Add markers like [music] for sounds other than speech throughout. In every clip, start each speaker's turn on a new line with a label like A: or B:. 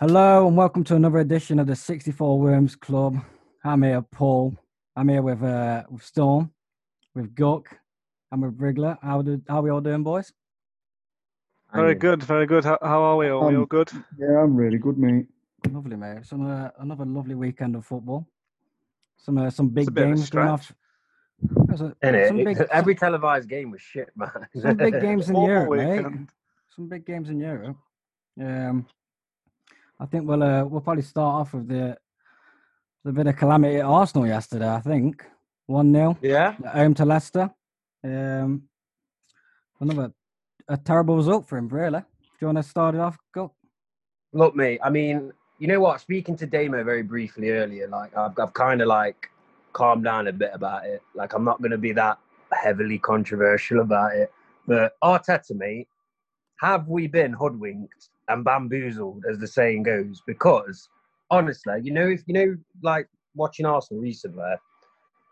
A: Hello and welcome to another edition of the 64 Worms Club. I'm here, Paul. I'm here with, uh, with Storm, with Guck, and with Wriggler. How, do, how we all doing, boys?
B: Very good, very good. How, how are we? Are we
C: Um,
B: all good?
C: Yeah, I'm really good, mate.
A: Lovely, mate. It's another, another lovely weekend of football. Some uh, some
B: a
A: big
B: bit of a
A: games going off.
B: stretch.
A: There's a-
D: In it,
A: some big-
D: [laughs] every televised game was shit, man.
A: some
D: [laughs]
A: big games in
B: Football
A: Europe, mate.
B: weekend.
A: Some big games in Europe. Um, I think we'll uh, we'll probably start off with the the bit of calamity at Arsenal yesterday. I think one 0
D: yeah,
A: home to Leicester. Um, another a terrible result for him, really. Do you want to start it off? Go.
D: look, mate. I mean, you know what? Speaking to Damo very briefly earlier, like I've, I've kind of like calmed down a bit about it. Like I'm not gonna be that heavily controversial about it. But Arteta, mate, have we been hoodwinked and bamboozled, as the saying goes? Because honestly, you know, if you know, like watching Arsenal recently,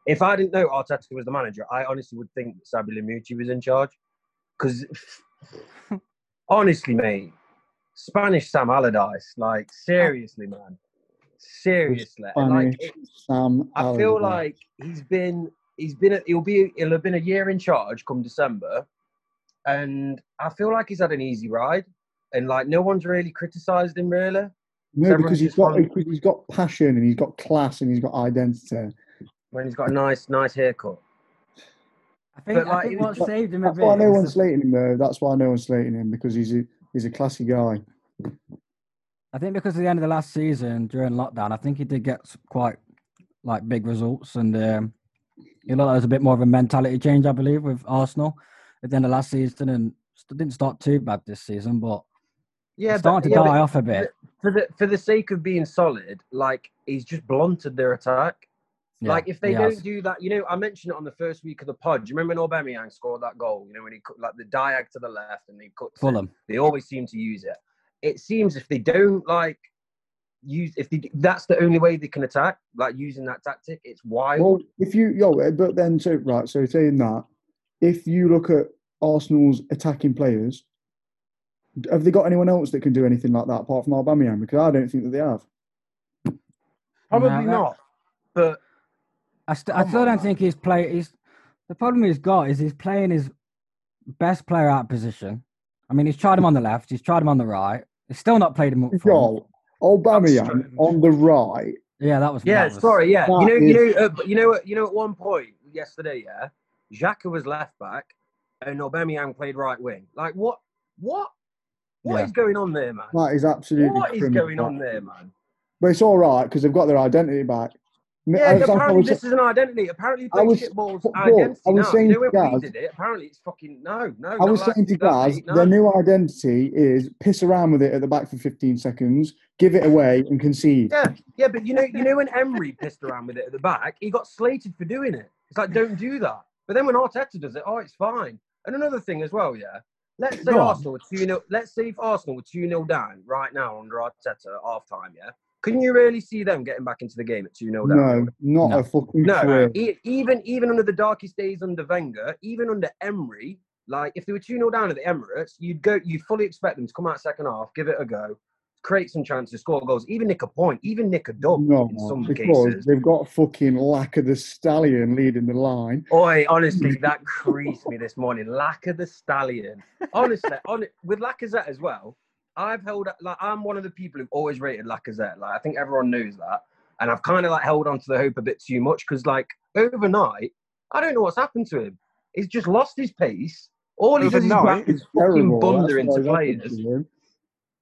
D: if I didn't know Arteta was the manager, I honestly would think that Sabi Lamucci was in charge. Because [laughs] honestly, mate, Spanish Sam Allardyce, like seriously, man, seriously, And, like.
C: Spanish Sam.
A: Oh,
D: I feel
C: Allardyce.
D: like he's been he's been he'll be he'll have been a year in charge come December, and I feel like he's had an easy ride, and like no one's really criticised him really.
C: no,
D: Cameron
C: because he's
D: just
C: got
D: won.
C: because he's got passion and he's got class and he's got identity.
D: When he's got a nice nice haircut.
A: I think,
D: But,
A: I
D: like,
A: think
D: it-
A: what saved him a
C: That's
A: bit.
C: why no
A: was
C: one's
A: the-
C: slating him though. That's why no one's slating him because he's a he's a classy guy.
A: I think because at the end of the last season during lockdown, I think he did get s- quite like big results, and um, you know that was a bit more of a mentality change, I believe, with Arsenal at the end of last season, and st- didn't start too bad this season, but
D: Yeah,
A: it started
D: yeah,
A: to die off a bit.
D: for the for the sake of being solid, like he's just blunted their attack.
A: Yeah,
D: like if they
A: he
D: don't
A: has.
D: do that, you know, I mentioned it on the first week of the pod. Do you remember when Aubameyang scored that goal? You know, when he cut like the diag to the left and he cut to
A: Fulham,
D: They always seem to use it. It seems if they don't like use if they that's the only way they can attack, like using that tactic. It's wild.
C: Well, if you yo, eh, but then so right, so saying that, if you look at Arsenal's attacking players, have they got anyone else that can do anything like that apart from Aubameyang? Because I don't think that they have.
A: No,
D: Probably
A: that-
D: not. But
A: I, st- I
D: Come
A: still
D: on,
A: don't
D: man.
A: think he's play. He's the problem he's got is he's playing his best player out position. I mean, he's tried him on the left, he's tried him on the right. He's still not played him up front.
C: Yo, Aubameyang
B: strange.
C: on the right
A: Yeah, that was
D: yeah,
A: that was-
D: sorry, yeah. You
C: That
D: know, you
C: is-
D: know, uh, but you know, at- you know. At one point yesterday, yeah, Xhaka was left back, and Aubameyang played right wing. Like what? What? What is
A: Yeah.
D: going on there, man?
C: That is absolutely.
D: What is
C: criminal.
D: going on there, man?
C: But it's all right because they've got their identity back. M-
D: Yeah,
C: I was- I
D: apparently
C: was-
D: this is an identity. Apparently,
C: I was-
D: shit balls
C: Paul,
D: identity.
C: I was
D: now.
C: saying
D: you know when
C: to
D: we
C: Gaz-
D: did it, apparently it's fucking no, no.
C: I was saying to Gaz, their new identity is piss around with it at the back for 15 seconds, give it away, and concede.
D: Yeah, yeah, but you know, you know when Emery pissed around with it at the back, he got slated for doing it. It's like, don't do that. But then when Arteta does it, oh, it's fine. And another thing as well, yeah. Let's say
C: Go on.
D: Arsenal were two 0 Let's say if Arsenal were two 0 down right now under Arteta at half time, yeah. Can you really see them getting back into the game at two 0 down?
C: No, not
A: No.
C: a fucking
D: No,
C: clue.
D: e- even even under the darkest days under Wenger, even under Emery, like if they were 2 0 down at the Emirates, you'd go you'd fully expect them to come out second half, give it a go, create some chances, score goals, even nick a point, even nick a dub
C: No,
D: in some
C: because
D: cases.
C: they've got fucking lack of the stallion leading the line.
D: Oi,
C: [laughs]
D: honestly, that creased me this morning. Lack of the stallion.
C: [laughs]
D: Honestly, on with Lacazette as well. I've held like I'm one of the people who've always rated Lacazette. Like I think everyone knows that, and I've kind of like held on to the hope a bit too much because like overnight, I don't know what's happened to him. He's just lost his pace. All he does is
B: Overnight?
D: whack his fucking
C: Terrible.
D: bunder
C: that's
D: into
C: what happened to
D: players.
C: them.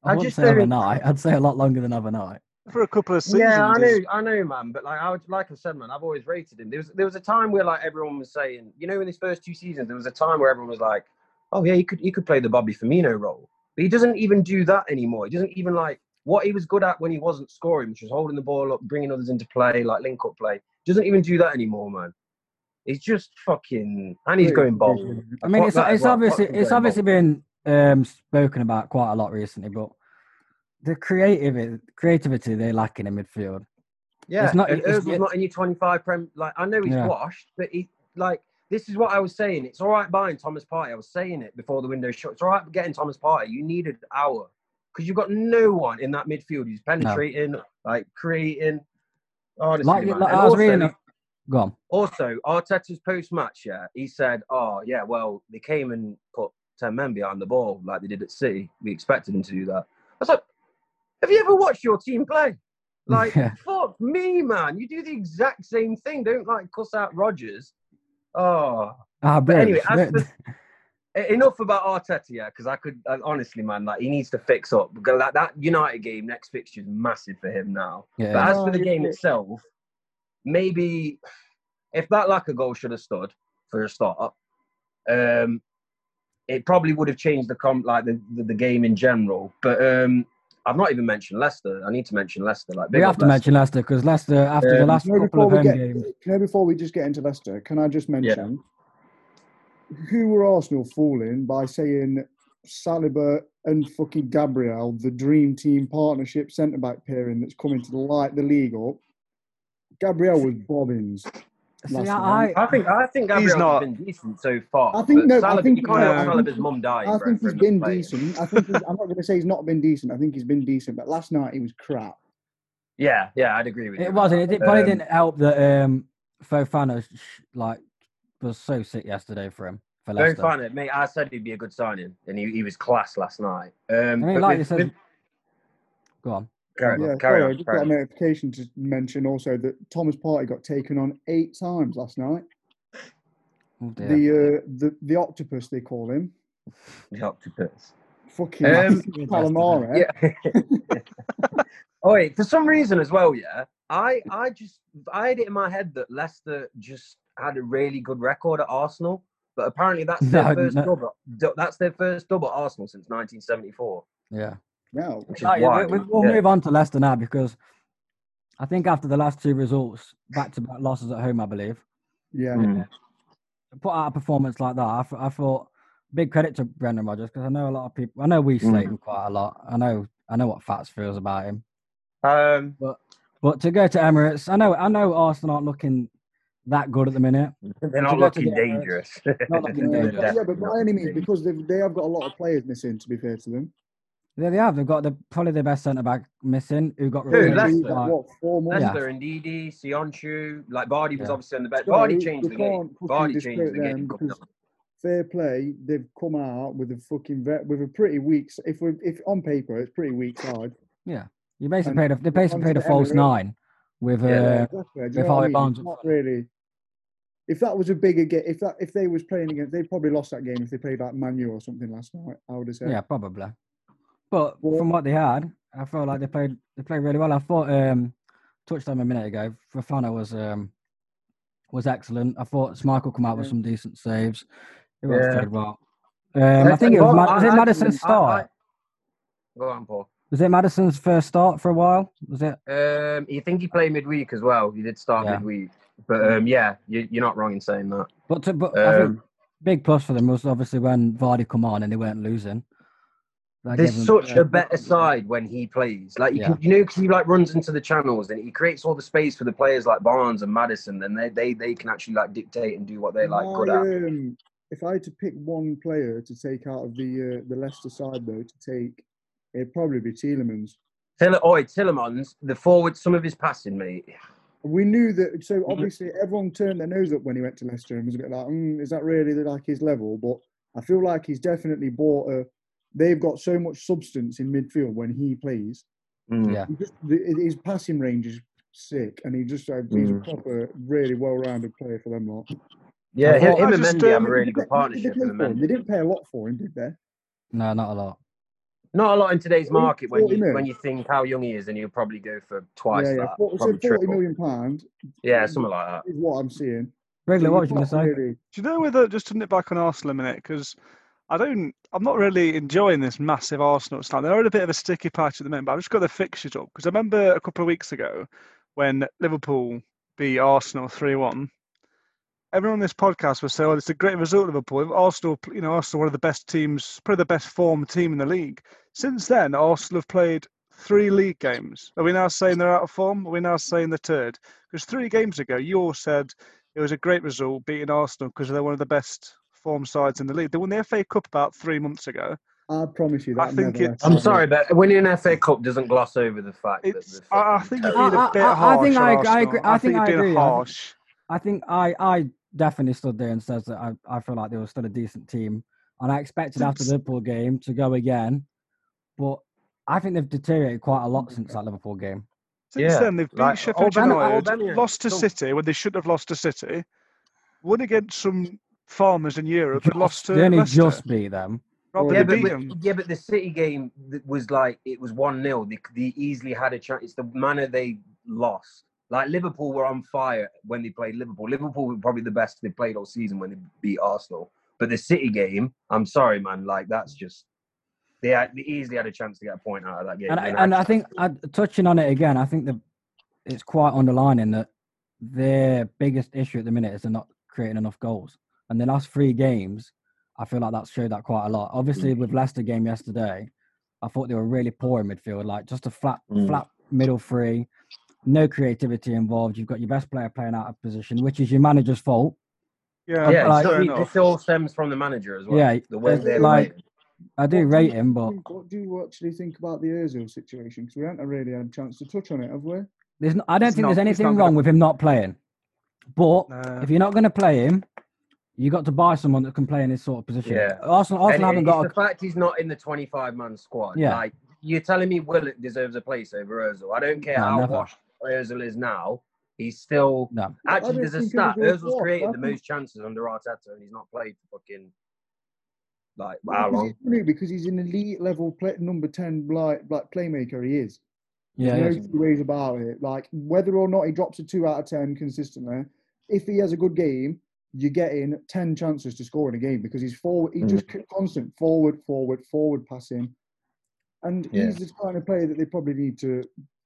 A: I
D: I
A: wouldn't
D: just
A: say
D: don't-
A: overnight. I'd say a lot longer than overnight.
B: For a couple of seasons.
D: Yeah, I know,
B: he's-
D: I know, man. But like I would, like I said, man, I've always rated him. There was there was a time where like everyone was saying, you know, in his first two seasons, there was a time where everyone was like, oh yeah, he could he could play the Bobby Firmino role, but he doesn't even do that anymore. He doesn't even like what he was good at when he wasn't scoring, which was holding the ball up, bringing others into play, like link up play. Doesn't even do that anymore, man. He's just fucking, and he's going bomb.
A: I mean,
D: Fuck
A: it's,
D: that as
A: it's
D: well.
A: obviously
D: Fuck him
A: it's
D: going
A: obviously been um, spoken about quite a lot recently, but the creative creativity they lack in the midfield.
D: Yeah,
A: It's not-
D: and
A: it's-
D: Özil's not in your 25 prem. Like I know he's
A: Yeah.
D: washed, but he like this is what I was saying. It's all right buying Thomas Party. I was saying it before the window shut. It's all right getting Thomas Party. You need an hour because you've got no one in that midfield who's penetrating, like creating. Honestly,
A: Like,
D: man.
A: like
D: And
A: I was
D: also-
A: reading. A, go on.
D: also, Arteta's post match, yeah, he said, Oh, yeah, well, they came and put 10 men behind the ball like they did at City. We expected them to do that. I was like, Have you ever watched your team play? Like,
A: Yeah.
D: fuck me, man. You do the exact same thing. Don't like cuss out Rogers. Oh,
A: Ah,
D: but
A: bro.
D: anyway, as
A: bro,
D: for, e- enough about Arteta, yeah, because I could uh, honestly, man, like he needs to fix up. Because, Like, that United game next fixture is massive for him now.
A: [laughs]
D: But
A: yeah.
D: as for the game itself, maybe if that Laka goal should have stood for a start, um, it probably would have changed the comp, like the, the, the game in general. But um, I've not even mentioned Leicester. I need to mention Leicester. Like
A: We
D: big
A: have
D: up
A: to
D: Leicester.
A: mention Leicester because Leicester, after the
D: Um,
A: last
C: Can
A: couple
C: I before
A: of
C: we
A: home
C: get,
A: games,
C: can I before we just get into Leicester, can I just mention who were Arsenal fooling by saying Saliba and fucking Gabriel, the dream team partnership centre back pairing that's coming to light the league up? Gabriel was bobbins.
A: see,
C: Last
A: I,
C: night.
A: I,
D: I think I think Gabriel's
B: not-
D: been decent so far.
C: I think-
D: but
C: no, I
D: Salah-
C: think-
D: you can't have
A: um,
B: no.
D: Salah's mum dying.
C: I
D: bro,
C: think
D: for
C: he's
D: him to
C: been
D: play.
C: decent. I think he's, I'm not going to say he's not been decent. I think he's been decent, but last night he was crap.
D: Yeah, yeah, I'd agree with you.
A: it
D: on
A: wasn't.
D: that.
A: It did, probably
D: Um,
A: didn't help that um, Fofana sh- like was so sick yesterday for him for
D: Very
A: Leicester.
D: fun, mate. I said he'd be a good signing, and he, he was class last night. Um,
A: I mean,
D: but
A: like you
D: with-
A: said,
D: with-
A: go on.
D: carry on,
C: yeah,
D: carry
C: sorry, I
D: on,
C: just
D: carry
C: got a
D: on.
C: notification to mention also that Thomas Party got taken on eight times last night.
A: Oh dear. [laughs]
C: The, uh, the the octopus they call him,
D: The octopus.
C: fucking eh?
D: Um,
C: calamari.
D: Yeah. Oh, wait, for some reason as well, yeah. I I just I had it in my head that Leicester just had a really good record at Arsenal, but apparently that's
A: [laughs]
D: their
A: No,
D: first
A: no.
D: double. That's their first double at Arsenal since 1974,
A: yeah.
C: No,
D: which is
A: Right, yeah,
D: wild.
A: we, will
D: Yeah.
A: move on to Leicester now because I think after the last two results, back to back losses at home, I believe, Oh,
C: yeah,
D: Mm.
A: put out a performance like that, I, th- I thought big credit to Brendan Rodgers because I know a lot of people. I know
D: Mm.
A: we slate him quite a lot. I know I know what Fats feels about him.
D: Um,
A: But to go to Emirates, I know I know Arsenal aren't looking that good at the minute.
D: they're
A: To
D: not
A: go to
D: looking
A: the Emirates.
D: dangerous.
A: Not
D: [laughs]
A: looking
D: They're
C: yeah,
A: dangerous.
C: but, yeah,
D: definitely
C: but
D: not
C: by any
D: looking
C: means,
D: dangerous.
C: because they've they have got a lot of players missing. To be fair to them,
A: Yeah, they have. They've got the probably their best centre back missing who got
D: Who,
A: replaced
D: Leicester?
A: by-
C: what four months?
D: Leicester and Didi, Sionchu, like Vardy was
A: Yeah.
D: obviously on the bench.
C: So,
D: Vardy
C: you
D: changed the game.
C: can't fucking
D: Vardy
C: discredit
D: changed the game.
C: them
D: couple
A: Um,
C: because
D: of-
C: Fair play, they've come out with a fucking vet with a pretty weak. s- If we if on paper, it's pretty weak side.
A: You basically
C: And
A: paid a they basically
C: onto
A: paid a
C: the
A: false
C: Emirates.
A: nine with uh,
D: Yeah.
C: exactly. Do
A: if
C: you know what
A: I
C: I mean?
A: bounce-
C: It's not really. If that was a bigger game, if that if they was playing against, they probably lost that game if they played like Manu or something last night. I would have said.
A: Yeah, probably. But
C: Well-
A: from what they had, I felt like they played they played really well. I thought um touched on a minute ago, Fofana was um was excellent. I thought Smichael come out with
C: Yeah.
A: some decent saves. Who else
D: Yeah.
A: played well? Um, I
D: That's
A: think it
D: the
A: was,
D: problem.
A: Mad- was
D: I-
A: it
D: I-
A: Madison's
D: I-
A: start.
D: I- Go on, Paul.
A: Was it Madison's first start for a while? Was it?
D: Um, you think he played midweek as well? He did start
A: Yeah.
D: midweek, but um, yeah, you, you're not wrong in saying that.
A: But to, but I think
D: Um,
A: big plus for them was obviously when Vardy come on and they weren't losing. That
D: there's
A: gave them-
D: such a better side when he plays. Like you,
A: uh, Yeah.
D: can, you know, because he like runs into the channels and he creates all the space for the players like Barnes and Madison, and they they, they can actually like dictate and do what they're like good
C: I,
D: at.
C: um, if I had to pick one player to take out of the uh, the Leicester side though, to take, it'd probably be Tielemans.
D: Till, oi, Tillemans, the forward, some of his passing, mate.
C: We knew that. So obviously, everyone turned their nose up when he went to Leicester and was a bit like, mm, "Is that really like his level?" But I feel like he's definitely bought a. They've got so much substance in midfield when he plays.
D: Mm.
A: Yeah.
C: He just, the- his passing range is sick, and he just uh, he's a
D: Mm.
C: proper, really well-rounded player for them lot.
D: Yeah, him,
B: Well,
D: him
B: I
D: and
B: just,
D: Mendy have
B: um,
D: a really
C: What
D: good
C: [laughs] did
D: partnership.
C: they
D: Him
C: pay
D: and
C: for him? They
D: Mendy.
C: didn't pay a lot for him, did they?
A: No, not a lot.
D: Not a lot in today's
C: Forty-
D: market when
C: 40
D: you
C: mil.
D: when you think how young he is, and he'll probably go for twice
C: yeah, yeah.
D: that,
C: For, so
D: probably
C: forty million
D: triple.
C: pound
D: Yeah, something like that.
C: is what I'm seeing.
A: Wrigley,
C: So
A: what was
C: you've
A: you going to
C: not
A: say?
C: really-
B: Do you know whether just to nip back on Arsenal a minute because I don't, I'm not really enjoying this massive Arsenal stand. They're in a bit of a sticky patch at the moment, but I've just got the fixtures up because I remember a couple of weeks ago when Liverpool beat Arsenal three one. Everyone on this podcast was saying, "Oh, it's a great result, Liverpool. Arsenal, you know, Arsenal one of the best teams, probably the best formed team in the league." Since then, Arsenal have played three league games. Are we now saying they're out of form? Are we now saying they're third? Because three games ago, you all said it was a great result beating Arsenal because they're one of the best form sides in the league. They won the FA Cup about three months ago.
C: I promise you that.
B: I think
C: never
B: it's-
D: I'm
C: happens.
D: sorry, but winning an FA Cup doesn't gloss over the fact
B: It's.
D: that.
B: I, I think you've
A: I-
B: been a
A: I-
B: bit
A: I- I
B: harsh.
A: think
B: on
A: I- I
B: Arsenal.
A: agree- I think I
B: you've
A: agree.
B: been
A: I think-
B: harsh.
A: I think I I definitely stood there and says that I, I feel like they were still a decent team, and I expected after the Liverpool game to go again, but I think they've deteriorated quite a lot since that Liverpool game.
B: Since
D: Yeah,
B: then, they've beat
D: like,
B: Sheffield
D: Aubame-
B: United,
D: Aubameyang,
B: lost to
D: cool.
B: City when they should have lost to City, won against some farmers in Europe, and lost
A: Just-
B: to
A: they only
B: Leicester.
A: just beat them.
B: rather
D: Yeah,
B: than
D: but
B: beat
D: with-
B: them.
D: yeah, but the City game th- was like it was one 0 they, they easily had a chance. It's the manner they lost. Like Liverpool were on fire when they played Liverpool. Liverpool were probably the best they played all season when they beat Arsenal. But the City game, I'm sorry, man. Like that's just they, had, they easily had a chance to get a point out of that game.
A: and I,
D: then
A: and I
D: just-
A: think uh, touching on it again, I think the it's quite underlining that their biggest issue at the minute is they're not creating enough goals. And the last three games, I feel like that's showed that quite a lot. Obviously,
B: Mm.
A: with Leicester game yesterday, I thought they were really poor in midfield, like just a flat
D: Mm.
A: flat middle three, no creativity involved. You've got your best player playing out of position, which is your manager's fault.
B: Yeah,
A: I-
D: yeah,
A: like-
D: like,
B: fair
D: this
B: enough.
D: all stems from the manager as well.
A: Yeah,
D: the way
A: it's
D: they're
A: like-
D: playing.
A: I do
C: What do
A: rate
C: you-
A: him, but
C: What do you actually think about the Ozil situation? Because we haven't really had a chance to touch on it, have we?
A: there's no, I don't
B: It's
A: think
B: not-
A: there's
B: it's not
A: anything
B: gonna-
A: wrong with him not playing. But
B: Nah.
A: If you're not going to play him, you got to buy someone that can play in this sort of position.
D: Yeah.
A: Arsenal,
D: And
A: Arsenal
D: it-
A: haven't
D: it's
A: got.
D: the
A: A,
D: fact he's not in the 25 man squad.
A: Yeah.
D: Like, you're telling me Willock deserves a place over Ozil. I don't care
A: No,
D: how
A: never.
D: washed Ozil is now. He's still.
A: no,
D: Actually, there's a
C: think he
D: stat.
C: deserves
D: Ozil's
C: what?
D: created
C: I
D: the
C: think-
D: most chances under Arteta, and he's not played for fucking. Like, how
C: Because
D: long?
C: he's- No, because he's an elite level play, number ten like like playmaker. He is.
A: yeah,
C: There's
A: yeah.
C: no two ways about it. Like whether or not he drops a two out of ten consistently, if he has a good game, you're getting ten chances to score in a game because he's forward. He
A: Hmm.
D: Mm.
C: just c- constant forward, forward, forward passing, and
D: Yeah.
C: he's the kind of player that they probably need to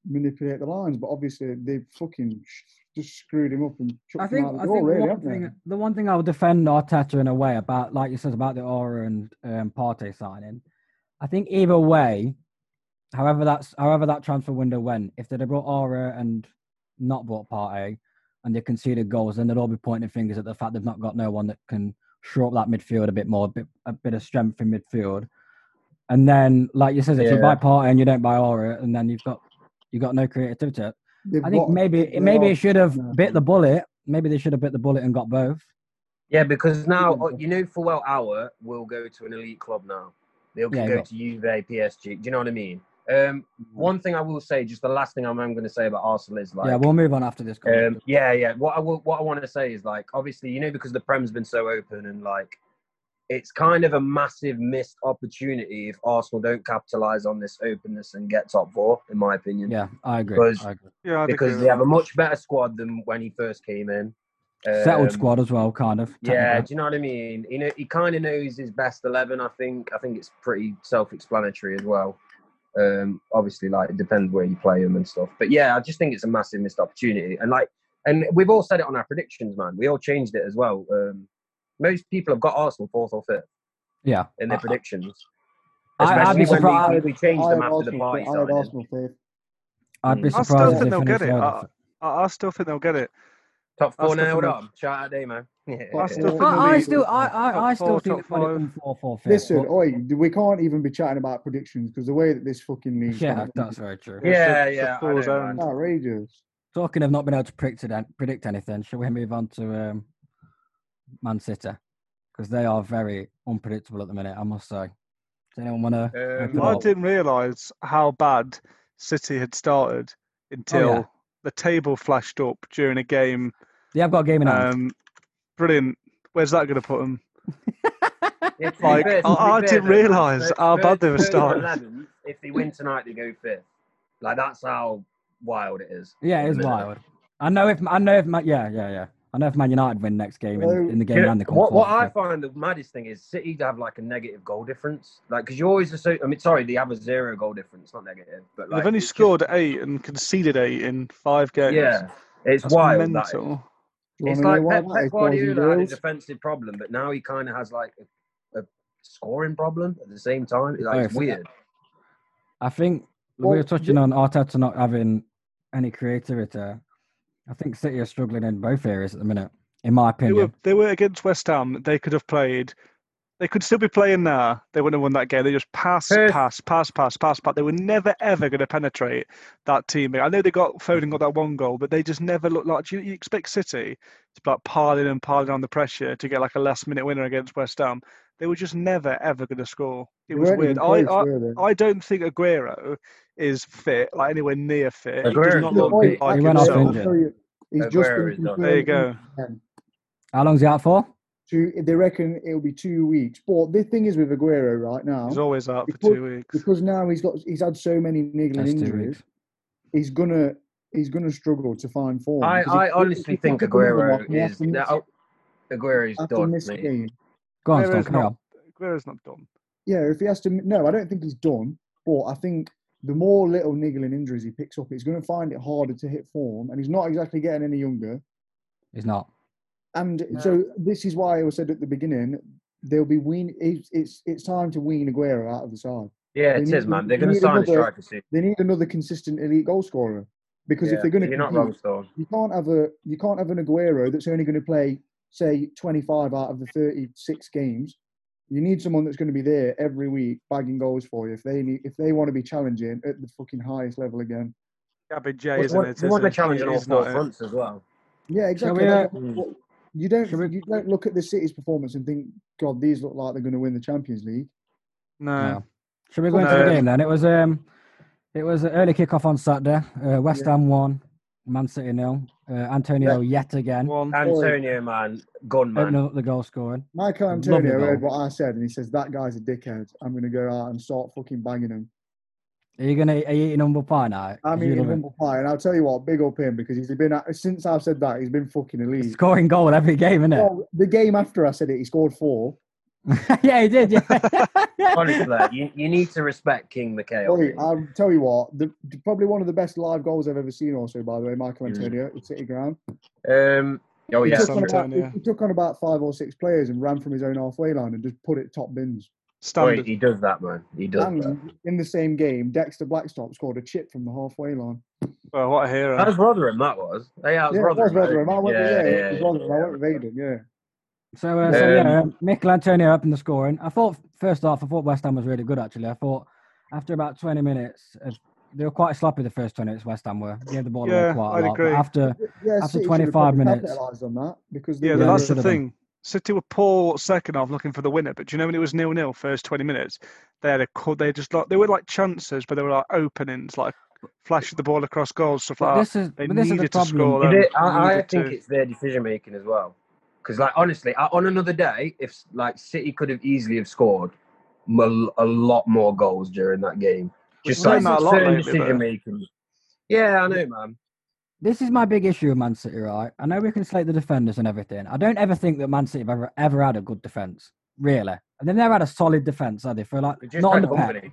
C: manipulate the lines. But obviously they fucking sh- just screwed him up and chucked
A: I
C: him
A: think
C: out the
A: I
C: door.
A: think
C: Really,
A: one
C: haven't they?
A: thing, the one thing I would defend Arteta in a way about, like you said, about the Aura and um, Partey signing. I think either way, however that's however that transfer window went, if they'd have brought Aura and not brought Partey, and they conceded goals, then they'd all be pointing fingers at the fact they've not got no one that can shore up that midfield a bit more, a bit, a bit of strength in midfield. And then, like you said, if you
D: Yeah.
A: buy Partey and you don't buy Aura, and then you've got you've got no creativity.
C: They've
A: I think
C: got-
A: maybe
C: they're
A: it maybe
C: all-
A: it should have
C: Yeah.
A: bit the bullet. Maybe they should have bit the bullet and got both.
D: Yeah, because now uh,
C: Yeah.
D: you know full well our will go to an elite club now. They'll
A: Yeah,
D: go
A: yeah.
D: to Juve, PSG. Do you know what I mean? Um, one thing I will say, just the last thing I'm, going to say about Arsenal is like,
A: yeah, we'll move on after this. comment.
D: Um, yeah, yeah. What I will, what I want to say is like, obviously, you know, because the Prem's been so open and like, it's kind of a massive missed opportunity if Arsenal don't capitalise on this openness and get top four, in my opinion,
A: yeah, I agree.
D: because-
A: I agree.
B: Yeah, I'd
D: because
B: agree
D: they
B: with
D: have a
B: that.
D: much better squad than when he first came in. Um,
A: Settled squad as well, kind of.
D: Yeah,
A: technically.
D: do you know what I mean? You know, he kind of knows his best eleven. I think. I think it's pretty self-explanatory as well. Um, obviously, like it depends where you play him and stuff. But yeah, I just think it's a massive missed opportunity. And like, and we've all said it on our predictions, man. We all changed it as well. Um, most people have got Arsenal fourth or fifth
A: yeah.
D: in their
A: I-
D: predictions.
A: I- I'd be
D: Especially when we,
A: surprised-
D: we- we changed
C: I
D: them
C: had
D: after the
C: Arsenal.
D: party
C: I had
D: signing.
C: Arsenal fifth.
A: I'd be
D: Mm.
B: I still
A: surprised
B: think
A: if they
B: they'll
A: finished
B: get it.
A: third.
B: Uh, I, I still think they'll get it.
D: Top
B: I
D: four
B: still
D: now,
B: think
D: Dom. Shout out, [laughs] Demo.
B: I still think
A: I,
B: they'll
A: I
B: be-
A: still, I, I, I
B: top
A: still
B: four,
A: think
B: top
A: they've got it
B: five.
A: from four, four, fifth.
C: Listen,
A: but-
C: oi, we can't even be chatting about predictions because the way that this fucking league's
A: yeah,
C: gone,
A: that's very true.
D: Yeah,
B: Yeah,
D: yeah,
B: yeah.
D: I know, man.
C: outrageous.
A: Talking of not being able to predict, it- predict anything, shall we move on to um, Man City? Because they are very unpredictable at the minute, I must say. Does anyone want to?
D: Um,
A: open
B: I
A: up?
B: didn't realise how bad City had started until the table flashed up during a game.
A: They have got a game in hand.
B: Um, brilliant. Where's that going to put them?
D: Yeah,
B: [laughs]
D: to be
B: Like,
D: fair- to be
B: I- I
D: fair,
B: didn't
D: though, man,
B: realise
D: Spurs-
B: how bad they were
D: Spurs are
B: starting.
D: 11th. If they win tonight, they go fifth. Like that's how wild it is.
A: Yeah,
D: at
A: it
D: the
A: is
D: minute.
A: wild. I know if I know if Man, yeah yeah yeah I know if Man United win next game in, in the game
D: You know,
A: and they come
D: what what I
A: fourth,
D: find the maddest thing is City to have like a negative goal difference. Like because you always associate. I mean, sorry, they have a zero goal difference, not negative. But like,
B: They've only
D: it's just-
B: scored eight and conceded eight in five games.
D: yeah, it's
B: That's
D: wild. that is.
B: mental.
C: Do you
D: It's
C: wanna
D: like
C: know why
D: Pep,
C: that
D: Pep
C: is, boys and
D: Guardiola had a
C: girls?
D: defensive problem, but now he kind of has like a, a scoring problem at the same time. Like,
A: Oh,
D: it's
A: for-
D: weird.
A: I think we
C: Well,
A: were touching on Arteta not having any creativity. I think City are struggling in both areas at the minute, in my
B: They
A: opinion.
B: were, they were against West Ham. They could have played They could still be playing now. They wouldn't have won that game. They just pass,
D: Perth.
B: pass, pass, pass, pass, pass. They were never ever going to penetrate that team. I know they got Foden got that one goal, but they just never looked like. You, you expect City to be like piling and piling on the pressure to get like a last minute winner against West Ham. They were just never ever going to score. It was weird. I, I I don't think Aguero is fit, like anywhere near fit. He does
D: Aguero's
B: not
D: not
B: look
D: fit.
B: like
A: He went off
B: himself.
A: injured.
C: He's
D: Aguero
C: just
D: is
C: been
D: not-
C: confirmed
B: There you go.
C: injured.
A: How long's he out for?
C: Two, they reckon it'll be two weeks. But the thing is with Aguero right now,
B: He's always out for
C: Because-
B: two weeks.
C: because now he's got he's had so many niggling
A: That's two
C: injuries,
A: weeks.
C: he's gonna he's gonna struggle to find form.
D: I,
C: because if-
D: I
C: if-
D: honestly
C: if he
D: think
C: took another
D: Aguero
C: one
D: is
C: after this-
D: that, Aguero's
C: after
D: done,
C: this
D: mate.
C: game,
A: Go on, Stone.
B: Aguero's
A: Carry
B: not-
A: on.
B: Aguero's not done.
C: yeah, if he has to, no, I don't think he's done. But I think the more little niggling injuries he picks up, he's going to find it harder to hit form, and he's not exactly getting any younger.
A: He's not.
C: And so this is why I said at the beginning they'll be wean. It's it's, it's time to wean Aguero out of the side.
D: Yeah,
C: They
D: it
C: need-
D: is, man. They're
C: they
D: going to
C: need
D: sign a
C: another-
D: striker soon.
C: They need another consistent elite goal scorer because
D: Yeah,
C: if they're going to
D: you're not wrong, Stone.
C: you can't have a you can't have an Aguero that's only going to play say 25 out of the 36 games. You need someone that's going to be there every week bagging goals for you if they need if they want to be challenging at the fucking highest level again.
B: Gabby J
D: They
B: isn't
D: want,
B: it?
D: they want
B: is
D: to
B: he?
D: challenge on all
B: He's
D: four
C: uh,
B: not it.
D: fronts as well.
C: Yeah, exactly.
A: we,
C: That's
A: uh,
C: what- what- you don't
A: shall we-
C: you don't look at the City's performance and think, God, these look like they're going to win the Champions League.
B: No.
A: No. Should we go into the
B: No.
A: game then? It was um, it was an early kickoff on Saturday. Uh, West
C: Yeah.
A: Ham won, Man City nil. Uh, Antonio yet again
B: One.
D: Antonio, man, gun man.
A: opening up the goal scoring.
C: Michael
A: Lovely
C: Antonio heard
A: goal.
C: what I said and he says that guy's a dickhead. I'm going to go out and start fucking banging him.
A: Are you gonna are you eating humble pie now?
C: I'm
A: 'Cause you
C: eating
A: love it.
C: humble pie, and I'll tell you what, big up him because he's been since I've said that he's been fucking elite.
A: Scoring goal every game, isn't it?
C: Well, the game after I said it, he scored four.
A: [laughs] yeah, he did.
D: Honestly,
A: Yeah.
C: [laughs]
D: like, you, you need to respect King Mikhail.
C: Boy,
D: mate.
C: I'll tell you what, the, probably one of the best live goals I've ever seen, also, by the way, Michael Antonio at City Ground.
D: Um, Mm. oh,
C: He,
D: yeah.
C: took on about,
B: Antonio.
C: he took on about five or six players and ran from his own halfway line and just put it top bins.
D: Boy,
B: Standard.
D: he does that, man. He does that.
C: And in the same game, Dexter Blackstop scored a chip from the halfway line.
B: Well, what uh, a hero.
D: That was Rotherham, that was. Hey, that was
C: yeah, it was
D: Rotherham.
C: Rotherham. I went,
D: yeah,
C: yeah,
D: yeah,
C: it was
D: yeah,
C: Rotherham. I went with Aiden, yeah.
A: [laughs] So, uh, so yeah,
D: Um,
A: um, Mikel Antonio opened the scoring. I thought first off, I thought West Ham was really good actually. I thought after about 20 minutes, uh, they were quite sloppy the first 20 minutes. West Ham were gave the ball away
B: Yeah,
A: quite a
B: I'd
A: lot. but
B: agree.
A: after
C: yeah
A: After
C: City should
A: 25
C: have probably
A: minutes.
C: capitalised on that because they
B: Yeah,
C: were-
A: Yeah,
B: that's
A: they
B: the
A: should have
B: thing. City were poor second half, looking for the winner. But do you know when it was nil nil first twenty minutes, they had a co- they just like they were like chances, but they were like openings, like flash of the ball across goals, stuff
A: but
B: like that.
A: this is
B: They
A: but this is the
B: needed to score.
A: problem.
B: Them.
D: Did it, I, I
B: Needed
D: think
B: to.
D: it's their decision making as well. Because, like, honestly, I- on another day, if like City could have easily have scored mul- a lot more goals during that game, just
B: We've
D: like
B: done that a lot
D: certain
B: lately, though.
D: decision making. Yeah, I know, man.
A: This is my big issue with Man City, right? I know we can slate the defenders and everything. I don't ever think that Man City have ever, ever had a good defense, really. And they've never had a solid defense, have they? For like
D: We just
A: not
D: had
A: under Pep.
D: company.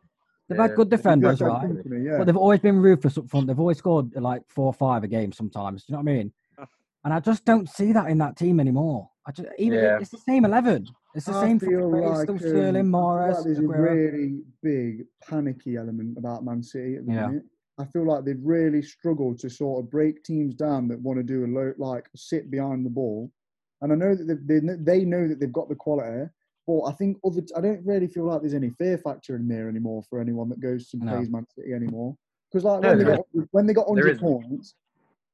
A: They've
D: Yeah.
A: had good
D: They've
C: Yeah,
A: defenders,
C: Jack
D: had
A: right?
D: good-
C: Anthony, yeah.
A: But they've always been ruthless up front. They've always scored like four or five a game sometimes. Do you know what I mean?
B: Yeah.
A: And I just don't see that in that team anymore. I just, even
D: Yeah.
A: it's the same eleven. It's the
C: I
A: same.
C: feel
A: fucking play, it's still
C: like,
A: Sterling,
C: um, I feel
A: Mahrez,
C: like there's a
A: Aguero.
C: really big panicky element about Man City at the
A: Yeah.
C: minute. I feel like they've really struggled to sort of break teams down that want to do a low, like sit behind the ball. And I know that they, they, kn- they know that they've got the quality, but I think other. I don't really feel like there's any fear factor in there anymore for anyone that goes and
A: No.
C: plays Man City anymore. Because like
D: No,
C: when, they
D: there
C: got, when they got
D: There
C: 100
D: isn't.
C: points,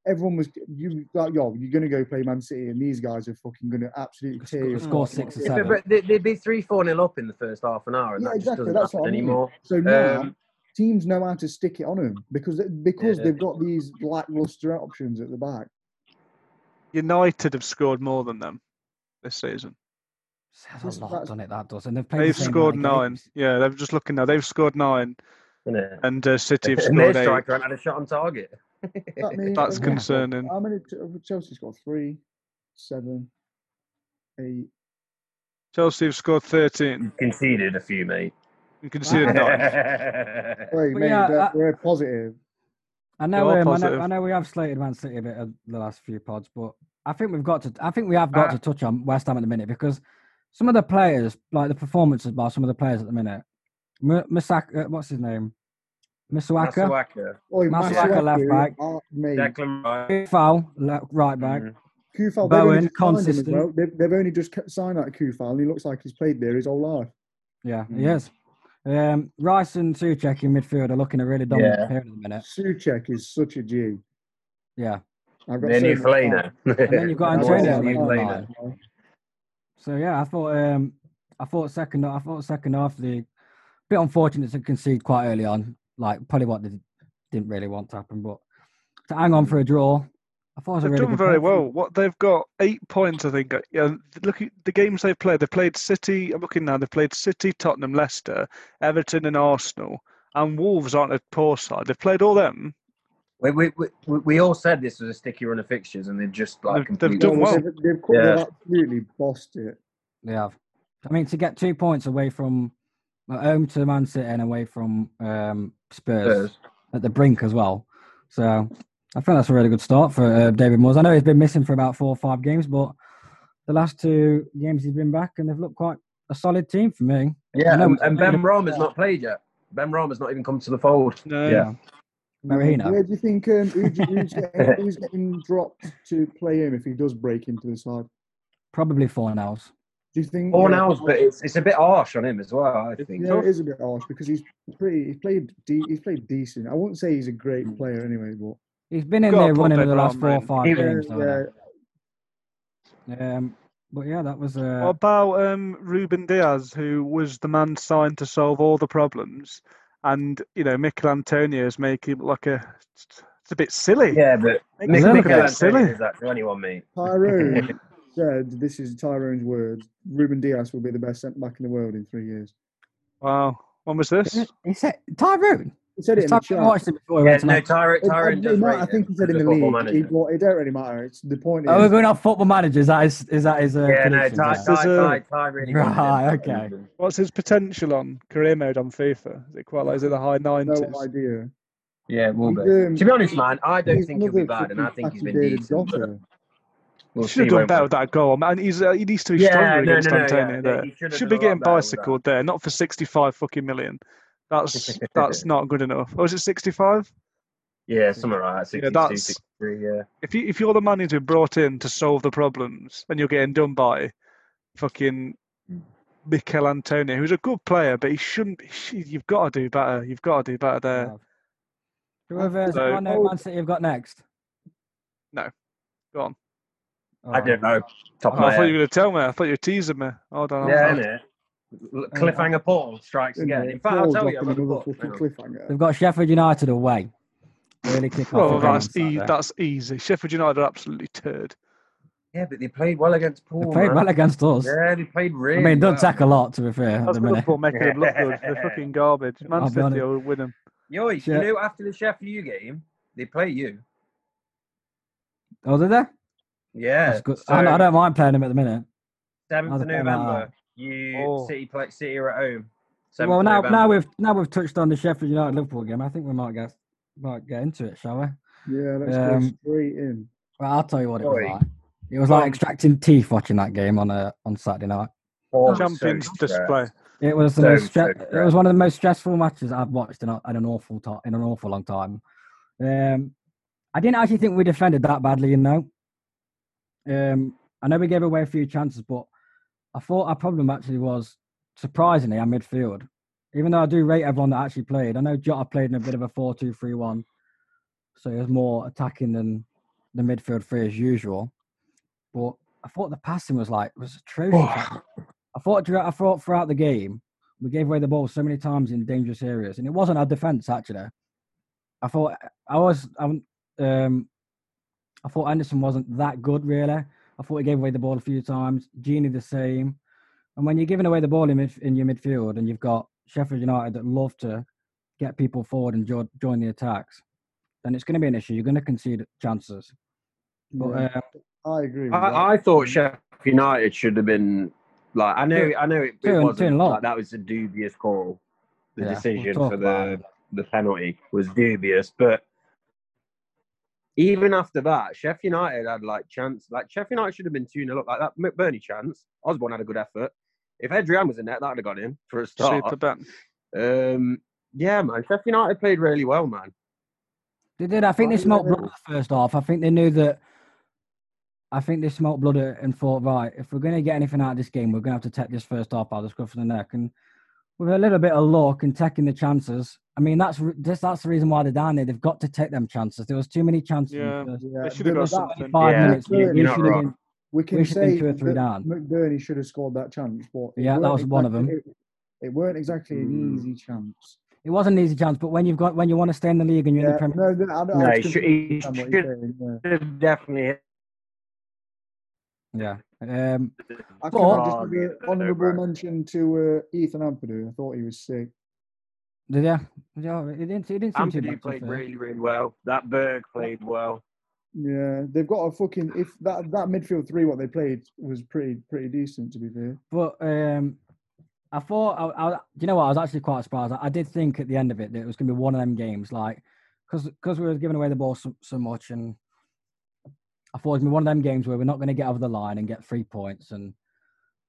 C: everyone was you like yo, you're gonna go play Man City, and these guys are fucking gonna absolutely
A: Sc-
C: tear you
A: score
C: apart.
A: six or
D: Yeah,
A: seven.
D: but, but they, they'd be 3 4 nil up in the first half an hour, and
C: Yeah,
D: that just
C: exactly,
D: doesn't
C: that's
D: happen
C: what I mean.
D: anymore.
C: So now
D: Um,
C: teams know how to stick it on them because because
D: Yeah.
C: they've got these lackluster options at the back.
B: United have scored more than them this season.
A: That's
C: That's-
A: a lot,
C: that's-
A: doesn't it? That does, and they've played.
B: They've
A: the same
B: scored
A: amount of
B: nine.
A: games.
B: Yeah, they're just looking now. They've scored nine,
D: innit?
B: and uh, City have
D: [laughs] and their
B: scored eight.
D: striker had a shot on target.
C: That
B: That's
C: means that means-
B: concerning.
C: How many Chelsea's got? Three, seven, eight.
B: Chelsea have scored thirteen
D: [laughs] Conceded a few, mate.
B: and
D: [laughs]
B: conceded nine.
C: Wait,
A: But
C: mate,
A: yeah,
C: they're,
A: I-
C: they're positive.
A: I
B: They
A: know, um,
B: are
A: I know.
B: positive.
A: I know we have slated Man City a bit of the last few pods, but I think we've got to. I think we have got
B: Ah.
A: to touch on West Ham at the minute because some of the players, like the performances by some of the players at the minute, M- Misak, uh, what's his name, Misuaka,
D: Masuaka,
C: Oi,
A: Masuaku, left back.
C: oh, mate,
D: Declan Rice.
A: big foul, le- right back.
D: Mhm.
C: Kufal, they've only
A: Bowen,
C: just signed him as
A: consistent.
C: well. They've, they've only just ca- signed that Kufal, and he looks like he's played there his whole life.
A: Yeah, he
C: Mm.
A: is. Um, Rice and Suchek in midfield are looking a really dominant
D: Yeah.
A: pair at the minute.
C: Suchek is such a G.
A: Yeah.
C: I've
D: Their new
C: much
D: Flaner.
A: And then you've
D: [laughs]
A: got Antonio Antonio's on
C: time. I've got
A: the
C: so much
A: other
C: time.
A: line. So yeah, I thought um, I thought second I thought second half the bit unfortunate to concede quite early on. Like probably what they didn't really want to happen, but to hang on for a draw, I thought it was a
B: They've
A: really
B: done
A: good
B: very
A: performance.
B: well. What they've got eight points, I think. Uh, Yeah, look at the games they've played. They played City. I'm looking now. They played City, Tottenham, Leicester, Everton, and Arsenal. And Wolves aren't a poor side. They've played all them.
D: We, we, we, we- we all said this was a sticky run of fixtures, and they've just like
B: They've- they've
D: completely.
B: done well.
C: They've, they've, co-
D: Yeah.
C: they've absolutely bossed it.
A: They have. I mean, to get two points away from well, home to Man City and away from um, Spurs,
D: Spurs.
A: at the brink as well. So I think that's a really good start for uh, David Moyes. I know he's been missing for about four or five games, but the last two games he's been back and they've looked quite a solid team for me. I
D: Yeah,
A: know
D: and,
A: it's
D: and
A: really-
D: Ben Rahm has not played yet. Ben Rahm has not even come to the fold.
B: No.
D: Yeah.
A: Marino.
C: Where do you think um, who do you- who's, getting,
D: [laughs]
C: who's getting dropped to play him if he does break into the side?
A: Probably four nows.
C: Do you think
D: Four
C: yeah,
D: hours, but it's, it's a bit harsh on him as well, I think.
C: Yeah, it is a bit harsh because he's pretty. He's played. De- he's played decent. I wouldn't say he's a great player anyway, but
A: He's been in
B: Gotta
A: there
B: put
A: running for the
B: Ben
A: last
B: Rahman
A: four or
B: in.
A: five
D: Mm. He-
A: games. though,
C: yeah,
A: innit? Um, but yeah, that was
B: What
A: uh,
B: about um, Ruben Diaz, who was the man signed to solve all the problems, and you know Mikel Antonio is making him like a. It's a bit silly.
D: Yeah, but
B: Makes
D: Mick,
A: him look a
B: look a
D: Mikel Antonio
B: bit silly.
D: does that to anyone, mate.
C: Tyrone
D: [laughs]
C: said this is Tyrone's words. Ruben Diaz will be the best centre back in the world in three years.
B: Wow. When was this?
A: he said Tyrone.
C: He said it in
A: It's
C: the
A: time
C: chat.
A: I watched it before we
D: Yeah,
A: went
D: no,
A: tonight.
D: Tyra,
C: It-
D: Tyron
C: it-
D: does
C: it might-
D: rate
C: I think
D: him
C: he said
D: as
C: in
D: a
C: the
D: football
C: league. He,
D: manager.
C: well, it don't really matter. It's the point.
A: Oh, we're
C: is,
A: going off football managers. Is that his, is that his uh,
D: Yeah, no,
A: predictions?
D: Ty,
A: Yeah.
D: Ty,
B: Scissor.
D: Ty, Ty really wants him.
A: Right, okay.
B: What's his potential on career mode on FIFA? Is it quite like is it the high nineties?
C: no idea.
D: Yeah, we'll
C: He's,
D: be.
C: um,
D: To be honest, man, I don't
C: he's
D: think he'll be
C: another
D: bad, and
C: fucking
D: I think he's
C: Patty
D: been
C: David
D: decent. but
C: Gotter.
D: We'll
B: should have
D: see,
B: done
D: won't
B: better
D: we?
B: with that goal, man. He's, uh, he needs to be
D: Yeah, no,
B: stronger
D: no,
B: against
D: no, yeah.
B: Antonio.
D: He
B: there.
D: should have
B: should
D: done a
B: be
D: lot
B: getting
D: better with that.
B: bicycled there, not for sixty-five fucking million. That's
D: [laughs]
B: that's not good enough. Or is it sixty-five?
D: Yeah, something like that. 62,
B: Yeah, that's-
D: 63, yeah.
B: If you if you're the manager brought in to solve the problems and you're getting done by fucking
D: Mm.
B: Mikel Antonio, who's a good player, but he shouldn't. he- You've got to do better. You've got to do better there.
A: Yeah. [laughs] Whoever's
B: uh, So-
A: oh, no, Man City have got next.
B: No. Go on.
D: I don't know. Top of
B: Oh, I
D: my
B: thought
D: head.
B: you were going to tell me. I thought you were teasing me. Hold on.
D: Yeah,
B: I'm,
D: innit? L- Cliffhanger Paul strikes
C: Isn't
D: again.
C: it?
D: In fact, I'll
C: Paul
D: tell you. I've
C: dropping
D: got the book.
C: another fucking
D: Hang on.
C: cliffhanger.
A: They've got Sheffield United away. Really kick off. again
B: well,
A: on
B: that's, e-
A: Saturday.
B: that's easy. Sheffield United are absolutely turd.
D: Yeah, but they played well against
A: They
D: Paul,
A: played
D: man.
A: well against us.
D: Yeah, they played
A: I
D: really
A: mean, it
D: well.
A: does take a lot to be fair at
B: That's
A: the minute.
B: Liverpool making them look good.
A: [laughs]
B: They're fucking garbage. Man
A: I'll be honest.
B: City will win them.
D: Yo, you
A: Yeah.
D: know, after the Sheffield U game, they play you.
A: Oh, did they?
D: Yeah.
A: That's good.
D: So,
A: I, I don't mind playing them at the minute.
D: Seventh
A: I'd
D: of
A: play that
D: November,
A: out.
D: you
B: Oh.
D: City play City are at home. 7th
A: Well,
D: of
A: now now
D: November.
A: we've now we've touched on the Sheffield United Liverpool game. I think we might get might get into it, shall we?
C: Yeah, let's
A: Um,
C: go straight in.
A: Well, I'll tell you what it was
D: Oi.
A: like. It was like
D: Um,
A: extracting teeth watching that game on a on Saturday night.
D: Paul was so
B: Champions
D: stressed.
B: display.
A: It was the
D: So,
A: most
D: so
A: stre- it was
D: correct.
A: one of the most stressful matches I've watched in, a, in an awful time in an awful long time. Um, I didn't actually think we defended that badly, you know. Um, I know we gave away a few chances, but I thought our problem actually was surprisingly our midfield. Even though I do rate everyone that actually played, I know Jota played in a bit of a 4-2-3-1, so he was more attacking than the midfield three as usual. But I thought the passing was like was atrocious. I thought throughout, I thought throughout the game we gave away the ball so many times in dangerous areas, and it wasn't our defense actually. I thought I was I, um, I thought Anderson wasn't that good really. I thought he gave away the ball a few times. Genie the same. And when you're giving away the ball in, midf- in your midfield, and you've got Sheffield United that love to get people forward and jo- join the attacks, then it's going to be an issue. You're going to concede chances. But
D: Mm.
C: Yeah,
A: uh,
C: I agree. With that.
D: I, I thought Sheffield United should have been like I know I know it,
A: Two
D: it
A: and- two
D: wasn't
A: and long.
D: like that was a dubious call. The
A: Yeah, we'll
D: decision
A: talk
D: for
A: about
D: the
A: it.
D: the penalty was dubious, but even after that, Sheffield United had like chance. Like Sheffield United should have been tuning up like that. McBurney chance. Osborne had a good effort. If Adrian was in net, that'd have gone in for a start.
B: Super Ben.
D: Um, yeah, man. Sheffield United played really well, man.
A: they did. I think they
C: I
A: smelt blood
C: know.
A: the first half. I think they knew that I think they smelt blood and thought, right, if we're going to get anything out of this game, we're going to have to take this first half by the scruff of the neck. And with a little bit of luck and taking the chances, I mean, that's re- this, that's the reason why they're down there. They've got to take them chances. There was too many chances. in the
B: Yeah.
A: first
C: Yeah,
B: They should have
C: but
B: got
C: that-
B: something.
A: Five
D: Yeah,
A: minutes.
C: you're
A: we
D: not
A: should have
D: wrong.
A: been-
C: we can
A: we should have
C: say
A: been two or three
C: that
A: down.
C: McBurney should have scored that chance, but it
A: Yeah, that
C: weren't
A: was one of Hmm.
C: exactly- It, it weren't exactly an
D: Mm.
C: easy chance.
A: It was an easy chance, but when you've got when you want to stay in the league and you're in
C: Yeah,
A: the Premier,
C: no, no, I, I
D: No,
C: was
D: he should,
C: completely
D: he
C: understand what
D: should
C: you're saying, yeah.
D: have definitely hit
A: yeah. Um,
C: I
A: But-
C: could just give an
D: Oh,
C: honourable mention to uh, Ethan Ampadu. I thought he was sick.
A: did Uh, yeah, yeah. It didn't. It didn't seem too bad. to
D: Anthony
A: be
D: played
A: fair.
D: really, really well. That Berg played well.
C: Yeah, they've got a fucking if that that midfield three what they played was pretty pretty decent to be fair.
A: But um, I thought, I, I, do you know what? I was actually quite surprised. I, I did think at the end of it that it was going to be one of them games, like, because we were giving away the ball so, so much, and I thought it was going to be one of them games where we're not going to get over the line and get three points. And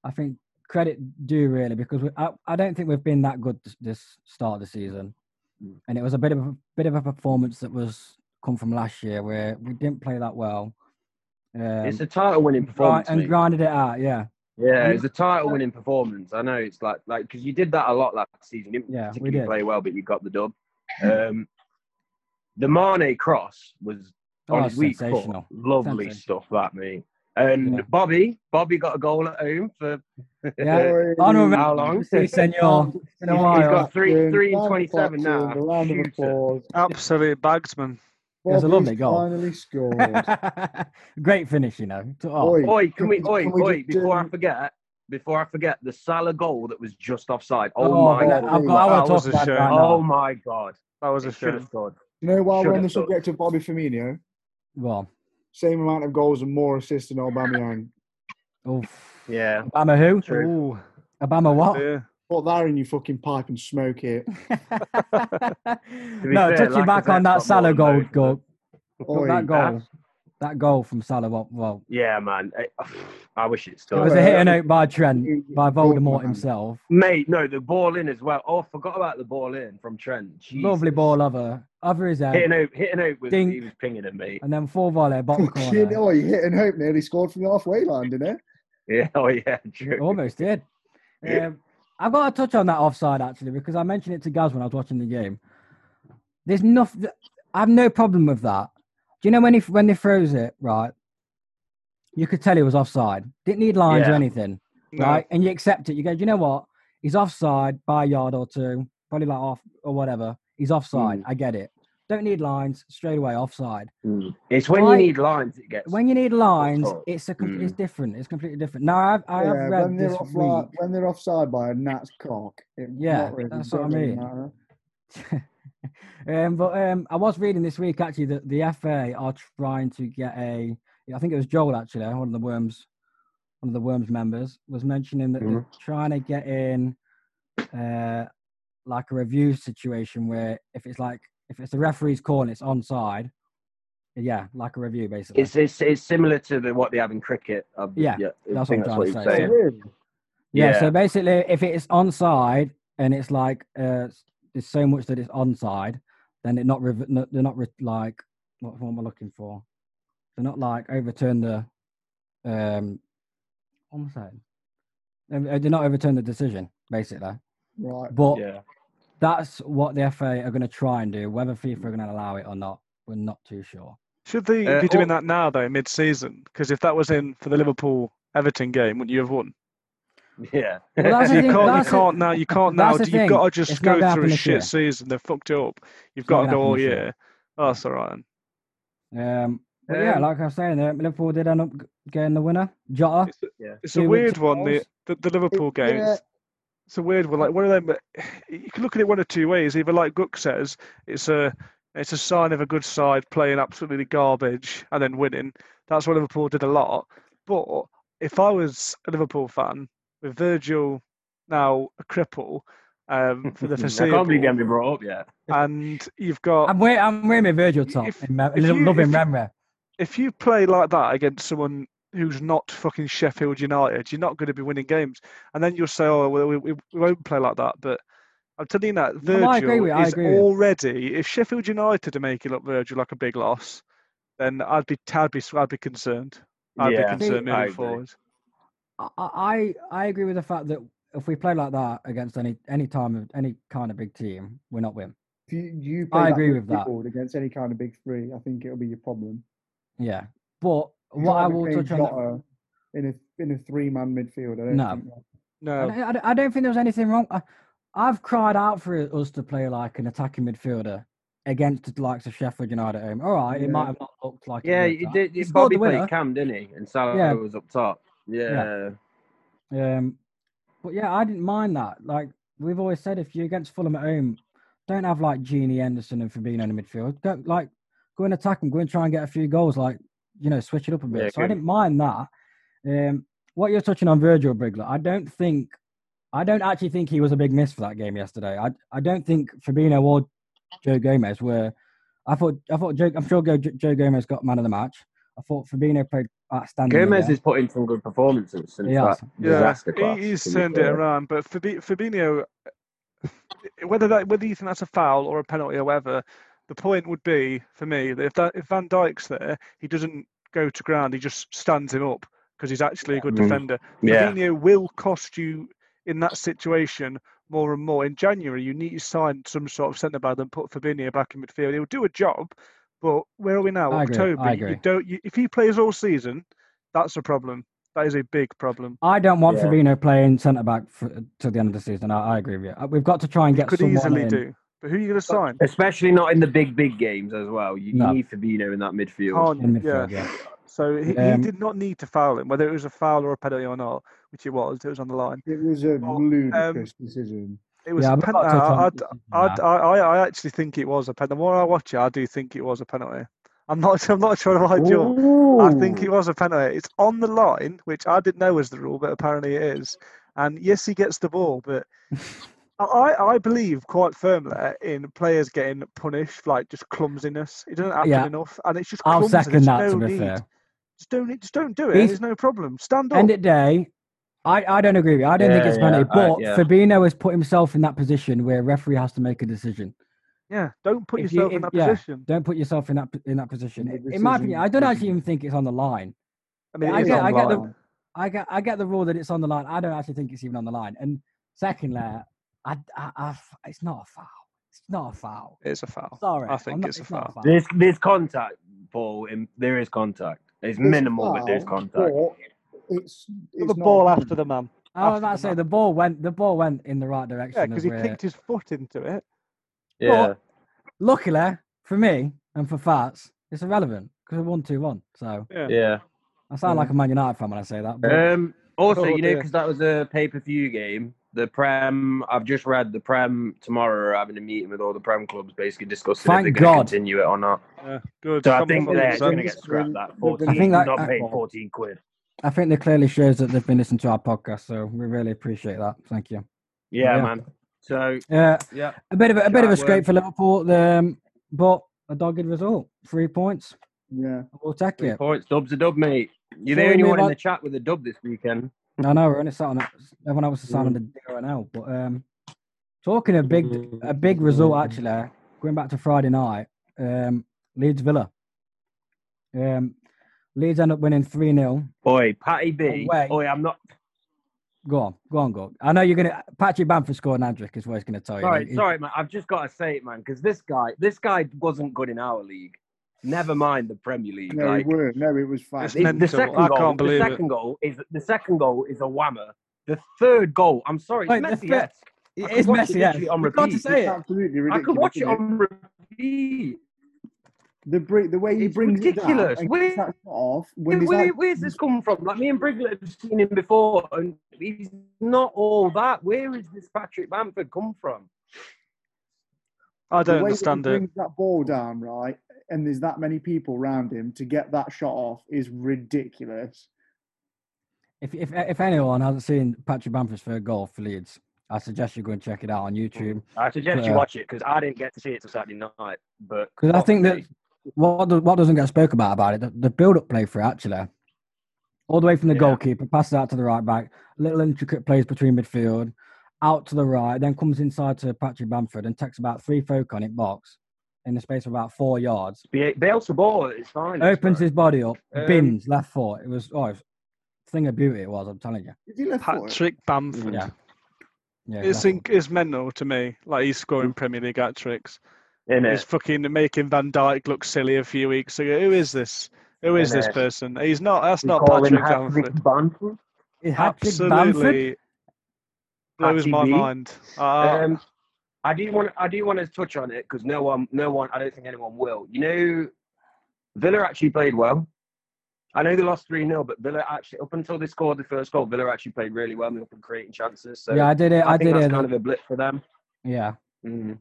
A: I think credit due, really, because we, I, I don't think we've been that good this, this start of the season.
D: Mm.
A: And it was a bit of a bit of a performance that was come from last year where we didn't play that well. Um,
D: it's a title winning
A: gri-
D: performance.
A: and
D: mate.
A: grinded it out, yeah.
D: yeah, it's a title winning performance. I know it's like like because you did that a lot last season. You didn't
A: Yeah, we
D: particularly
A: did.
D: play well, but you got the dub. Um, the Mane cross was
A: Oh,
D: on
A: that's
D: his week four.
A: sensational.
D: Lovely
A: Sensational.
D: stuff, that mate. And
A: Yeah.
D: Bobby, Bobby got a goal at home for
A: Yeah.
C: Or-
A: Honourable
D: [laughs] how
A: [laughs]
D: long? [laughs]
A: See, senor. In a
D: Um, He's-
A: while.
D: he's got three-
C: Clapton,
D: three and
C: round of
D: 27 now.
C: Clapton, A round of
D: Shooter.
C: applause.
B: Absolute bagsman.
A: It was a
C: Bobby's
A: lovely goal.
D: [laughs]
C: Finally scored.
A: [laughs] Great finish, you know. To- oh,
C: Oi,
D: Oi, can we? Oi,
C: can we
D: oi!
C: just,
D: Before I
C: um,
D: forget, before I forget, the Salah goal that was just offside. Oh,
A: oh,
D: my
A: that-
D: god!
A: I've got, I
B: That
A: want to
B: was
A: talk
B: a
A: about that.
B: shame.
A: now.
D: Oh my god!
B: That was a
D: It should have
B: shame.
D: scored.
C: you know, while we're
D: Should
C: on the
D: have done.
C: subject of Bobby Firmino,
A: Go on.
C: same amount of goals and more assists than Aubameyang.
A: Oof.
D: Yeah,
A: Obama who?
D: true.
B: Ooh,
A: Obama what?
B: dear.
C: Put that in your fucking pipe and
A: [laughs]
C: smoke it.
A: no,
D: fair,
A: touching back on that
D: Lacazette's got more
A: Salah
D: than
A: goal,
D: those,
A: goal,
C: Oi,
A: that goal,
D: That's-
A: that goal from Salah. Well, well
D: Yeah, man. I, I wish it
A: it
D: still.
A: was a hit and out by Trent, by
C: Goal from
A: Voldemort
C: Aubameyang.
A: himself.
D: Mate, no, the ball in as well. Oh, I forgot about the ball in from Trent. Jesus.
A: Lovely ball over, over his head,
D: Hitting out, hitting out with
A: Dink.
D: he was pinging at me. [laughs]
A: and then full volley, bottom
C: Fucking,
A: corner.
C: oh, you hit and hope nearly scored from the halfway line, didn't it?
D: Yeah, oh yeah, true.
A: Almost did. Um, I've got to touch on that offside actually because I mentioned it to Gaz when I was watching the game. There's nothing. I have no problem with that. Do you know when he when they froze it right? You could tell he was offside. Didn't need lines or
D: Yeah.
A: anything,
B: No.
A: right? And you accept it. You go, Do you know what? He's offside by a yard or two, probably like off or whatever. He's
C: Hmm.
A: offside. I get it. Don't need lines straight away. Offside.
D: It's when
A: Why-
D: you need lines it gets.
A: When you need lines,
D: all.
A: it's a com-
D: Mm.
A: it's different. It's completely different. Now I've I have
C: Hmm. Yeah,
A: read
C: when they're
A: this
C: off
A: week.
C: when they're offside by a gnat's cock. It,
A: Yeah,
C: not really,
A: that's what I
C: don't really
A: mean.
C: matter.
A: um, but um, I was reading this week actually that the FA are trying to get a. I think it was Joel actually, one of the Worms, one of the Worms members, was mentioning that they're trying to get in, uh, like a review situation where if it's like if it's the referee's call and it's onside, yeah, like a review basically.
D: It's it's, it's similar to the, what they have in cricket. I,
A: Yeah,
D: I
A: that's
D: think
A: what I'm
D: that's what
A: trying
D: he's
A: to say.
C: Oh,
A: Yeah.
D: saying.
C: really?
A: Yeah,
D: Yeah.
A: So basically, if it's onside and it's like uh, s- there's so much that it's onside, then it not rev- no- they're not re- like what, what am I looking for? They're not like overturn the um, what am I saying? Um, uh, They're not overturn the decision basically.
C: Right.
A: But
D: Yeah.
A: that's what the FA are going to try and do. Whether FIFA are going to allow it or not, we're not too
B: [laughs]
A: sure.
B: Should they
D: Uh,
B: be doing
D: oh-
B: that now though, mid-season? Because if that was in for the Liverpool Everton game, wouldn't you have won?
D: Yeah.
A: Well, that's the
B: So you
A: thing-
B: can't, you
A: that's the-
B: can't now. You can't now.
A: that's the
B: d- You've
A: thing,
B: got to just
A: it's not
B: go
A: gonna
B: through
A: happen
B: a
A: this
B: shit
A: year.
B: season. They've fucked it up. You've
A: It's not gonna
B: got to go
A: happen
B: all
A: this year.
B: year. Oh, that's all right. then.
A: Um, but yeah,
D: Um,
A: like I was saying, uh, Liverpool did end up g- getting the winner. Jota.
B: It's, a-
D: Yeah.
B: it's a
A: Two weeks
B: weird one. The,
A: goals.
B: the the Liverpool game.
C: Yeah.
B: It's, it's a weird one. Like one of them. You can look at it one of two ways. Either like Gook says, it's a it's a sign of a good side playing absolutely garbage and then winning. That's what Liverpool did a lot. But if I was a Liverpool fan with Virgil now a cripple um, for the
D: [laughs] Mm, I can't
B: foreseeable,
D: believe you haven't been brought up yet.
B: and you've got
A: I'm wearing, I'm wearing my Virgil top.
B: If-
A: in Mem-
B: if
A: little
B: you-
A: loving
B: if you-
A: Remre.
B: if you play like that against someone who's not fucking Sheffield United, you're not going to be winning games. And then you'll say, "Oh, well, we, we we won't play like that." But I'm telling you that
A: No,
B: Virgil
A: I agree with you, I
B: is
A: agree with you.
B: already. If Sheffield United are making up Virgil like a big loss, then I'd be I'd be I'd be concerned. I'd
D: Yeah,
B: be concerned
D: I
B: moving
D: agree.
B: forward.
A: I, I I agree with the fact that if we play like that against any any time of any kind of big team, we're not win.
C: If you, you play
A: I agree with
C: rugby
A: that.
C: forward against any kind of big three, I think it'll be your problem.
A: Yeah, but
C: You
A: what I
C: can't
A: will
C: replace
A: touch on.
C: Jota in a in a three man midfield. I don't
A: No.
C: think
A: I
C: that-
B: No,
A: don't, I don't- I don't think there was anything wrong. I, I've cried out for us to play like an attacking midfielder against the likes of Sheffield United at home. All right, it
C: Yeah.
A: might have not looked like.
D: Yeah,
A: it
D: you
A: worked out.
D: did,
A: He scored
D: Bobby
A: the winner.
D: played Cam, didn't he? And Salah
A: Yeah.
D: was up top. Yeah.
A: Um, but yeah, I didn't mind that. Like we've always said, if you're against Fulham at home, don't have like Genie Anderson and Fabinho in the midfield. Go like go and attack and go and try and get a few goals. Like you know, switch it up a bit.
D: Yeah,
A: so I
D: agree.
A: didn't mind that. Um, what you're touching on, Virgil Brigler, I don't think, I don't actually think he was a big miss for that game yesterday. I I don't think Fabinho or Joe Gomez were. I thought I thought Joe, I'm sure Joe, Joe Gomez got man of the match. I thought Fabinho played outstanding. in
D: Gomez
A: there.
D: has put in some good performances since
A: He has.
D: that
B: Yeah,
D: disaster
B: he,
D: class.
B: he's
D: to be
B: turned it
D: fair.
B: around. But Fabi- Fabinho, eh, whether that whether you think that's a foul or a penalty, or whatever, the point would be for me that if that if Van Dyke's there, he doesn't go to ground. He just stands him up because he's actually a good
D: Mm.
B: defender.
D: Yeah.
B: Fabinho will cost you in that situation more and more. In January, you need to sign some sort of centre back and put Fabinho back in midfield. He'll do a job, but where are we now?
A: I agree, I
B: October.
A: agree.
B: You don't. You, if he plays all season, that's a problem. That is a big problem.
A: I don't want
D: Yeah.
A: Fabinho playing centre back for- till the end of the season. I, I agree with you. Uh, We've got to try and
B: You
A: get
B: could
A: someone
B: easily
A: in.
B: do. But who are you going to sign?
D: Especially not in the big, big games as well. You,
A: No.
D: you need Fabinho in that midfield.
B: Harn,
A: in
B: yeah.
A: midfield, yeah.
B: So he, he
A: Um,
B: did not need to foul him, whether it was a foul or a penalty or not, which it was. It was on the line.
C: it was a
B: Well,
C: ludicrous
A: um,
C: decision.
B: It was
A: yeah,
B: a
A: we've got
B: penalty.
A: to touch on
B: I,
A: this season
B: I,
A: now.
B: I, I- I actually think it was a penalty. The more I watch it, I do think it was a penalty. I'm not. [laughs] I'm not trying to hide you. I think
D: Ooh.
B: it was a penalty. It's on the line, which I didn't know was the rule, but apparently it is. And yes, he gets the ball,
A: [laughs]
B: but I, I I believe quite firmly in players getting punished, like just clumsiness. It doesn't happen
A: Yeah.
B: enough, and it's just
A: I'll
B: clumsy.
A: second
B: There's
A: that,
B: no
A: to be
B: need.
A: fair.
B: Just don't, just don't do it.
A: He's-
B: There's no problem. Stand
A: End
B: up.
A: of day, I, I don't agree with you. I don't think
D: Yeah,
A: it's penalty,
D: yeah, I-
A: but
D: yeah.
A: Fabinho has put himself in that position where a referee has to make a decision.
B: Yeah, don't put
A: If you-
B: yourself
A: if-
B: in that
A: yeah.
B: position.
A: Don't put yourself in that in that position.
C: The
A: In my opinion,
C: decision
A: I don't
C: is-
A: actually even think it's on the line.
B: I mean,
A: I
B: it is
A: get- I get the-
B: online.
A: I get I get the rule that it's on the line. I don't actually think it's even on the line. And secondly, I, I, I it's not a foul. It's not a foul.
B: It's a foul.
A: Sorry,
B: I
A: I'm
B: think
A: not-
B: it's a
A: not
B: foul.
D: There's there's contact, Paul. In, there is contact. It's
C: It's
D: minimal, but
A: Oh.
D: there's
C: foul,
D: contact.
C: but It's, it's
B: the
C: not
B: ball
C: good.
B: after the man.
A: I was
B: After
A: about to
B: the
A: say
B: man.
A: the ball went the ball went in the right
B: Yeah,
A: direction.
B: because
A: as
B: he
A: we're-
B: kicked his foot into it.
D: Yeah.
A: Luckily for me and for Fats, it's irrelevant because we won two one. So
B: Yeah.
D: Yeah.
A: I sound
C: Yeah.
A: like a Man United fan when I say that. But
D: Um, also,
B: Oh,
D: you know,
B: dear.
D: because that was a pay per view game, the Prem, I've just read the Prem tomorrow are having a meeting with all the Prem clubs basically discussing
A: Thank
D: if they're going
A: God.
D: to continue it or not.
B: Yeah. Good.
D: So I
B: Some
D: think
B: fucking
D: yeah, it's going to
B: sense.
D: get scrapped that.
C: They've been-
D: 14,
A: I think that-
D: not
A: I-
D: paying 14 quid.
A: I think that clearly shows that they've been listening to our podcast. So we really appreciate that. Thank you.
D: Yeah,
A: Yeah.
D: man. So,
A: Uh,
D: yeah.
A: a bit of a, a bit of a
D: Shout
A: scrape
D: word.
A: for Liverpool, um, but a dogged result, three points.
C: Yeah.
A: We'll take
D: Three
A: it.
D: points. Dub's a dub, mate. You're
A: Shall
D: the
A: we
D: only
A: move
D: one in
A: on?
D: the chat with a dub this weekend.
A: I know we're only sat on it. Everyone else is sat on the D right now. But um, talking a big
B: Mm-hmm.
A: a big result actually. Going back to Friday night, um, Leeds Villa. Um, Leeds end up winning three 0
D: Oi, Patty B.
A: Away.
D: Oi, I'm not.
A: Go on, go on, go. On. I know you're gonna Patrick Bamford scored an Adric is what he's gonna tell you.
D: Sorry,
A: He- he-
D: sorry, man. I've just got to say it, man, because this guy, this guy wasn't good in our league. Never mind the Premier League.
C: No,
D: like,
C: it weren't. No, it was foul.
B: It's
D: the-
B: mental.
D: the second
B: I
D: goal,
B: can't
D: the
B: believe it.
D: second goal is the second goal is a whammer. The third goal, I'm sorry,
A: Wait,
D: it's
A: the third-
D: Messi. yes. I could
A: It's
D: watch it
A: messy. Yeah,
D: literally on
A: You've got to
D: repeat.
A: say
C: It's
A: it.
C: absolutely
D: I
C: ridiculous.
D: could watch it
C: isn't
D: on repeat.
C: the bri- the way he
D: It's
C: brings
D: ridiculous.
C: it down and
D: Where-
C: kicks that shot off when
D: Where,
C: he's like,
D: where's this come from? Like me and Briglet have seen him before, and he's not all that. Where is this Patrick Bamford come from?
B: I
C: the
B: don't
C: way
B: understand
C: that he
B: it.
C: brings that ball down, right? And there's that many people around him to get that shot off is ridiculous.
A: If, if if anyone hasn't seen Patrick Bamford's third goal for Leeds, I suggest you go and check it out on YouTube.
D: I suggest
A: Yeah.
D: you watch it because I didn't get to see it till Saturday night. But
A: Because I
D: fuck
A: think
D: me.
A: that what do- what doesn't get spoke about about it, the, the build-up play for it actually, all the way from the
D: Yeah.
A: goalkeeper, passes out to the right back, little intricate plays between midfield, out to the right, then comes inside to Patrick Bamford and takes about three folk on it box, in the space of about four yards.
D: Be- Bale to ball, it's fine. it's
A: Opens
D: fine.
A: his body up,
D: Um,
A: bins left foot. It was oh, it was a thing of beauty. It was. I'm telling you.
C: Is he left footed?
B: Patrick Bamford.
A: Yeah. Yeah,
B: It's,
A: exactly.
B: in, it's mental to me. Like he's scoring Premier League hat tricks.
D: Innit?
B: He's fucking making Van Dijk look silly a few weeks ago. Who is this? Who is this
D: Innit?
B: person? He's not. That's
D: We
B: not
D: call him
B: Patrick
D: Patrick
B: Bamford.
D: Bamford.
A: It had Dick Bamford.
B: Absolutely blows
D: Patsy
B: my
D: B.
B: mind. Uh,
D: Um, I do want I do want to touch on it because no one no one I don't think anyone will. You know, Villa actually played well. I know they lost three 0 but Villa actually up until they scored the first goal, Villa actually played really well. They were up and creating chances. So
A: yeah, I did it. I,
D: I, think
A: did
D: that's
A: it.
D: kind of a blip for them.
A: Yeah,
D: Mm.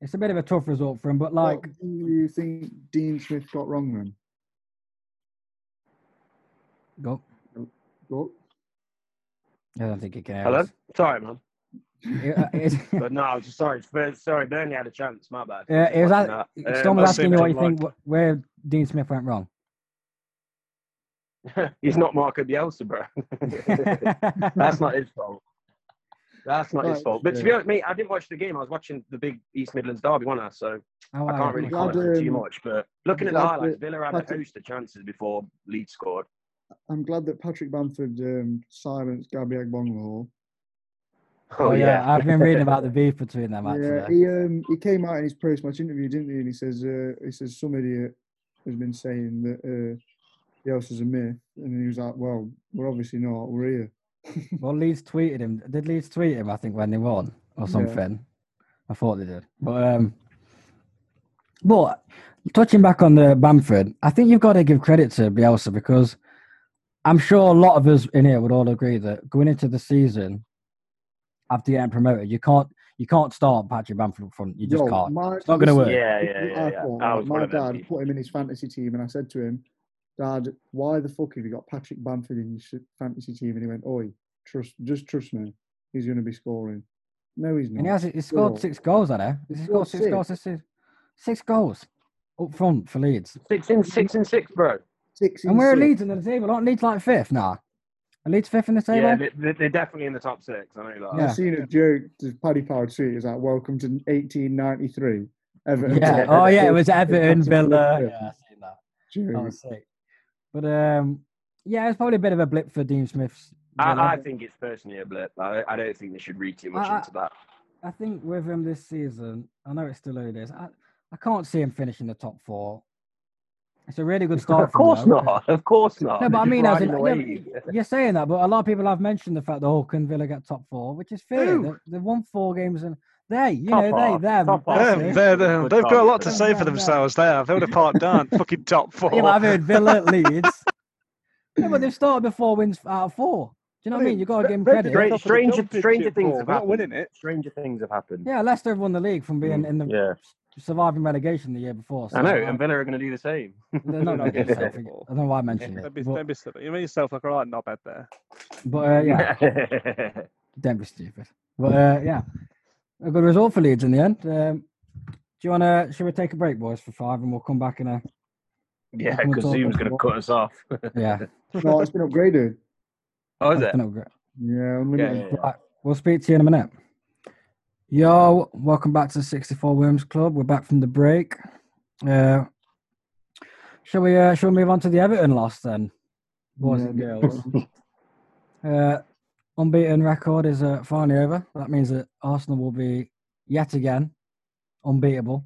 A: it's a bit of a tough result for him, but like
C: What do you think Dean Smith got wrong then?
A: go.
C: What?
A: I don't think he can. hear [laughs]
D: Hello,
A: us.
D: sorry man,
A: It- uh,
D: [laughs]
A: it's-
D: but no, I was just sorry. Spurs- Sorry, Burnley had a chance. My bad.
A: Yeah,
D: Just
A: it was
D: watching
A: that-
D: that. Um,
A: Someone
B: I've
A: was
B: seen
A: asking you what you
B: Tom
A: think wh- where Dean Smith went wrong.
D: [laughs] He's not Marco Bielsa, bro. [laughs] That's not his fault. That's not his
C: Right,
D: fault. But to
C: yeah.
D: be honest, mate, I didn't watch the game. I was watching the big East Midlands derby, wasn't I? So
A: [laughs] How
D: I
A: are
D: can't
A: you?
D: really
C: glad,
D: comment on it too
C: um,
D: much. But looking at the
C: glad
D: highlights,
C: that
D: Villa had a
C: Patrick-
D: host of chances before Leeds scored. [laughs]
C: I'm glad that Patrick Bamford um, silenced Gabby Agbonlahor.
A: Oh yeah, I've been reading about the beef between them
C: Yeah,
A: actually.
C: he um, he came out in his post-match interview, didn't he? And he says uh, he says some idiot has been saying that uh, Bielsa's a myth, and then he was like, "Well, we're obviously not. We're here."
A: Well, Leeds tweeted him. Did Leeds tweet him? I think when they won or
C: Yeah.
A: something. I thought they did, but um, but touching back on the Bamford, I think you've got to give credit to Bielsa because I'm sure a lot of us in here would all agree that going into the season after getting promoted, you can't you can't start Patrick Bamford up front. You just
C: Yo,
A: can't.
C: my-
A: It's not going to work.
D: yeah, yeah,
C: It's not
D: yeah.
C: our
D: yeah.
C: fault.
D: I
C: Like,
D: was one
C: my
D: of them.
C: dad put him in his fantasy team, and I said to him, "Dad, why the fuck have you got Patrick Bamford in your s- fantasy team?" And he went, "Oi, trust, just trust me. He's going to be scoring." No, he's
A: And he
C: not.
A: has he scored
C: Sure.
A: six goals, I know. He's scored
C: scored
A: six goals this season. Six goals up front for Leeds.
D: Six and six and six, bro.
C: Six
A: And
C: in
A: we're
C: six.
A: Leeds in the table. Aren't Leeds like fifth now? Are Leeds fifth in the table?
D: Yeah, they, they- they're definitely in the top six. I know that.
C: I seen a joke to Paddy Power tweet. It's like, "Welcome to 1893." Everton.
A: Yeah. Oh yeah,
C: [laughs]
A: it was Everton, Villa.
C: Yeah.
A: Yeah, Oh, I seen that.
C: Joke.
A: That was sick. But um, yeah, it's probably a bit of a blip for Dean Smith's. Villa.
D: I, I think it's personally a blip. I, I don't think they should read too much
A: I- I-
D: into that.
A: I think with him this season, I know it's still early days. I, I can't see him finishing the top four. It's a really good [laughs] start.
D: of
A: for him,
D: course
A: though.
D: not. Of course not.
A: No, but I
D: They're
A: mean,
D: just
A: as in,
D: riding the
A: yeah,
D: wave.
A: but you're saying that, but a lot of people have mentioned the fact that oh, can Villa get top four, which is fair.
B: Who?
A: They- They've won four games and they, you
D: Top
A: know,
D: half,
A: they, them.
D: top half.
A: that's
D: Yeah,
B: They're,
A: it.
B: they're, they're,
D: Good
B: they've got a lot to
A: target.
B: say
A: Yeah,
B: for themselves there. They've already part
A: [laughs]
B: down. Fucking top four.
A: Yeah, but I've heard Villa,
D: [laughs]
A: Leeds. Yeah, but they've started with four wins out of four. Do you know what I mean? You've got to give them credit.
D: Stra-
B: Top of the
D: stranger-
B: Championship
D: stranger things
B: four.
D: have
B: They're not
D: happened.
B: winning it.
D: [laughs] Stranger things have happened.
A: Yeah, Leicester have won the league from
D: Mm.
A: being in the
D: Yeah,
A: surviving relegation the year before. So
D: I know,
A: like,
D: and Villa are going to do the same.
A: they're not going to get safe. I don't know why I mentioned
B: Don't
A: it.
B: be,
A: But,
B: don't be silly. You made yourself look a right knobhead there.
A: but uh, yeah, Don't be stupid. But uh, yeah, a good result for Leeds in the end. Um, do you want to? Should we take a break, boys, for five, and we'll come back in a
D: [laughs] yeah,
A: Come on,
D: because
A: talk
D: Zoom's
A: us
D: going to
A: more.
D: cut us off.
A: yeah.
C: No, it's been upgraded.
D: Oh, is
A: that's
D: it?
A: been all great.
C: Yeah,
D: Yeah,
C: unlimited.
D: yeah, yeah.
A: Right, we'll speak to you in a minute. Yo, welcome back to 64 Worms Club. We're back from the break. Uh, shall we? Uh, shall we move on to the Everton loss then, boys
C: Yeah,
A: and
C: do-
A: girls? Uh, unbeaten record is uh, finally over. That means that Arsenal will be yet again unbeatable.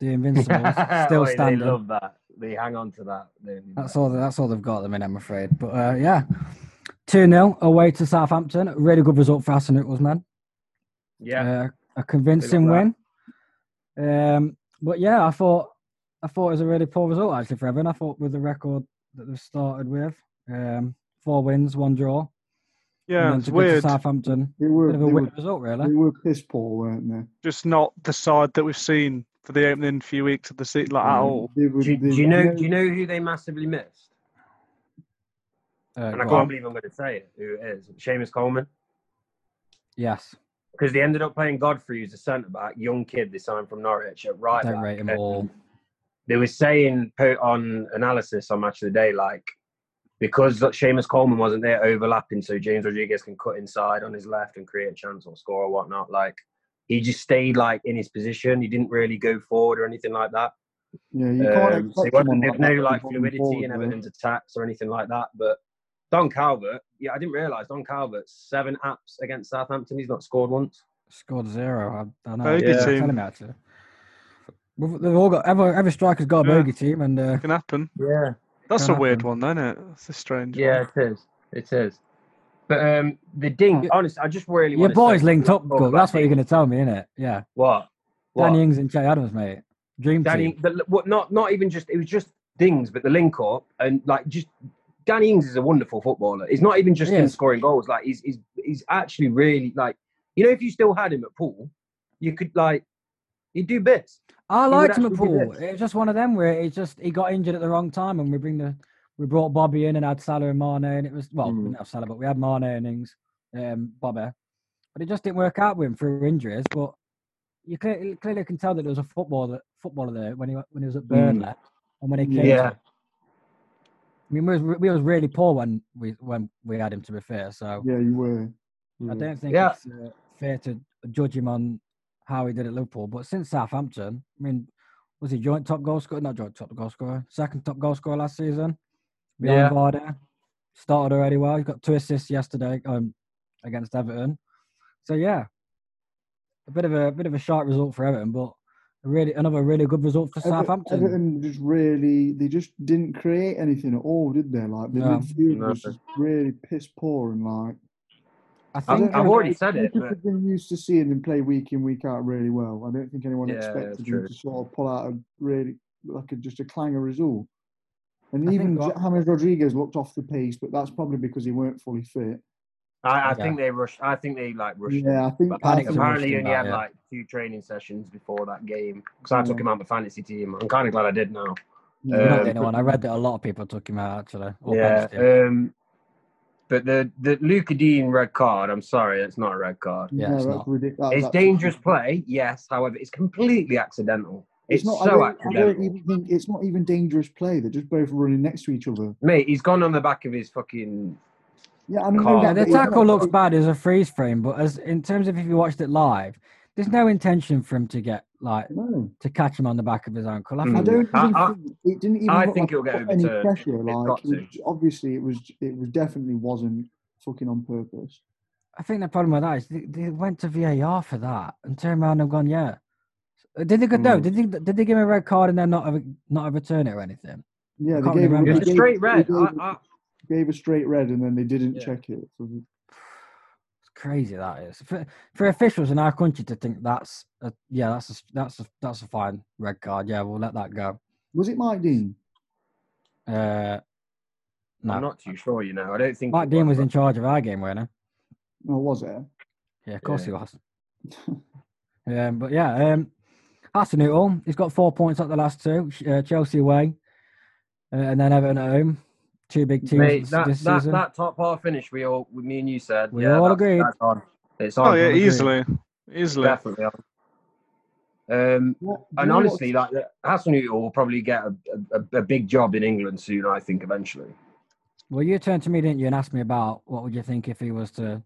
A: The
D: [laughs]
A: Invincibles still
D: Oi,
A: standing.
D: They love that. They hang on to that. They-
A: That's all. That's all they've got at the minute, I'm afraid. But uh, yeah, two 0 away to Southampton. Really good result for Aston Hootlers, man.
D: Yeah,
A: Uh, a convincing
D: They look
A: win. Um, but yeah, I thought I thought it was a really poor result actually for Everton. I thought with the record that they've started with, um, four wins, one draw, and
B: Yeah,
A: then
B: it's
A: to go to
B: weird.
A: Southampton,
C: [laughs] They
A: bit
C: were,
A: of
C: they
A: a
C: were,
A: weird result really.
C: they were piss poor, weren't they?
B: Just not the side that we've seen for the opening few weeks of the season, like at
C: Mm.
B: all.
C: They were,
D: oh, do,
C: they-
D: do you know?
C: no-
D: Do you know who they massively missed?
A: Uh,
D: And I
A: go
D: can't
A: on.
D: believe I'm going to say it. Who it is? Seamus Coleman.
A: yes,
D: Because they ended up playing Godfrey, who's a centre back, young kid they signed from Norwich at right
A: don't
D: back.
A: rate them
D: And
A: all.
D: they were saying put on analysis on match of the day, like because that Seamus Coleman wasn't there overlapping, so James Rodriguez can cut inside on his left and create a chance or score or whatnot. Like he just stayed like in his position. He didn't really go forward or anything like that.
C: Yeah, you can't
D: Um,
C: expect
D: so he wasn't,
C: someone
D: there
C: like
D: was no
C: that to
D: like
C: be going
D: fluidity
C: forward,
D: in
C: though.
D: Everton's attacks or anything like that. But Don Calvert, yeah, I didn't realise Don Calvert seven apps against Southampton. He's not scored once.
A: Scored zero. I, I know.
B: Bogey
A: yeah.
B: team.
A: Tell him how to. We've- They've all got every, every striker's got a
B: Yeah.
A: bogey team, and uh,
B: Can happen.
D: Yeah,
B: That's
A: Can
B: a weird
A: happen.
B: one, then. It? That's a strange. one.
D: yeah, it is. It is. But um, the ding,
A: Yeah.
D: honestly, I just really
A: your
D: wanna
A: boys
D: say-
A: linked up.
D: talk
A: Good.
D: about
A: That's what you're
D: Ding.
A: going to tell me, isn't it? Yeah.
D: What? What?
A: Danny Ings and Jay Adams, mate. Dream
D: Danny,
A: team.
D: the, what, not not even just it was just things, but the link up and like just Danny Ings is a wonderful footballer. It's not even just
A: He
D: him
A: is.
D: scoring goals. Like he's he's he's actually really like you know if you still had him at Pool, you could like he'd do bits.
A: I
D: would
A: liked him at
D: actually do
A: Paul.
D: this.
A: It was just one of them where it's just he got injured at the wrong time, and we bring the we brought Bobby in and had Salah and Mane, and it was well, we
D: Mhm.
A: didn't have Salah, but we had Mane and Ings, um, Bobby, but it just didn't work out with him through injuries. But you clearly, clearly can tell that there was a footballer footballer there when he wa- when he was at Burnley and when he came.
D: Mm.
A: To,
D: Yeah.
A: I mean, we was, we was really poor when we when we had him. To be fair, so
C: Yeah, you were.
A: I don't think
D: Mm. Yeah.
A: it's uh, fair to judge him on how he did at Liverpool. But since Southampton, I mean, was he joint top goal scorer? Not joint top goal scorer. Second top goal scorer last season.
D: Yeah.
A: Beyond Vardy. Started already well. He got two assists yesterday um, against Everton. So yeah, a bit of a bit of a sharp result for Everton, but a really another really good result for
C: Ever-
A: Southampton.
C: Everton just really, they just didn't create anything at all, did they? Like, the
A: No.
C: midfield
D: No.
C: was just really piss poor and like.
A: I
D: I've,
A: think
D: I've
A: it was-
D: already said it,
C: People
D: but
C: have been used to seeing him play week in, week out really well. I don't think anyone
D: Yeah, that's
C: expected
D: true.
C: him to sort of pull out a really, like a, just a clanger result. And
A: I think
C: even
A: what-
C: James Rodriguez looked off the pace, but that's probably because he weren't fully fit.
D: I, I
A: Okay.
D: think they rushed. I think they like rushed. him.
C: Yeah, I think
D: But
A: Paddock
C: Paddock-
D: apparently, he
A: rushed him
D: only
A: out,
D: had
A: yeah. Mm.
D: like two training sessions before that game because I took
C: Yeah.
D: him out my fantasy team. I'm kind of glad I did now.
C: Yeah,
A: You're not
D: Um,
A: the only one. I read that a lot of people took him out actually. Or
D: yeah.
A: benched him.
D: Um, but the the Luca Dean red card. I'm sorry, it's not a red card.
A: Yeah,
C: no,
A: it's
C: that's
A: not.
C: ridiculous.
D: It's dangerous play, yes. However, it's completely accidental. It's,
C: not. I
D: so
C: don't, I
D: accidental,
C: don't even think it's not even dangerous play. They're just both running next to each other.
D: mate. He's gone on the back of his fucking.
C: Yeah, I mean,
D: Carl.
A: Yeah,
C: that,
A: the
C: but it's
A: tackle
C: not-
A: looks bad as a freeze frame, but as in terms of if you watched it live, there's no intention for him to get like
C: No,
A: to catch him on the back of his ankle. I
D: Mm.
C: I
A: think
C: don't
D: I-
C: even
D: I-
C: think it didn't even.
D: I
C: look
D: think
C: like
D: it'll
C: it
D: get
C: put any
D: overturned.
C: pressure.
D: It's
C: Like
D: got
C: it was-
D: to.
C: obviously, it was it was definitely wasn't fucking on purpose.
A: I think the problem with that is they, they went to VAR for that and turned around and gone, yeah. Uh, Did they go? No,
D: Mm.
A: did they? Did they give him a red card and then not have, not have return it or anything? I
C: Yeah, they
A: can't
C: gave,
A: remember.
C: they
D: It was
A: It's
D: a
C: gave-
D: straight
C: they
D: red. I,
C: Gave,
D: I,
C: gave a straight red, and then they didn't
D: Yeah.
C: check it. So
A: It's crazy that is for, for officials in our country to think that's a, yeah that's a, that's a, that's a fine red card. Yeah, we'll let that go.
C: was it Mike Dean?
A: Uh, no,
D: I'm not too sure. You know, I don't think.
A: Mike
D: it
A: Dean was
D: but-
A: in charge of our game, weren't he?
C: No, was it?
A: Yeah, of course he was. [laughs] um, but yeah, um, that's a new all. He's got four points at the last two. Ch- Uh, Chelsea away, uh, and then Everton at home. Two big teams
D: Mate,
A: this,
D: that,
A: this
D: that,
A: season.
D: that top half finish we all, with me and you said.
A: We
D: yeah,
A: all
D: that's-
A: agreed.
D: That's on. It's on.
B: Oh yeah,
A: agree.
B: easily, easily.
D: Definitely on. Um,
C: What- do you
D: and
C: know what-
D: honestly, like Hasenhutel will probably get a, a, a big job in England soon. I think eventually
A: Well, you turned to me, didn't you, and asked me about what would you think if he was to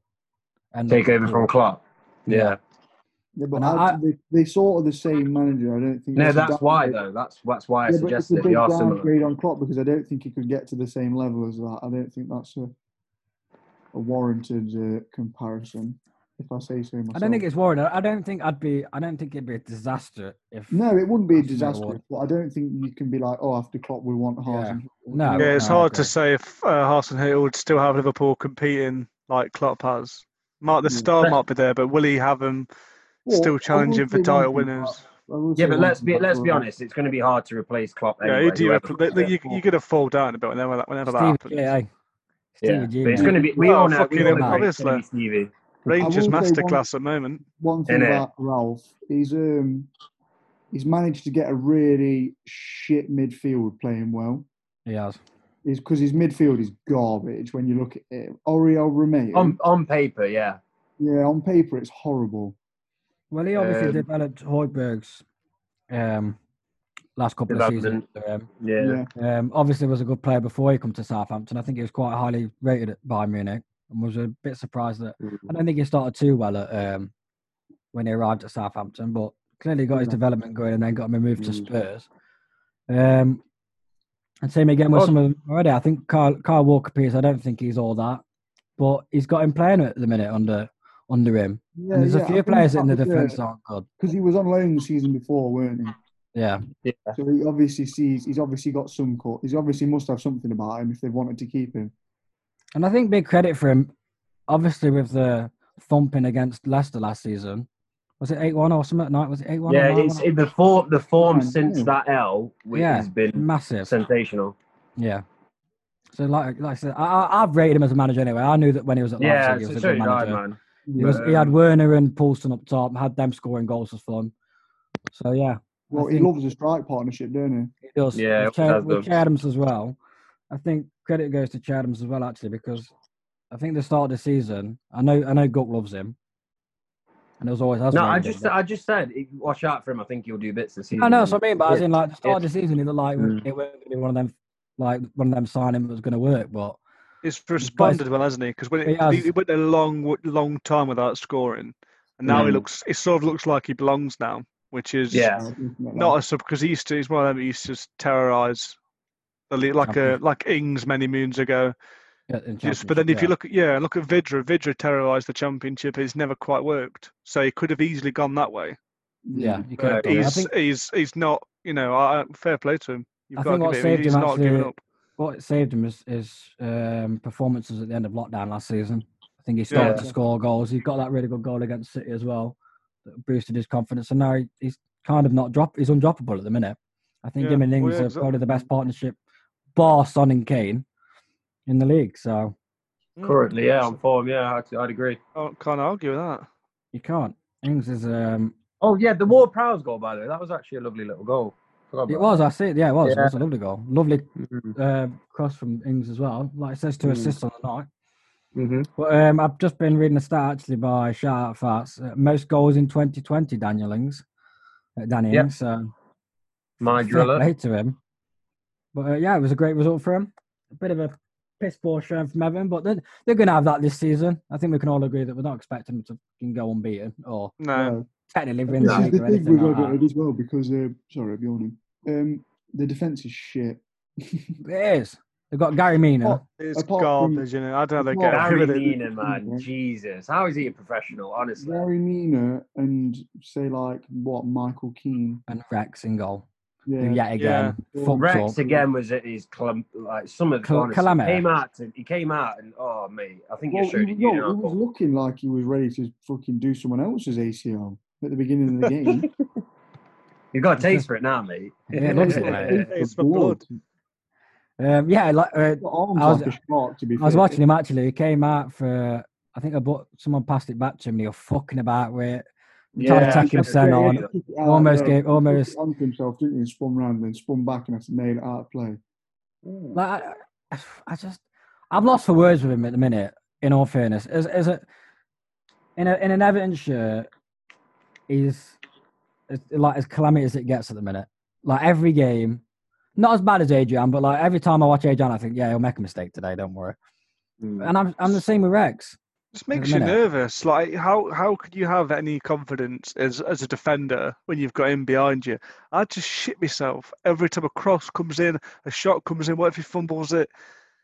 A: end up
D: take
A: at
D: over from
A: Klopp.
D: Klopp. Yeah.
A: Yeah.
C: Yeah, but
A: And I-
C: I- they, they sort of the same manager. I don't think.
D: No,
C: it's a
D: that's why
C: downgrade.
D: though. That's that's why I
C: Yeah, but it's a
D: suggested
C: big
D: they are similar.
C: downgrade on Klopp because I don't think he could get to the same level as that. I don't think that's a, a warranted uh, comparison, if I say so myself.
A: I don't think it's worried. I I don't think I'd be. I don't think it'd be a disaster if.
C: No, it wouldn't be a
A: That's another
C: disaster, but I don't think you can be like, oh, after Klopp we want Haaland.
A: No.
B: Yeah, it's
A: no, I
B: hard to
A: agree.
B: say if uh, Harson Hill would still have Liverpool competing like Klopp has. Mark the
C: Yeah.
B: star might be there, but will he have them
C: Well, I
B: still
C: will
B: challenging for
C: say one
B: title
C: thing,
B: winners?
C: I will
D: Yeah,
C: say
D: but
C: one
D: let's
C: thing
D: be
C: about
D: let's be
C: Klopp.
D: honest. It's going to be hard to replace Klopp.
B: Yeah,
D: Anyway,
B: you do.
D: whoever-
B: repl- the- the- you, you're going to fall down a bit whenever that, whenever that
A: Stevie
B: happens.
A: G, eh?
D: yeah.
A: Stevie G,
D: But it's
A: mate.
D: going to be. We
B: Oh,
D: all know.
B: fucking
D: We all
A: hell,
D: know it's going to be
B: obviously.
D: Stevie.
B: Rangers
C: say one-
B: masterclass at the moment.
C: One thing
D: Innit?
C: about Ralph, he's um, he's managed to get a really shit midfield playing well.
A: He has.
C: Is because his midfield is garbage when you look at it. Oriol Romeo,
D: On on paper, yeah.
C: yeah, on paper it's horrible.
A: Well, he obviously
D: Um,
A: developed Hoiberg's um, last couple of seasons.
D: Development.
A: under him.
D: Yeah.
C: yeah.
A: Um, obviously, was a good player before he come to Southampton. I think he was quite highly
B: Mm.
C: uh,
A: rated at Bayern Munich, and was a bit surprised that I don't think he started too well at um, when he arrived at Southampton, but clearly got his
C: Mhm.
A: development going and then got him moved to
C: Mhm.
A: Spurs. Um, and same again with
B: Oh.
A: some of them already. I think Carl, Carl Walker Pierce. I don't think he's all that, but he's got him playing at the minute under under him.
C: Yeah,
A: and there's a few players in the defence
C: defence
A: that aren't good.
C: because uh, he was on loan the season before, weren't he?
A: Yeah,
C: So he obviously sees he's obviously got some cut. He's obviously must have something about him if they wanted to keep him.
A: and I think big credit for him, obviously with the thumping against Leicester last season. Was it eight one or something at night? Was it eight one?
D: yeah, it's it, the form the form since
C: Yeah.
D: that L which
A: Yeah.
D: has been
A: massive.
D: sensational.
A: Yeah. So like like I said, I, I- I've rated him as a manager anyway. I knew that when he was at Leipzig,
D: Yeah,
A: he
D: so
A: was a
D: so
A: good
D: did I,
A: manager.
D: man. um,
A: He, was, he had Werner and Paulson up top, had them scoring goals for fun. So yeah,
C: well,
A: I
C: he
A: think-
C: loves a strike partnership, doesn't
A: he does.
D: Yeah,
A: with, Chad,
D: that's
A: with
D: the-
A: Chadhams as well. I think credit goes to Chadhams as well actually because I think the start of the season, I know I know Guk loves him, and it was always has
D: No,
A: rated
D: I
A: him,
D: just
A: but-
D: I just said eh, watch out for him. I think he'll do bits this season.
A: I know that's what I mean, but as in like the start
D: Yeah.
A: of the season, it looked like
D: Mm.
A: it weren't going to be one of them like one of them signing that was going to work, but
B: He's responded well, hasn't he? Because when
A: He
B: it,
A: has.
B: he, he went a long, w- long time without scoring, and now he
D: Mm.
B: looks. It sort of looks like he belongs now, which is
C: he?
D: Yeah.
B: not a sub because he used to. He's one of them. He used to just terrorise the league, like a
A: Champions.
B: like Ings many moons ago.
A: yeah, in
B: Just, but then if
A: Championship,
B: you
A: yeah.
B: look at yeah, look at Vidra. Vidra terrorised the championship. It's never quite worked, so he could have easily gone that way.
A: Yeah, you could
D: But
A: have done it. I
B: He's
A: think
B: he's he's not. You know, I, I- fair play to him. You've
A: I
B: got
A: think
B: to
A: what
B: give it. him.
A: saved
B: He's
A: him
B: not giving
A: actually-
B: up.
A: what saved him is is um, performances at the end of lockdown last season. I think he started to
C: Yeah.
A: score goals. He got that really good goal against City as well, that boosted his confidence. And now he, he's kind of not drop. He's undroppable at the minute. I think
B: Yeah.
A: him and
B: Well,
A: Ings
B: yeah,
A: are
B: exact-
A: probably the best partnership, bar Son and Kane, in the league. So
D: Currently, yeah, on form, yeah, I'd, I'd agree.
B: I can't argue with that.
A: you can't. Ings is. Um,
D: Oh yeah, the Ward Prowse goal, by the way, that was actually a lovely little goal. Forgot
A: it
D: about
A: was. I see. it. Yeah, it was. It
D: Yeah.
A: was a lovely goal. Lovely
D: that.
A: uh, cross from Ings as well. Like it says, two
D: Hmm.
C: Mm.
A: assists on the night.
D: Mhm.
A: Well, um, I've just been reading a stat actually by Shout Out Farts. Uh, most goals in 2020, Daniel Ings. Uh, Danny
D: Yep.
A: Ings, so [laughs]
D: My
A: fair
D: driller.
A: play to him. But uh, yeah, it was a great result for him. A bit of a piss poor showing from Everton, but they're, they're going to have that this season. I think we can all agree that we're not expecting them to can go unbeaten or
B: No,
A: technically win
C: This
A: the league
C: is
D: [laughs]
C: the
A: Uh, or
C: thing we've
A: anything
C: got to
A: like
C: get
A: that.
C: rid as well because uh, sorry, I'm yawning. Um, the defense is shit. [laughs]
A: It is. They've got Gary Mina.
B: it's
C: Apart from-
B: garbage. you know, I don't know. They
C: apart
B: get away
D: Gary
B: with it.
D: Neenan,
A: Mm-hmm.
D: man, Jesus, how is he a professional? Honestly,
C: Gary Mina and say like what Michael Keane.
A: and Rex in goal.
C: Yeah,
A: Who yet again
C: Yeah.
A: fucked
D: Rex
A: up.
D: again was at his clump, like some of
A: Cal-
D: honestly,
A: Calamity.
D: came out to, he came out and oh mate, I think
C: Well,
D: it showed
C: he,
D: it,
C: no,
D: you
C: he
D: know,
C: was looking like he was ready to fucking do someone else's ACL at the beginning of the game.
D: you've got a taste for it now, mate.
A: [laughs] Yeah, it looks
C: He's got
A: like
C: taste
B: it. It's
C: for
B: for blood.
A: Um, yeah, like, uh,
C: He's got arms
A: I was-
C: like a shark, to be
A: I was
C: fair.
A: watching him actually. He came out for I think I bought someone passed it back to him. and He was fucking about with it. Tried to
D: [laughs] Yeah.
A: tackle him, sent
C: Yeah, he had
A: on.
C: to kick it out,
A: Almost
C: yeah.
A: gave,
C: He
A: almost
C: took it onto himself, didn't he? And spun round, then spun back, and had to nail it out of play.
A: like I, I just I'm lost for words with him at the minute. In all fairness, is is it in a, in an Everton shirt is is like as calamity as it gets at the minute. Like every game, not as bad as Adrian, but like every time I watch Adrian, I think yeah, he'll make a mistake today. Don't worry. And I'm I'm the same with Rex.
B: Just makes you
A: minute.
B: nervous. Like how how could you have any confidence as as a defender when you've got him behind you? I just shit myself every time a cross comes in, a shot comes in. What if he fumbles it?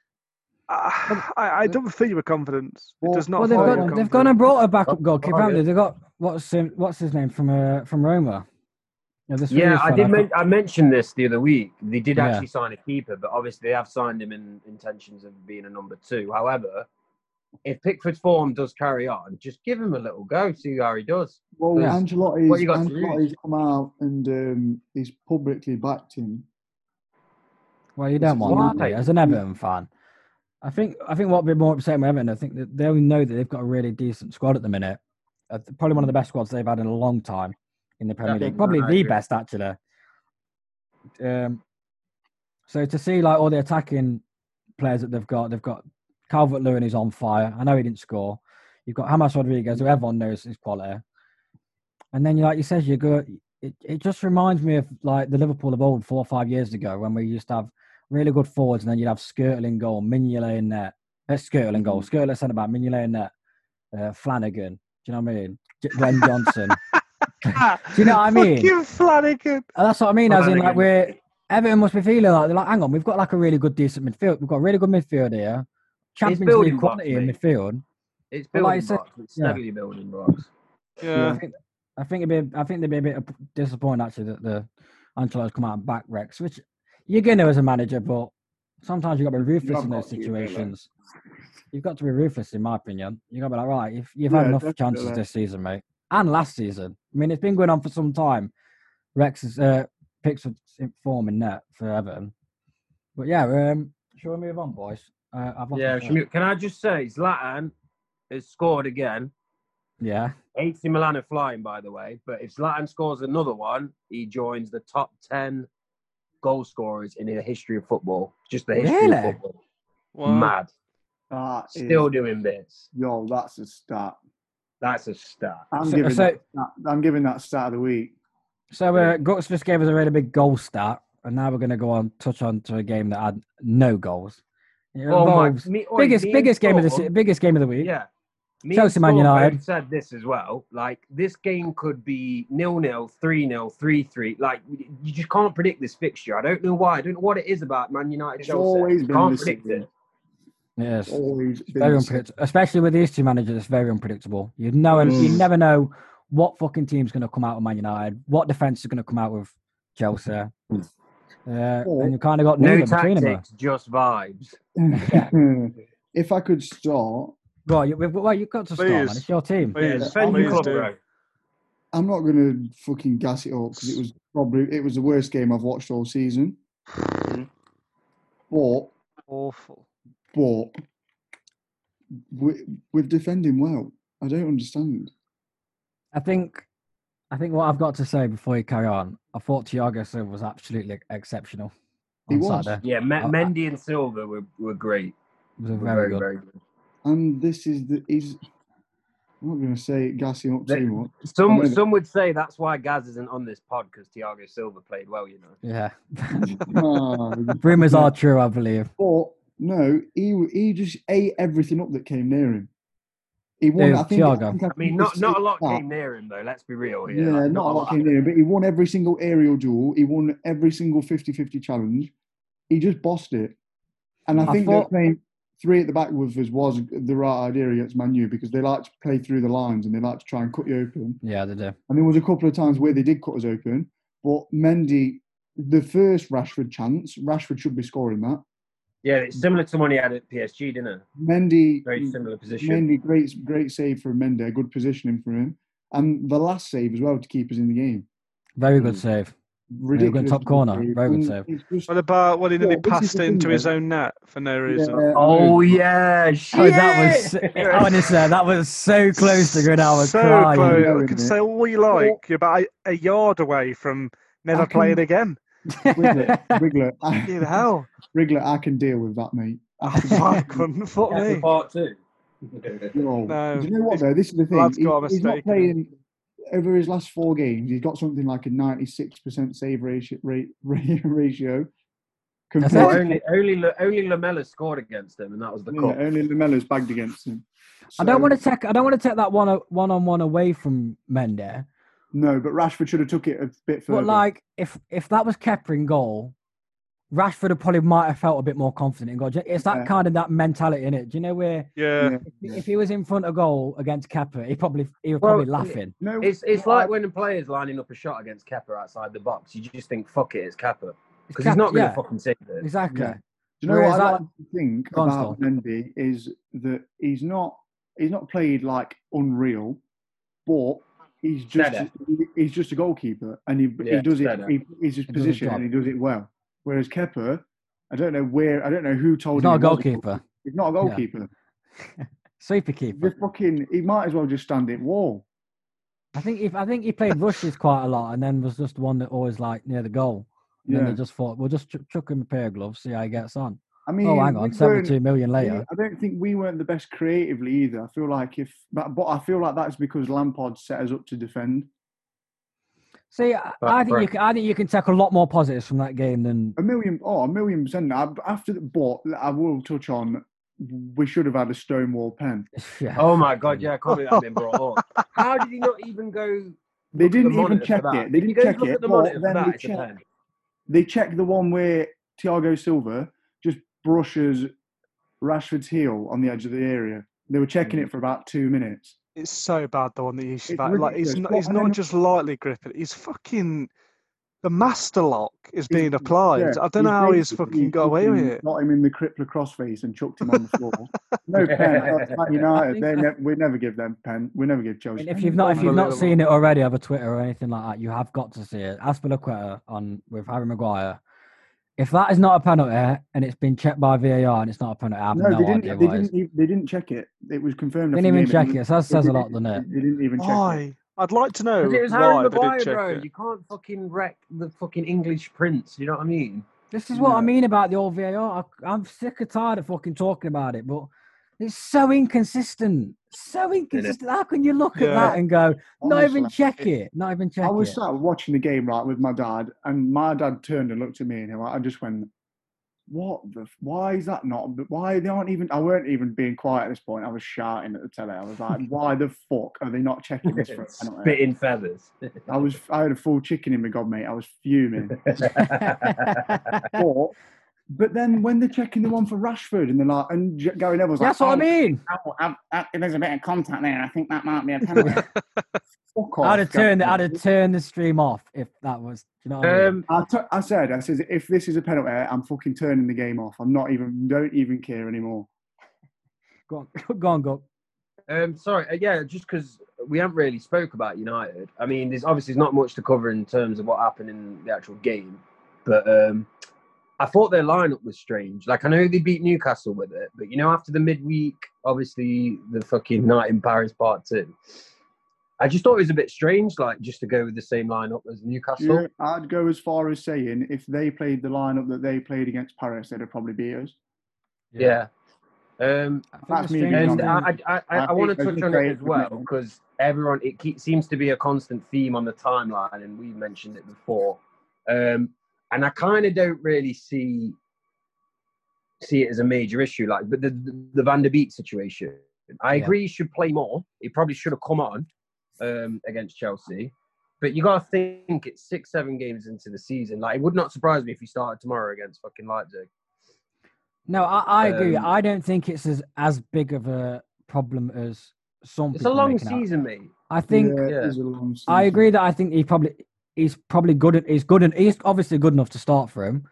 B: [sighs] I I, I don't feel your confidence. It
C: Well-
B: does not.
A: Well, they've
B: feel
C: far
A: got
B: your
C: away
A: they've
B: confidence.
A: gone and brought a backup
D: Not
A: goalkeeper.
D: far,
A: haven't
D: yeah.
A: they? They've got what's him, what's his name from uh, from Roma. Yeah, this
D: Yeah,
A: Swedish
D: I
A: fella.
D: did. Men- I mentioned this the other week. They did
A: Yeah.
D: actually sign a keeper, but obviously they have signed him in intentions of being a number two. However, if Pickford's form does carry on, just give him a little go, see how he does.
C: Well,
A: Yeah.
C: Ancelotti's,
D: What you got to
C: Ancelotti's come out and um, he's publicly backed him.
A: well, you don't want that, do you?
D: Why?
A: As an Everton fan, I think I think what would be more upsetting with Everton, I think that they only know that they've got a really decent squad at the minute. Uh, th- probably one of the best squads they've had in a long time in the Premier League.
D: Definitely,
A: Probably
D: I
A: the
D: agree.
A: best actually. Um, so to see like all the attacking players that they've got, they've got Calvert Lewin who's on fire. I know he didn't score. You've got Hamas Rodriguez, who everyone knows is quality. And then, you like you said, you go. It, it just reminds me of like the Liverpool of old, four or five years ago, when we used to have really good forwards, and then you'd have Skirtle in
D: Mm.
A: goal, Mignolet in net, uh, Skirtle in goal, Skirtle at centre back, Mignolet in net, uh, Flanagan, Do you know what I mean? J- Glenn Johnson.
D: [laughs]
A: [laughs]
B: Do
A: you know what I mean?
B: [laughs] Fucking Flanagan.
A: And that's what I mean. As in, like
D: Flanagan.
A: we're Everton must be feeling like they're like, hang on, we've got like a really good decent midfield. We've got a really good midfield here. Champions
D: building
A: League
D: blocks,
A: quality in
D: mate.
A: midfield.
D: It's
A: Well, like
D: building
A: I said-
D: blocks. It's
A: yeah.
D: steadily building blocks.
B: Yeah.
C: Uh,
A: I think I think it'd be I think they'd be a bit ap- disappointed actually that the Ancelotti's come out and back Rex, which you're gonna as a manager, but sometimes you've got to be ruthless
C: have
A: in those
C: got to, really.
A: situations. You've got to be ruthless, in my opinion. You gotta be like, right, if you've had
C: Yeah,
A: enough chances
C: definitely.
A: this season, mate, and last season. I mean, it's been going on for some time. Rex is uh, Pickford's in form in net for Everton, but yeah, um, shall we move on, boys? Uh, I've lost my
D: Yeah.
A: thought.
D: Shmi- Can I just say, Zlatan has scored again.
A: yeah.
D: AC Milan are flying, by the way. But if Zlatan scores another one, he joins the top ten goal scorers in the history of football. Just the history of
A: Really?
D: football.
B: Wow.
D: Mad.
C: That is-
D: Still doing bits.
C: yo, that's a stat.
D: That's a stat.
C: I'm
A: So-
C: giving
A: so-
C: that stat, I'm giving that stat of the week.
A: So uh, Guts just gave us a really big goal start, and now we're going to go on touch on to a game that had no goals. It involves
D: Oh, me- oi,
A: biggest
D: me and
A: biggest game of the
D: Storm-
A: se- biggest game of the week.
D: Yeah. Me and
A: Chelsea, Man
D: Storm both
A: United.
D: said this as well. Like this game could be nil nil, three nil, three three. Like you just can't predict this fixture. I don't know why. I don't know what it is about Man United.
C: It's
D: Chelsea.
C: always
D: You
C: been
D: can't
C: this
D: predict
C: season.
D: it.
A: Yes,
C: It's always been
A: very
C: the same.
A: unpredictable, especially with these two managers. It's very unpredictable. You know, you
C: Mm.
A: never know what fucking team's going to come out with Man United, what defense is going to come out with Chelsea, uh, and you kind of got
D: No
A: neither between them.
D: tactics, just vibes.
C: [laughs] if I could start,
A: Right, you, we've, well, you've got to start, man.
B: Please.
A: It's your team.
B: Please,
D: Defend your
B: please
D: club,
B: do.
D: bro.
C: I'm not going to fucking gas it up because it was probably it was the worst game I've watched all season. But
B: Awful.
C: but we, we're defending well. I don't understand.
A: I think, I think what I've got to say before you carry on, I thought Thiago Silva was absolutely exceptional.
C: He
A: on
C: was.
A: Saturday.
D: Yeah, Me-
A: I- I-
D: Mendy and Silva were, were great.
A: It was a
D: Were
A: very, good.
D: good.
C: And this is the is. I'm not going to say gassing up
D: They-
C: too much. [laughs]
D: Some
C: Amazing.
D: some would say that's why Gaz isn't on this pod because Thiago Silva played well, you know.
A: Yeah,
C: Ah,
A: rumors are true, I believe.
C: but no, he he just ate everything up that came near him. He won.
A: Who,
C: I think.
A: Thiago?
C: think
D: I mean, not
C: missed
D: not a
C: it
D: lot
C: back.
D: came near him though. Let's be real here.
C: Oh, Yeah,
D: Like,
C: not a lot came near him, but he won every single aerial duel. He won every single 50-50 challenge. He just bossed it. And I,
A: I
C: think
A: thought-
C: that playing three at the back with us was the right idea against Man U because they like to play through the lines and they like to try and cut you open.
A: Yeah, they do.
C: And there was a couple of times where they did cut us open, but Mendy, the first Rashford chance, Rashford should be scoring that.
D: Yeah, it's similar to one he had at PSG, didn't it?
C: Mendy,
D: Very similar position.
C: Mendy, great, great save from Mendy, good positioning from him, and the last save as well to keep us in the game.
A: Very good
D: Mm.
A: save. good
C: Ridiculous.
A: top corner, very good
C: And
A: save.
C: it's just-
B: What about when he
C: Yeah,
B: nearly
C: this is
B: passed
C: the
B: it
C: thing,
B: into his
C: though.
B: own net for no reason?
C: Yeah,
D: Oh
C: um,
D: yeah, shit.
A: Oh, that was honestly, that was so [laughs] close to going out and
B: so
A: crying.
B: close.
C: No,
B: I
C: isn't
B: can
C: it?
B: say all you like. You're about a, a yard away from never
C: I can-
B: playing again.
C: Wiglet, Wiglet,
A: [laughs]
C: I,
B: Fucking hell.
C: Wiglet, I can deal with that, mate. I can-
B: [laughs]
A: [laughs]
B: Fuck, couldn't- fuck me.
D: part
C: [laughs]
D: two.
C: Yo.
B: No,
C: Do you know what
B: he's-
C: though? This is the thing.
B: lad's got a
C: he's not
B: mistake, innit?
C: playing over his last four games. He's got something like a ninety-six percent save ratio. [laughs] Rate, rate, ratio
A: That's
D: Well,
A: it.
C: compared
D: only only La- only Lamella scored against him, and that was the
C: to
D: cup.
C: only Lamella's bagged against him.
A: I don't
C: So-
A: want to take. I don't want to take that one o- one-on-one away from Mendy.
C: No, but Rashford should have took it a bit further.
A: But like, if if that was Kepper in goal, Rashford would probably might have felt a bit more confident in goal. It's that
C: Yeah.
A: kind of that mentality in it. Do you know where
B: Yeah.
C: Yeah.
A: if he was in front of goal against Kepper, he probably he was
D: Well,
A: probably laughing.
C: no,
D: It's it's
C: no, I-
D: like when a player's lining up a shot against Kepper outside the box. You just think, fuck it, it's Kepper
A: It's
D: because
A: Kep-
D: he's not going to
A: yeah,
D: fucking save it.
A: exactly.
C: Yeah. Do you know
A: Whereas
C: what I
A: that-
C: like to think
A: Go on,
C: about Mendy is that he's not he's not played like unreal, but he's just
D: Better.
C: he's just a goalkeeper and he,
D: Yeah,
C: he does it.
D: better.
C: He, he's his
A: He does his
C: position
A: job.
C: and he does it well. Whereas Kepper, I don't know where I don't know who told
A: He's
C: him.
A: not a
C: he was
A: goalkeeper,
C: He's not a goalkeeper.
A: sweeper keeper.
C: The fucking he might as well just stand at wall.
A: I think if I think he played rushes quite a lot, and then was just one that always like near the goal. And
C: Yeah,
A: then they just thought, we'll just ch- chuck him a pair of gloves, see how he gets on.
C: I mean,
A: oh, hang
C: we
A: on,
C: weren't-
A: seventy-two million
C: we-
A: later.
C: I don't think we weren't the best creatively either. I feel like if, but, but I feel like that's because Lampard set us up to defend.
A: See, I,
D: But-
A: I think you
D: right.
A: can, I think you can take a lot more positives from that game than [laughs]
C: A million, oh, a million percent. I- After the, but I will touch on we should have had a Stonewall pen.
A: yeah.
D: Oh my god, yeah, probably that been brought
C: [laughs]
D: up. How did he not even go? look at the
C: They didn't even
D: monitor for
C: check
D: that?
C: it. They
D: You
C: didn't
D: go
C: check
D: look
C: it.
D: at the
C: but
D: monitor for
C: then
D: that,
C: they
D: it's a
C: checked-
D: pen.
C: they checked the one where Thiago Silva just brushes Rashford's heel on the edge of the area. They were checking
D: Mm.
C: it for about two minutes.
B: It's so bad the one that you should
C: It's
B: back. Like he's
C: ridiculous.
B: not,
C: What-
B: he's
C: and then-
B: not just lightly gripping. He's fucking the master lock is
C: He's-
B: being applied. I don't know how he's
C: basically
B: fucking got away with
C: fucking
B: it.
C: Got him in the crippler crossface and chucked him on the
D: [laughs]
C: floor. no pen.
A: [laughs]
C: That's Man
A: I
C: United.
A: think-
C: They ne- we never give them pen. We never give
A: I
C: Chelsea.
A: mean, if
C: pen.
A: you've not if you've not
B: Unbelievable.
A: seen it already over Twitter or anything like that, you have got to see it. Aspilaqueta on with Harry Maguire. If that is not a penalty and it's been checked by VAR and it's not a penalty, I have
C: no,
A: no
C: they didn't.
A: idea
C: They
A: what it is.
C: didn't. e- They didn't check it. It was confirmed.
A: Didn't
C: after
A: even
C: the
A: check
C: game.
A: it. So that
C: They
A: says a
C: didn't-
A: lot, doesn't
C: [laughs]
A: it?
C: They didn't even check it.
B: Why? I'd like to know
D: Because it was
B: why
D: Harry
B: they didn't
D: Maguire,
B: check
D: bro.
B: it.
D: You can't fucking wreck the fucking English prince. You know what I mean?
A: This is what I
C: No.
A: mean about the old VAR. I, I'm sick and tired of fucking talking about it, but it's so inconsistent. So inconsistent. How can you look at
B: Yeah.
A: that and go, not even
C: Honestly.
A: check it, not even check
C: I was
A: it?
C: sat watching the game right with my dad, and my dad turned and looked at me, and he wa- I just went, "What the? f- Why is that not? Why they aren't even? I weren't even being quiet at this point. I was shouting at the telly. I was
A: [laughs]
C: like, "Why the fuck are they not checking this for a penalty?"
D: Spitting feathers.
C: I was, I had a full chicken in my god, mate. I was
A: [laughs]
C: fuming. but, but then when they're checking the one for Rashford, and they're like, and J- Gary Neville's like,
A: That's what I
C: "Oh,
A: mean.
C: oh, I've- I- there's a bit of contact there. I think that might be a penalty. Fuck off.
A: I'd have turned,
C: Gary
A: I'd have turned the stream off if that was, do you know what I mean?
D: um,
C: I t- I said, I said, if this is a penalty, I'm fucking turning the game off. I'm not even, don't even care anymore.
A: Go on, [laughs] go on, go.
D: Um, sorry, uh, yeah, just because we haven't really spoke about United. I mean, there's obviously not much to cover in terms of what happened in the actual game, but um, I thought their lineup was strange. Like, I know they beat Newcastle with it, but you know, after the midweek, obviously the fucking night in Paris part two, I just thought it was a bit strange, like just to go with the same lineup as Newcastle.
C: Yeah, I'd go as far as saying if they played the lineup that they played against Paris, they'd have probably beat us.
D: Yeah. Um,
A: I think
C: That's
A: the
C: me
A: stream-
C: being
D: And
C: on
A: I-
D: I, I, I,
C: I
D: I want
C: think
D: to
C: I
D: touch
C: should
D: on it
C: say
D: as
C: it
D: well
C: again.
D: because everyone it keeps, seems to be a constant theme on the timeline, and we mentioned it before. Um, and I kind of don't really see see it as a major issue, like but the the, the Van der Beek situation. I
A: Yeah.
D: agree, he should play more. He probably should have come on um, against Chelsea, but you got to think it's six, seven games into the season. Like, it would not surprise me if he started tomorrow against fucking Leipzig.
A: No, I, I agree.
D: Um,
A: I don't think it's as, as big of a problem as some
D: It's a
A: people
D: long
A: make it out.
D: season, mate.
A: I think
C: Yeah, it
D: yeah.
C: is a long
A: I
C: season.
A: agree that I think he probably he's probably good. at- He's good and he's obviously good enough to start for him.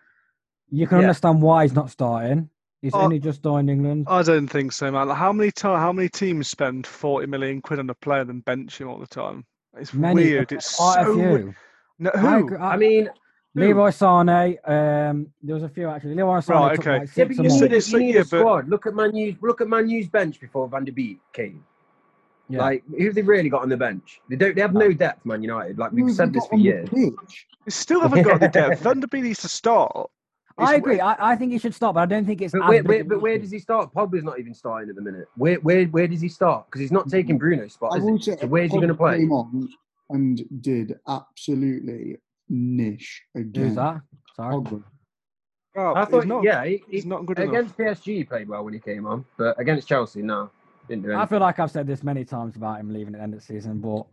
A: You can
D: Yeah.
A: understand why he's not starting. He's
B: Oh.
A: only just joined England.
B: I don't think so, man. Like, how many ti how many teams spend forty million quid on a player and bench him all the time? It's
A: Many,
B: weird. It's
A: quite
B: so
A: a
B: weird.
A: few.
B: No,
A: I
B: who?
A: agree- I-
D: I mean,
A: Leroy Sane. Um, there was a few actually. Leroy Sane
B: Right,
A: took
B: okay.
A: like
D: Yeah,
A: six
D: but
A: or
D: you
A: more.
B: It's-
D: need, a,
B: it's-
D: you need
B: yeah,
D: a
B: but-
D: squad. Look at Man U's look at Man U's bench before Van der Beek came.
A: Yeah.
D: Like who have they really got on the bench? They don't. They have no depth, Man United. Like
C: Who
D: we've
C: have
D: said
C: we
D: this
C: got
D: for
C: on the
D: years.
C: pitch?
B: They still haven't got
A: [laughs]
B: the depth. Van der Beek needs to start. It's
A: I agree.
B: weird.
A: I, I think he should start, but I don't think it's.
D: But
A: as
D: where,
A: big
D: where,
A: an
D: but where
A: issue.
D: does he start? Pogba's not even starting at the minute. Where where where does he start? Because he's not taking Bruno's spot,
C: I
D: is
C: will
D: he?
C: say,
D: So where's he going to
C: Pogba
D: play?
C: Came on and did absolutely niche again.
A: Who's that? Sorry.
C: Pogba.
B: Oh,
D: I
B: he's
D: thought,
B: not,
D: yeah, he,
B: he's
D: he-
B: not good enough.
D: against PSG he played well when he came on, but against Chelsea, no, didn't do
A: I
D: anything.
A: feel like I've said this many times about him leaving at the end of the season, but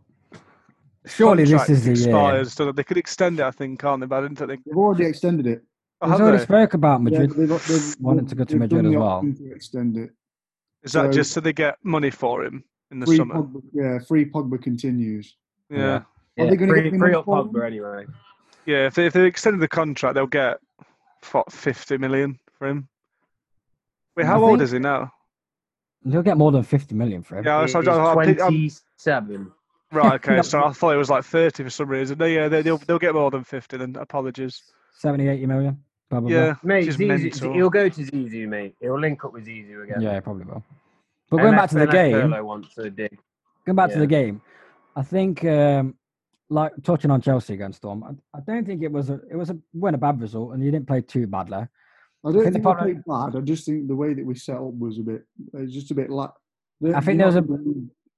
A: surely this
B: Contract
A: is the year.
B: expires, so they could extend it. I think, can't they? But I didn't think. They,
C: They've already extended it.
B: oh,
A: We've
B: have
A: already
B: they?
A: spoke about Madrid.
C: Yeah, they've- they've-
A: Wanted to go to
C: they've
A: Madrid
C: done
A: as
C: the
A: well.
C: option to extend it.
B: Is that
C: So-
B: just so they get money for him in the
C: Free
B: summer?
C: Pogba, yeah, free Pogba continues.
B: Yeah.
A: Yeah.
B: yeah,
C: Are
D: Yeah,
C: they gonna
D: free,
C: get him
D: free
C: in
D: up
C: for him?
D: Pogba anyway?
B: If they, if they extend the contract, they'll get what fifty million for him. Wait,
A: I
B: how old
A: think-
B: is he
A: [laughs]
B: now?
A: He'll get more than 50 million for him.
B: Yeah,
D: He
B: so
D: is
B: I- I picked- I'm-
D: twenty-seven.
B: Right, okay.
A: No.
B: so I thought it was like 30 for some reason. No, yeah, they, they'll, they'll get more than 50 then. Apologies.
A: 70, 80 million, probably.
B: Yeah,
D: Mate,
B: just
D: Zizou,
B: mental.
D: he'll go to Zizou, mate. He'll link up with Zizou again.
A: Yeah, probably will. But going back to the game,
D: Perlo wants to dig.
A: going back to the
D: yeah.
A: game, I think, um, like touching on Chelsea against Storm, I, I don't think it was a it was a win a bad result, and you didn't play too badly.
C: I don't
A: think the
C: think we
A: problem-
C: played bad. I just think the way that we set up was a bit, it was just a bit like.
A: I think there was a-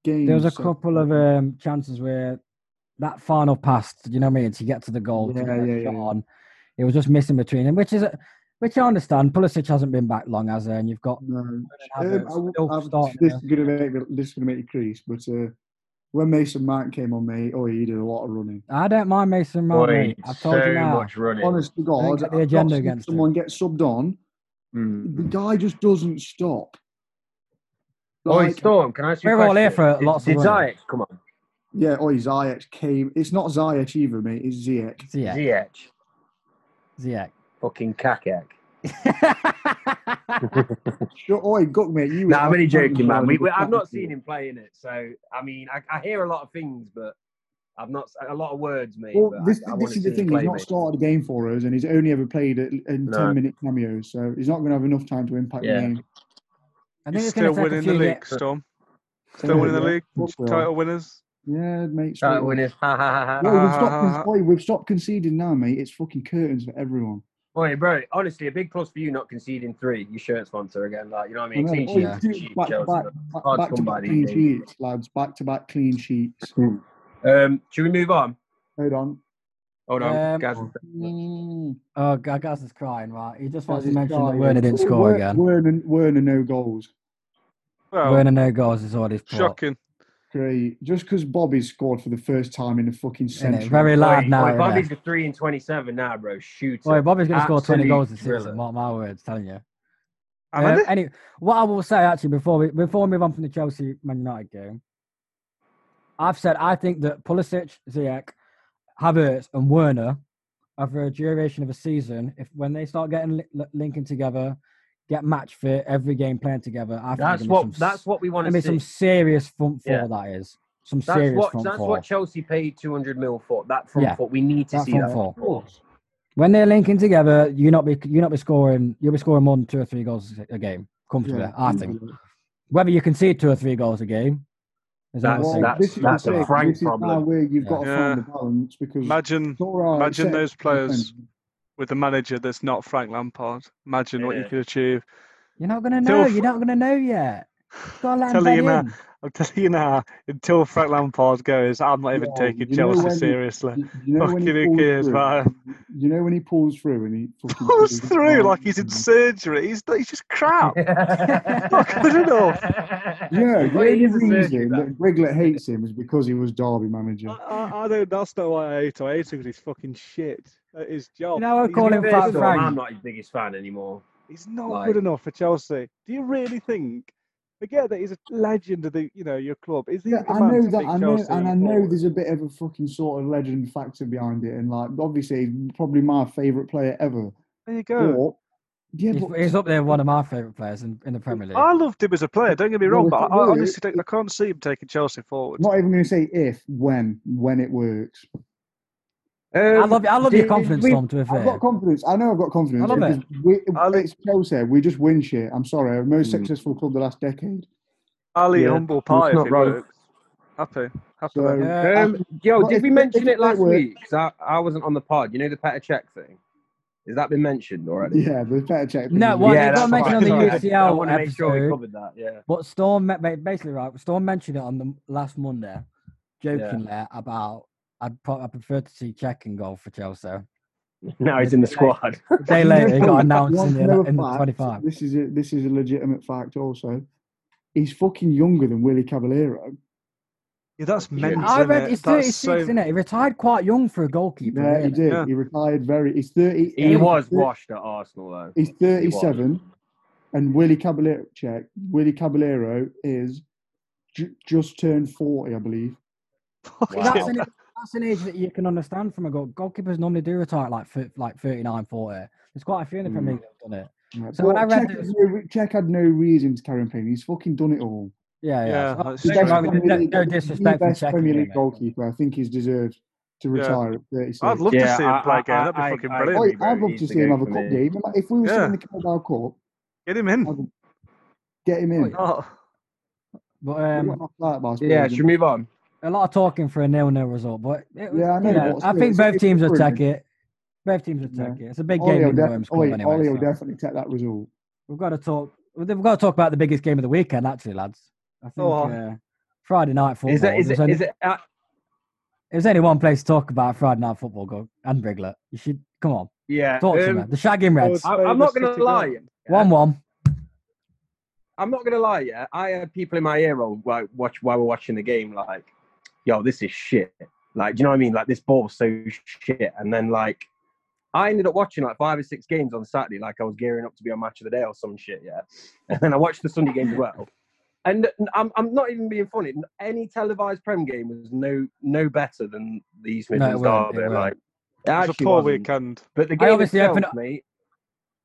A: There was a couple of um, chances where that final pass, do you know what I mean, to get to the goal, to
C: Yeah,
A: get that
C: yeah, yeah,
A: shot
C: yeah.
A: on, it was just missing between them, which is a, Which I understand. Pulisic hasn't been back long, has he? And you've got
C: No,
A: Havertz
C: Um, I would-
A: still
C: I would-
A: starting
C: this
A: there.
C: is gonna make me- this is gonna make you crease, but uh, when Mason Mount came on, mate, oh, he did a lot of running.
A: I don't mind Mason Mount.
D: Boy,
A: mate. I've told
D: so
A: you now.
D: much running.
C: Honest to
A: get
C: God,
A: the
C: I've not
A: agenda
C: seen
A: against him.
C: someone get subbed on. The
D: Mm.
C: guy just doesn't stop.
D: Oi, Storm, can I ask you a
A: We're all
D: question?
A: here for
D: Did-
A: lots of
D: did
A: running.
D: Ziyech come on?
C: yeah, oh, Ziyech came. It's not Ziyech either, mate. It's Ziyech.
A: Ziyech.
D: Ziyech.
A: Ziyech.
D: Fucking kakek.
C: Sure, oi, Guck, mate. You.
D: Nah, I'm only joking, man. We, we, I've not seen him playing it, so I mean, I, I hear a lot of things, but I've not a lot of words, mate.
C: Well,
D: but
C: this,
D: I, I wanna
C: this is
D: see
C: the
D: him
C: thing.
D: play,
C: He's not
D: mate.
C: started a game for us, and he's only ever played in
D: No.
C: ten-minute cameos, so he's not going to have enough time to impact
D: Yeah.
C: the game.
A: I think
B: He's
A: it's going to
B: still
A: take a
B: winning the
A: few
B: league,
A: years.
B: Storm.
C: Yeah,
B: Still winning the
C: yeah,
B: league.
C: of course we are.
B: Title winners.
C: Yeah,
D: Start
C: mate. straight up.
D: winning. Ha, ha, ha, ha.
C: Well, we've
B: Ah.
C: stopped,
B: [laughs]
C: con- oi, we've stopped conceding now, mate. It's fucking curtains for everyone.
D: Oi, bro, honestly, a big plus for you not conceding three. Your shirt sponsor again, like you know what I mean.
C: I know,
D: Clean
C: oi,
D: sheets
A: yeah.
D: is
C: do-
D: cheap,
C: oh, back, to
D: Chelsea,
C: back,
D: but
C: back,
D: hard to
C: back to
D: come
C: back
D: by
C: clean
D: these days.
C: sheets, lads. Back to back clean sheets.
D: Um, should we move on?
C: Hold on.
D: Hold on,
A: Um,
D: guys.
A: Oh, Ga- Gaz is crying, right? He just wants to
C: This
A: mention that
C: guy,
A: Werner didn't
C: Wer-
A: score again.
C: Werner, Werner, no goals.
B: Well,
A: Werner no goals is all he's brought.
B: Oh. shocking.
C: Great. Just because Bobby's scored for the first time in the fucking century.
A: Very loud
D: Oi,
A: now.
D: oi,
A: innit?
D: Bobby's a three and twenty-seven now, bro. Shoot.
A: Boy, Bobby's going to score 20
D: Absolute
A: goals this
D: thriller.
A: season. Mark my words, telling you.
B: Am
A: Uh,
B: I there?
A: anyway, what I will say actually before we before we move on from the Chelsea Man United game, I've said I think that Pulisic, Ziyech, Havertz, and Werner, over a duration of a season, if when they start getting li- li- linking together, get match fit, every game playing together, I think
D: That's
A: there's gonna be
D: what.
A: some,
D: That's what we want
A: I
D: to
A: mean,
D: see.
A: some serious front four
D: Yeah.
A: that is some
D: That's
A: serious
D: what.
A: front
D: That's
A: four.
D: what Chelsea paid two hundred mil for. That front
A: Yeah,
D: foot. We need to
A: that
D: see
A: front
D: that.
A: four.
D: front four.
A: When they're linking together, you not be you not be scoring. You'll be scoring more than two or three goals a game comfortably.
C: Yeah,
A: I think whether you concede two or three goals a game is
D: That's-
A: another thing.
D: that's-
C: this is
D: that's
C: the
D: a
C: thing.
D: Frank
C: this is now
D: problem.
C: where you've got to
B: Yeah.
C: find the balance because
B: Imagine
C: it's all right,
B: imagine
C: set-
B: those players with the manager that's not Frank Lampard. Imagine what you
D: Yeah.
B: could achieve.
A: You're not gonna
B: Till
A: know.
B: f-
A: You're not gonna know yet. You've gotta let 'em
B: Tell
A: bed
B: you now,
A: in.
B: I'm telling you now, until Frank Lampard goes, I'm not even
C: Yeah,
B: taking
C: you know
B: Chelsea
C: when he-
B: seriously.
C: You, you know when he
B: Fucking who
C: pulls
B: cares,
C: through,
B: man?
C: You know when [laughs] he pulls through and he fucking
B: Pulls through like he's in
C: Yeah,
B: surgery. He's, he's just
D: [laughs]
B: crap.
D: Not
B: good
D: [laughs]
B: enough.
C: Yeah,
D: Well,
C: the
D: he
C: only
D: is a surgery,
C: reason
D: that.
C: that Briglet hates him is because he was Derby manager.
B: I, I, I don't. That's not why I hate him. I hate him because he's fucking shit at his job.
A: You know, I
B: he's,
A: call him
B: not
A: Fat
B: good enough.
A: Frank.
D: I'm not his biggest fan anymore.
B: He's not
D: Like-
B: good enough for Chelsea. Do you really think? Forget that he's a legend of the you know your club. Is he?
C: Yeah,
B: the
C: I
B: man
C: know
B: to
C: that.
B: take
C: I know,
B: Chelsea
C: and I know
B: forward?
C: there's a bit of a fucking sort of legend factor behind it, and like obviously he's probably my favourite player ever.
B: There you go.
C: Or, yeah,
A: He's,
C: but
A: he's up there, one of my favourite players in, in the Premier League.
B: I loved him as a player. Don't get me
C: Well,
B: wrong,
C: if
B: but I,
C: it
B: I
C: were-
B: honestly don't, I can't see him taking Chelsea forward.
C: not even going to say if, when, when it works.
A: I love I love your
D: did
A: confidence,
D: we-
A: Tom. To be
C: I've
A: fair,
C: got confidence. I know I've got confidence.
A: I love
C: because
A: it.
C: We,
B: I li-
C: it's Chelsea. We just win shit. I'm sorry. Our most
D: Mm.
C: successful club the last decade.
B: Ali
D: Yeah,
B: humble
D: that's
B: pie if
D: not
B: it
D: wrong.
B: works. Happy, happy.
C: So,
B: there.
A: Uh,
D: Um, yo,
C: Well,
D: did
C: if-
D: we mention
C: if
D: it
C: it
D: last
C: were-
D: week? 'Cause I, I wasn't on the pod. You know the Petr Cech thing. Has that been mentioned already?
C: yeah, the better check.
A: No, well,
D: yeah,
A: you got
D: that's
A: mentioned
D: fine.
B: on the
D: Sorry, I- I
A: UCL
D: want to make sure we
A: episode.
D: covered that.
A: [laughs]
D: Yeah.
A: but Storm me- ba- basically right. Storm mentioned it on the last Monday, jokingly about I'd pro- I prefer to see checking goal for [laughs] Chelsea.
D: Now he's in the squad.
A: A day later, he got announced in
C: Want
A: the,
C: to know
A: ele-
C: a
A: in the
C: fact?
A: twenty five.
C: This is a this is a legitimate fact. Also, he's fucking younger than Willie Caballero.
B: Yeah, that's
D: Yeah.
B: mental.
A: I read
B: innit?
A: he's
B: That's
A: thirty six,
B: so-
A: isn't it? He retired quite young for a goalkeeper.
C: Yeah, he
A: really.
C: did.
B: Yeah.
C: He retired very. He's thirty.
D: He was
C: He's,
D: washed at Arsenal though.
C: he's thirty-seven, and Willie Caballero. Check. Willie Caballero is ju- just turned forty, I believe.
B: Fucking
D: Wow.
A: That's, an, that's an age that you can understand from a goal. Goalkeepers normally do retire at like thir- like 39, 40. There's quite a few in the Premier
D: Mm.
A: League that have done it.
C: Right.
A: So when I read
C: Czech,
A: this-
C: had no, re- Czech had no reason to carry him pain. He's fucking done it all.
A: Yeah, yeah.
B: Yeah,
A: So
B: that's
A: don't
B: true.
A: get me wrong,
C: Premier
A: no-
C: League-
A: no
C: the
A: disrespect for
C: best
A: Czech.
C: Premier
A: you know,
C: League
A: mate.
C: goalkeeper. I think he's deserved to
B: Yeah.
C: retire at 36.
B: I'd love to see him play again. That'd be fucking brilliant.
C: Oi, I'd love to see him have a
D: for
C: cup
D: me.
C: game. Like, If we were still in
B: Yeah.
C: the Carabao Cup,
B: Get him in.
C: I'd get him in.
A: Oi,
B: Oh,
A: But
C: We
A: um,
C: went off like that,
D: Yeah, should we move on?
A: a lot of talking for a nil-nil result. But it,
C: Yeah, I know,
A: you know,
C: but
A: I
C: still,
A: think
C: it's a
A: both
C: big
A: teams will
C: improvement.
A: take it. Both teams will take it. It's a big
C: Ollie
A: game
C: will,
A: in the
C: def-
A: Williams Cup
C: Ollie,
A: anyway.
C: Ollie will
A: so
C: definitely take that result.
A: We've got to talk. We've got to talk about the biggest game of the weekend, actually, lads. I think
B: Go on.
A: uh, Friday night football.
D: Oh. Is it? Is
A: there's
D: it?
A: only-
D: Is it? Uh,
A: If there's only one place to talk about Friday night football, go and Briglet. You should come on.
D: Yeah.
A: Talk to
D: um,
A: me. The shagging Reds.
D: I, I'm not going
C: City
D: to lie.
C: goal.
D: yeah.
A: One one.
D: I'm not gonna lie, yeah. I had people in my ear roll while watch while we're watching the game, like, yo, this is shit. Like, do you know what I mean? Like this ball's so shit. And then like I ended up watching like five or six games on Saturday, like I was gearing up to be on match of the day or some shit, yeah. [laughs] And then I watched the Sunday game as well. And I'm, I'm not even being funny. Any televised Prem game was no no better than the East
A: No, it
D: Midlands
A: weren't, it
D: derby.
A: weren't.
D: Like, it
B: It was a
D: actually
B: poor
D: wasn't.
B: weekend.
D: But the game
A: obviously
D: itself,
A: opened-
D: mate,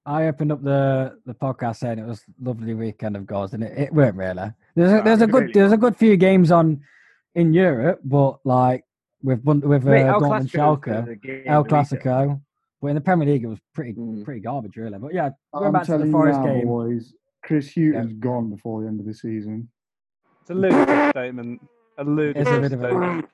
A: I opened up the, the podcast saying it was a lovely weekend of goals, and it, it weren't really. There's a,
D: No,
A: there's a
D: it
A: good
D: really
A: there's a good few games on in Europe, but like with Bun- with uh,
D: mate, El
A: Dortmund
D: Clasico. was
A: Schalke,
D: the game of
A: El
D: the weekend.
A: Clasico. But in the Premier League, it was pretty
D: Mm.
A: pretty garbage, really. But yeah, Going
C: I'm
A: back to the
C: telling you
A: Forest
C: now,
A: game.
C: boys. Chris Hughton's gone before the end of the season.
B: It's a [laughs] ludicrous statement. A ludicrous
A: bit of a- [laughs]
B: statement.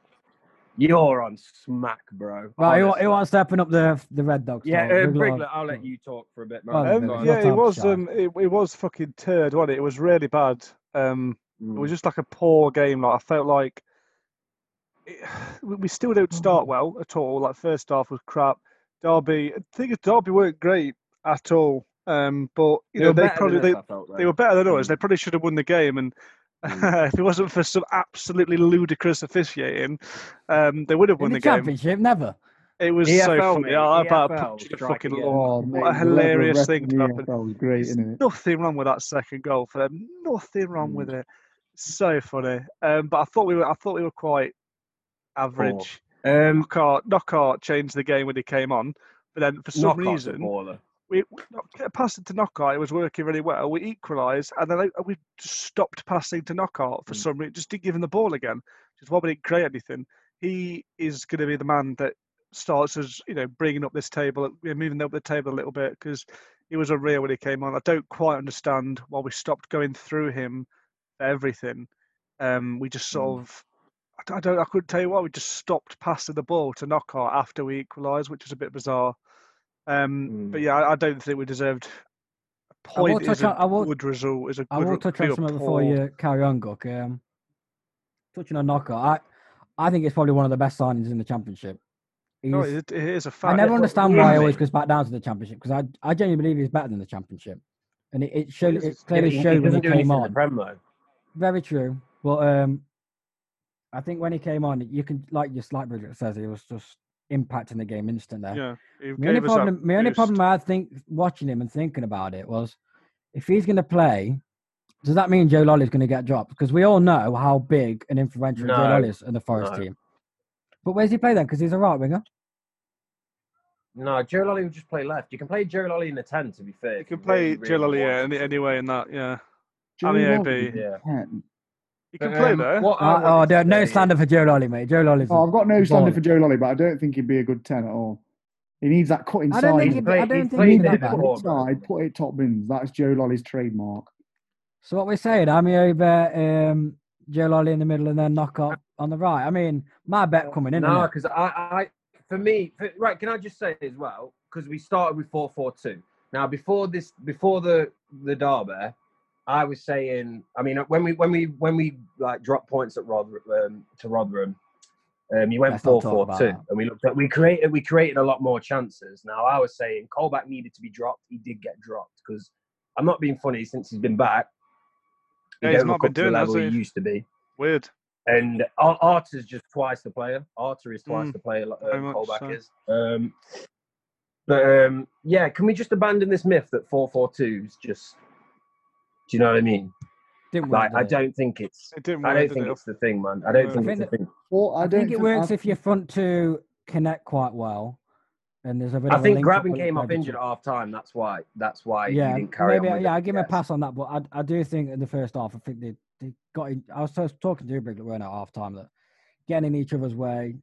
D: You're on smack, bro.
A: right, who,
D: Honestly.
A: who wants to open up the the Red Dogs?
D: Oh, Yeah,
A: talk?
D: uh,
A: Wiggle on.
D: Brigler, I'll let you talk for a bit, man.
A: Oh,
B: Um,
A: Go on.
B: yeah, it
A: Go on,
B: was.
A: Shai.
B: Um, it, it was fucking turd, wasn't it? It was really bad. Um,
D: Mm.
B: it was just like a poor game. Like I felt like it, [sighs] we we still don't start well at all. Like first half was crap. Derby, the thing is, Derby weren't great at all. Um, but you know they probably they, they were better than us. They probably should have won the game, and [laughs] if it wasn't for some absolutely ludicrous officiating, um, they would have
A: in
B: won
A: the,
B: the game.
A: championship, never.
B: It was so
D: EFL,
B: funny.
D: mate,
B: I about
D: EFL,
B: punching a
D: strike
B: fucking
D: again.
B: log.
A: Oh,
C: mate,
B: what a
C: whoever
B: hilarious
C: refereed
B: thing to
C: the E
B: happen.
C: EFL was great, isn't it?
B: Nothing wrong with that second goal for them. Nothing wrong
D: Mm.
B: with it. So funny. Um, but I thought we were. I thought we were quite average.
D: Um,
B: Knockout, knockout changed the game when he came on, but then for some
D: knockout
B: reason
D: baller.
B: we we knocked- get passed it to knockout. It was working really well. We equalised, and then like, we just stopped passing to knockout for
D: Mm.
B: some reason. Just didn't give him the ball again. Just why we didn't create anything. He is going to be the man that starts as you know bringing up this table, you know, moving up the table a little bit because he was unreal when he came on. I don't quite understand why we stopped going through him for everything. Um, we just sort of. I don't- I don't. I couldn't tell you why we just stopped passing the ball to knockout after we equalised, which was a bit bizarre. Um, But
D: Mm.
B: yeah, I, I don't think we deserved a
A: I will
B: point.
A: touch
B: Is a
A: on- I will-
B: good result. Is a good.
A: I will
B: re-
A: touch
B: we
A: on
B: were
A: something before
B: poor.
A: you carry on, Gook. Um, touching on knockout, I I think it's probably one of the best signings in the championship.
B: No,
A: He's-
B: it, it is a fact.
A: I never
D: but
A: understand
D: he
A: why he
D: is
A: always
D: it.
A: goes back down to the championship because I, I genuinely believe he's better than the championship, and it, it showed
B: is
A: it
B: it?
A: clearly
D: he, he
A: showed when he
D: doesn't do anything
A: came
D: in the
A: on.
D: Prem though.
A: Very true, but um, I think when he came on, you can like your slight Bridget says he was just impacting the game instantly.
B: Yeah, he
A: My only
B: gave us that
A: problem, my only
B: boost.
A: problem I had think watching him and thinking about it was, if he's going to play, does that mean Joe Lolly's going to get dropped? Because we all know how big and influential Joe
D: No,
A: Lolly is in the Forest
D: no.
A: team. But where's he play then? Because he's a right winger.
D: No, Joe Lolly would just play left. You can play Joe Lolly in the ten. To be fair,
B: You
D: if
B: can play
D: really, really
B: Gilloli
D: want
B: any,
D: to.
B: anyway in that. Yeah,
C: Joe
B: Ali
C: Lolly
B: Obi.
D: Yeah.
C: can.
B: you can play
D: Um,
B: there.
D: what I
A: Uh, oh,
D: wanted to
A: there, no
D: say-
A: slander for Joe Lolly, mate. Joe Lolly's.
C: Oh, I've got no standard
A: Baller.
C: for Joe Lolly, but I don't think he'd be a good ten at all. He needs that cutting
A: I
C: side.
A: don't think
D: He's
A: he'd be-
C: He
A: I
D: played,
A: don't
D: he's
A: think
D: played
A: he's
D: there
A: that bad.
C: put it
D: before, bro.
C: inside, put it top bins. That's Joe Lolly's trademark.
A: So what we're saying, I'm over um, Joe Lolly in the middle and then knock off on the right. I mean, my bet coming in.
D: No,
A: innit?
D: because I, I, for me, for, right. Can I just say as well? Because we started with four four two. Now, before this, before the the derby, I was saying. I mean, when we when we when we like dropped points at Rother um, to Rotherham, um, you went
A: Let's not
D: four
A: talk
D: four
A: about
D: two,
A: that.
D: and we looked at we created we created a lot more chances. Now, I was saying Colback needed to be dropped. He did get dropped because I'm not being funny. Since he's been back, he
B: Yeah, he's
D: don't
B: not
D: look
B: been
D: up to the
B: doing that,
D: level
B: has
D: he
B: he?
D: used to be.
B: Weird.
D: And Ar- Arter is just twice the player. Arter is twice
B: Mm,
D: the player like
B: very
D: um,
B: much
D: fullback
B: so.
D: is. Um, but um, yeah, can we just abandon this myth that four four two is just? Do you know what I mean?
A: Didn't work,
D: Like, I
A: did it?
D: don't think it's.
B: It didn't
D: I
B: work.
D: don't
B: did
D: think
B: it?
D: it's the thing, man. I don't
B: I
D: think
A: think
D: it's the thing.
C: Well, I
A: I
C: don't
A: think it works
C: I
A: if your front two connect quite well, and there's a bit
D: I
A: of a
D: think
A: link
D: Graben
A: up
D: came off
A: between-
D: injured at half time. That's why. That's why
A: Yeah,
D: he didn't carry
A: maybe.
D: on. With
A: yeah,
D: it,
A: I give him
D: yes.
A: a pass on that, but I, I do think in the first half, I think they, they got. In, I was just talking to you, Briglet, weren't I, at half time that getting in each other's way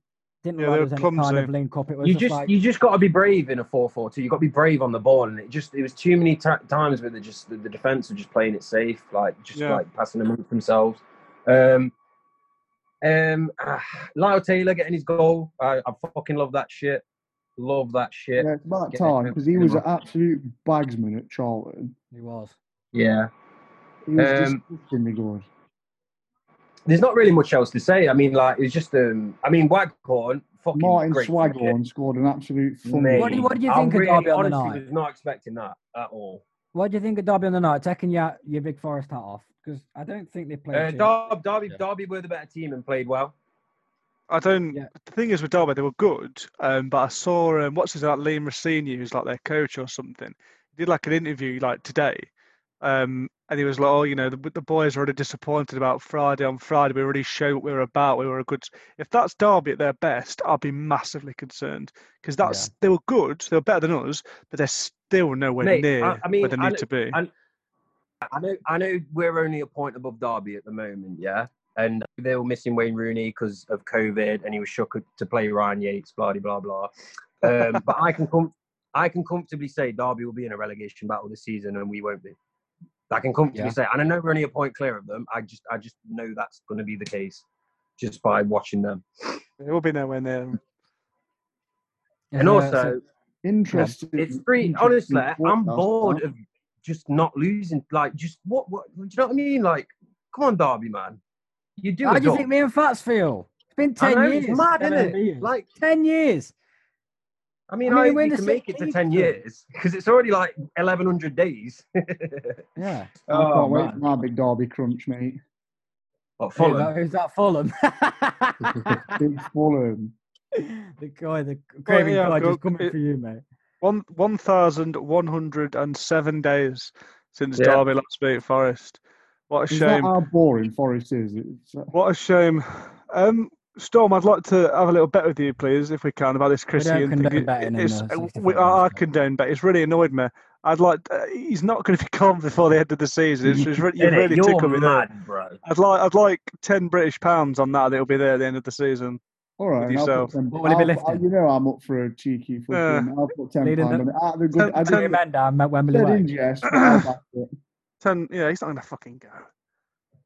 A: didn't
B: Yeah,
A: allow
B: they
A: us
B: were
A: any kind
B: clumsy.
A: of link up. It was
D: You
A: just,
D: just
A: like
D: you just got to be brave in a four four two. You got to be brave on the ball, and it just it was too many ti times where they just the, the defense were just playing it safe, like just
B: Yeah.
D: like passing amongst themselves. Um, um, Lyle Taylor getting his goal. I, I fucking love that shit. Love that shit.
C: Yeah, it's about
D: Get
C: time
D: him-
C: because he
D: him
C: was an
D: off.
C: absolute bagsman at Charlton.
A: he was.
D: Yeah.
C: He was
D: Um,
C: disgustingly good.
D: There's not really much else to say. I mean, like it's just um, I mean, Waghorn fucking
C: Martin
D: great.
C: Swaghorn scored an absolute
D: Mate,
A: What do
C: fun.
A: you- what do you
D: I
A: think of
D: really,
A: Derby on the
D: honestly
A: night?
D: was not expecting that at all.
A: What do you think of Derby on the night? Taking your your big forest hat off because I don't think they played.
D: Uh,
A: too-
D: Derby, Derby,
A: Yeah.
D: Derby were the better team and played well.
B: I don't.
A: Yeah.
B: The thing is with Derby, they were good, um, but I saw um, what's his that Liam Rossini, who's like their coach or something. He did like an interview like today, um, and he was like, "Oh, you know, the, the boys are really disappointed about Friday. On Friday, we really showed what we were about. We were a good. If that's Derby at their best, I'd be massively concerned because that's they were good, they were better than us, but they're still nowhere
D: Mate, I-
B: near
D: I mean,
B: where they
D: I
B: need
D: know-
B: to be."
D: I- I know, I know we're only a point above Derby at the moment, yeah. And they were missing Wayne Rooney because of COVID, and he was shook to play Ryan Yates, blah de blah blah. Um, but I can com- I can comfortably say Derby will be in a relegation battle this season, and we won't be. I can comfortably
A: Yeah.
D: say, and I know we're only a point clear of them. I just, I just know that's going to be the case, just by watching them.
B: They will be nowhere near.
A: Is
D: and
A: there-
D: also,
A: so-
C: Interesting.
D: It's free.
C: interesting
D: Honestly, I'm
C: podcast,
D: bored
C: that.
D: of just not losing. Like, just what? What? Do you know what I mean? Like, come on, Derby man, you do.
A: how
D: it
A: do you
D: up.
A: think me and Fats feel? It's been ten
D: I know,
A: years.
D: It's mad,
A: ten
D: isn't it?
A: years.
D: Like,
A: ten years.
D: I mean,
A: I mean,
D: I,
A: we're in
D: hope
A: the
D: we can make it to
A: same
D: ten
A: league, though.
D: years because it's already like eleven
A: [laughs]
D: hundred days.
A: Yeah.
C: I can't
D: Oh,
C: wait
D: man.
C: for my big derby
D: [laughs]
C: crunch, mate.
D: But
A: Who's
D: Fulham,
A: that, who's that Fulham? [laughs]
C: Big Fulham.
A: the guy, the craving
B: yeah,
A: guy,
B: go-
A: just coming
B: it-
A: for you, mate.
B: One one thousand one hundred and seven days since
D: Yeah.
B: Derby last beat Forest. What a
C: Is that
B: shame!
C: how boring Forest is? It's, uh,
B: What a shame. Um, Storm, I'd like to have a little bet with you, please, if we can, about this Chris
A: don't
B: Ian
A: condone
B: thing. It-
A: betting in
B: it's-
A: the
B: uh,
A: 65
B: we,
A: minutes,
B: I, I
A: mate.
B: condone bet. It's really annoyed me. I'd like. Uh, he's not going to be [laughs] gone before the end of the season. It's, it's really, you
D: innit?
B: really
D: you're
B: tickled me there.
D: mad, bro.
B: I'd like. I'd like ten British pounds on that. and It'll be there at the end of the season.
C: all right,
B: With
C: and I'll
B: yourself. Uh,
C: put 10
A: What will it be
C: I'll-
A: lifting?
C: I'll- You know I'm up for a cheeky fucking. I'll put ten
A: Leading
C: pound
A: the-
C: on it. Ah, the good, I
B: Ten-
A: Put
C: did
A: your man down at Wembley
C: said in
A: Way. [clears throat]
C: jest, but I'll back it.
B: Ten. Yeah, he's not going to fucking go.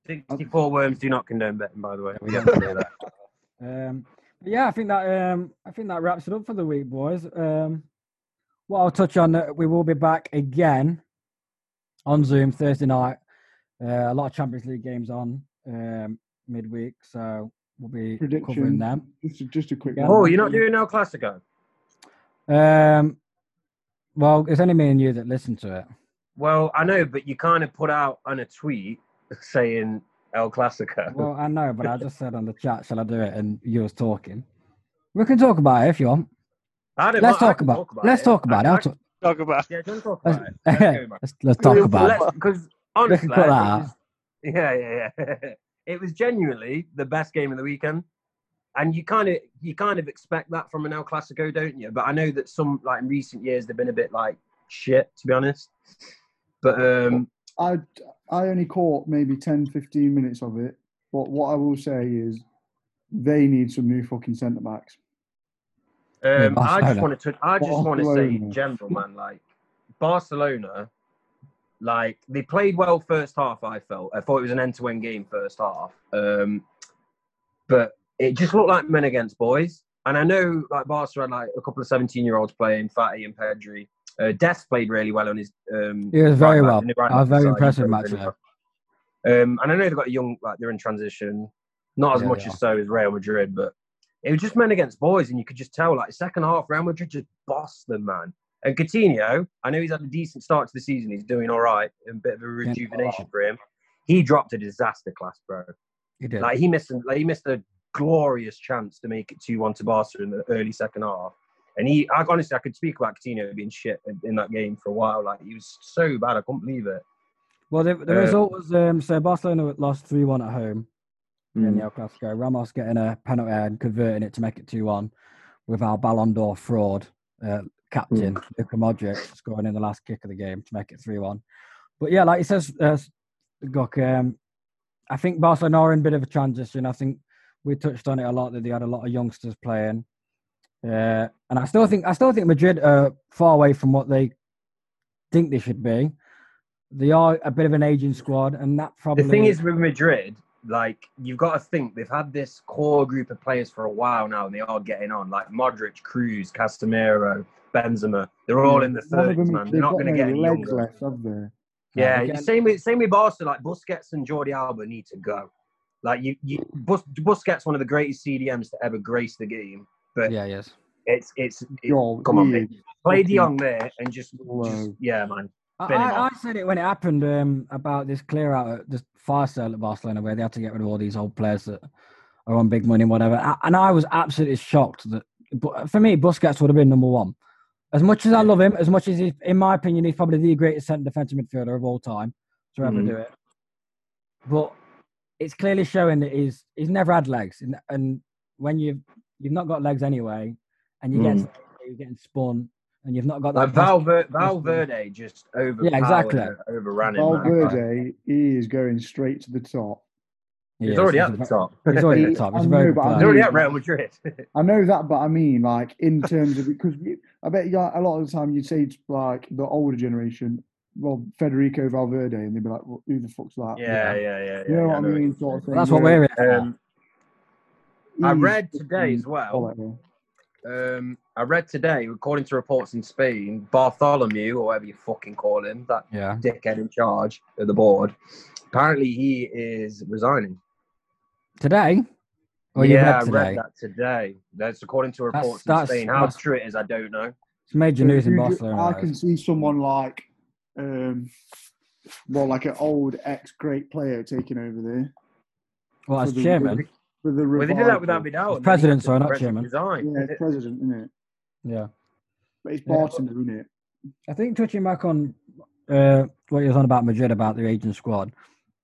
D: Sixty-four worms do not condone betting, by the way. We don't do
A: [laughs]
D: that.
A: Um, but yeah, I think that um, I think that wraps it up for the week, boys. Um, what I'll touch on, uh, we will be back again on Zoom Thursday night. Uh, a lot of Champions League games on um, midweek, so we'll be covering
C: Prediction.
A: them.
C: Just, a- just a quick
A: Yeah.
D: Oh,
C: one.
D: you're not doing El Clasico.
A: Um, well, it's only me and you that listen to it.
D: Well, I know, but you kind of put out on a tweet saying El Clasico.
A: Well, I know, but I just said on the chat, shall I do it? And you was talking. We can talk about it if you want.
D: I don't
A: Let's
D: mind- I
A: talk
D: can
A: about, Let's talk about it.
D: I-
A: I'll
D: I-
A: talk,
B: Talk about.
D: Yeah, don't talk
A: let's,
D: about it. Let's go,
A: let's, let's [laughs] talk
B: Well,
A: about it.
D: Because
A: We can
D: honestly,
A: cut that
D: it
A: out.
D: was- [laughs] yeah, yeah, yeah. [laughs] it was genuinely the best game of the weekend, and you kind of you kind of expect that from an El Clasico, don't you? But I know that some like in recent years they've been a bit like shit, to be honest. But um,
C: I I only caught maybe 10, 15 minutes of it. But what I will say is, they need some new fucking centre backs.
D: um I just
A: Barcelona.
D: want to I just want to say in
C: Barcelona.
D: general, man, like Barcelona. Like they played well first half, I felt. I thought it was an end-to-end game first half. Um, but it just looked like men against boys. And I know like Barca had like a couple of 17 year olds playing, Fatty and Pedri. Uh, Des played really well on his. Um,
A: It was very
D: right back-
A: well.
D: on the right
A: I was
D: back
A: very
D: side. He
A: impressive
D: played
A: match
D: really
A: there.
D: well. Um, and I know they've got a young, like they're in transition, not as
A: Yeah,
D: much
A: they
D: as so as Real Madrid, but it was just men against boys, and you could just tell like second half Real Madrid just bossed them, man. And Coutinho, I know he's had a decent start to the season. He's doing all right, and a bit of a rejuvenation for him. He dropped a disaster class, bro.
A: He did.
D: Like he missed, like he missed a glorious chance to make it two-one to Barca in the early second half. And he, I, honestly, I could speak about Coutinho being shit in, in that game for a while. Like he was so bad, I couldn't believe it.
A: well, the, the
D: uh,
A: result was um, so Barcelona lost 3 1 at home in
D: Hmm.
A: the El Clasico. Ramos getting a penalty and converting it to make it 2 1 with our Ballon d'Or fraud uh, captain,
D: Hmm.
A: Luka Modric, scoring in the last kick of the game to make it 3 1. But yeah, like he says, uh, Gok, um, I think Barcelona are in a bit of a transition. I think we touched on it a lot that they had a lot of youngsters playing. Uh, and I still think I still think Madrid are far away from what they think they should be. They are a bit of an aging squad, and that probably
D: The thing is with Madrid, like you've got to think they've had this core group of players for a while now, and they are getting on. Like Modric, Cruz, Casemiro, Benzema, they're all in the
C: None Mm. of
D: thirties,
C: them-
D: man. They're
C: they've
D: not
C: got
D: going to
C: no
D: get any
C: legs
D: younger.
C: left, have they?
D: Yeah,
A: Again-
D: same with same with Barca. Like Busquets and Jordi Alba need to go. Like you, you Bus, Busquets, one of the greatest CDMs to ever grace the game, But
A: Yeah, yes.
D: it's it's it,
C: You're
D: come on,
C: weird.
D: mate. play De
C: fucking
D: Jong there and just, just
C: low.
D: yeah, man.
A: I,
D: Spin him
A: I, I
D: off.
A: said it when it happened um, about this clear out, at this fire sale at Barcelona, where they had to get rid of all these old players that are on big money and whatever. A- And I was absolutely shocked that, but uh, for me, Busquets would have been number one. As much as I love him, as much as he's, in my opinion, he's probably the greatest centre defensive midfielder of all time to ever
D: Mhm.
A: do it. But it's clearly showing that he's he's never had legs, and, and when you've you've not got legs anyway, and you get you're getting spun, and you've not got that.
D: Mm. Like
A: pass-
D: Valver- Valverde just overpowered,
A: Yeah, exactly.
D: and overran him. man. Like,
C: Valverde, he is going straight to the top.
D: he's
A: Yes,
D: already
A: he's
D: at
A: a-
D: the [laughs] top.
A: He's already at the top. He's a
C: I
A: very
C: know,
A: good
C: but I
A: player.
D: He's already
C: mean-
D: at Real Madrid.
C: I know that, but I mean, like, in terms of because you, I bet you, like, a lot of the time you'd say it's like the older generation, well, Federico Valverde, and they'd be like, well, who the fuck's that?
D: yeah, yeah, yeah, yeah.
C: You know
D: yeah,
C: what I
D: know what
C: mean?
D: you're
C: Sort
A: Well,
C: of thing.
A: that's what
C: where
A: we're here for.
D: saying. Um, I
C: he's
D: read today
C: fucking
D: as well.
C: quality.
D: Um, I read today, according to reports in Spain, Bartholomew, or whatever you fucking call him, that
A: yeah.
D: dickhead in charge of the board. Apparently, he is resigning.
A: Today? Or you
D: yeah,
A: read today?
D: I read that today. That's according to
A: That's-
D: reports
A: that's-
D: in Spain. How
A: that's-
D: true it is, I don't know.
A: It's major
C: So
A: news in
C: you ju-
A: Barcelona.
C: I
A: that
C: can
A: is.
C: see someone like, um, well, like an old ex great player taking over there
A: well, as
C: for the-
A: chairman.
C: for the
D: Well, they did that without
A: As
D: Vidal.
C: revival.
D: and then he
A: president,
D: had to
A: sorry, not
D: press
A: chairman.
D: Resign.
C: Yeah, it's president, isn't it?
A: Yeah.
C: But it's
A: Yeah.
C: Barton, isn't it?
A: I think touching back on uh, what you was on about Madrid, about the aging squad,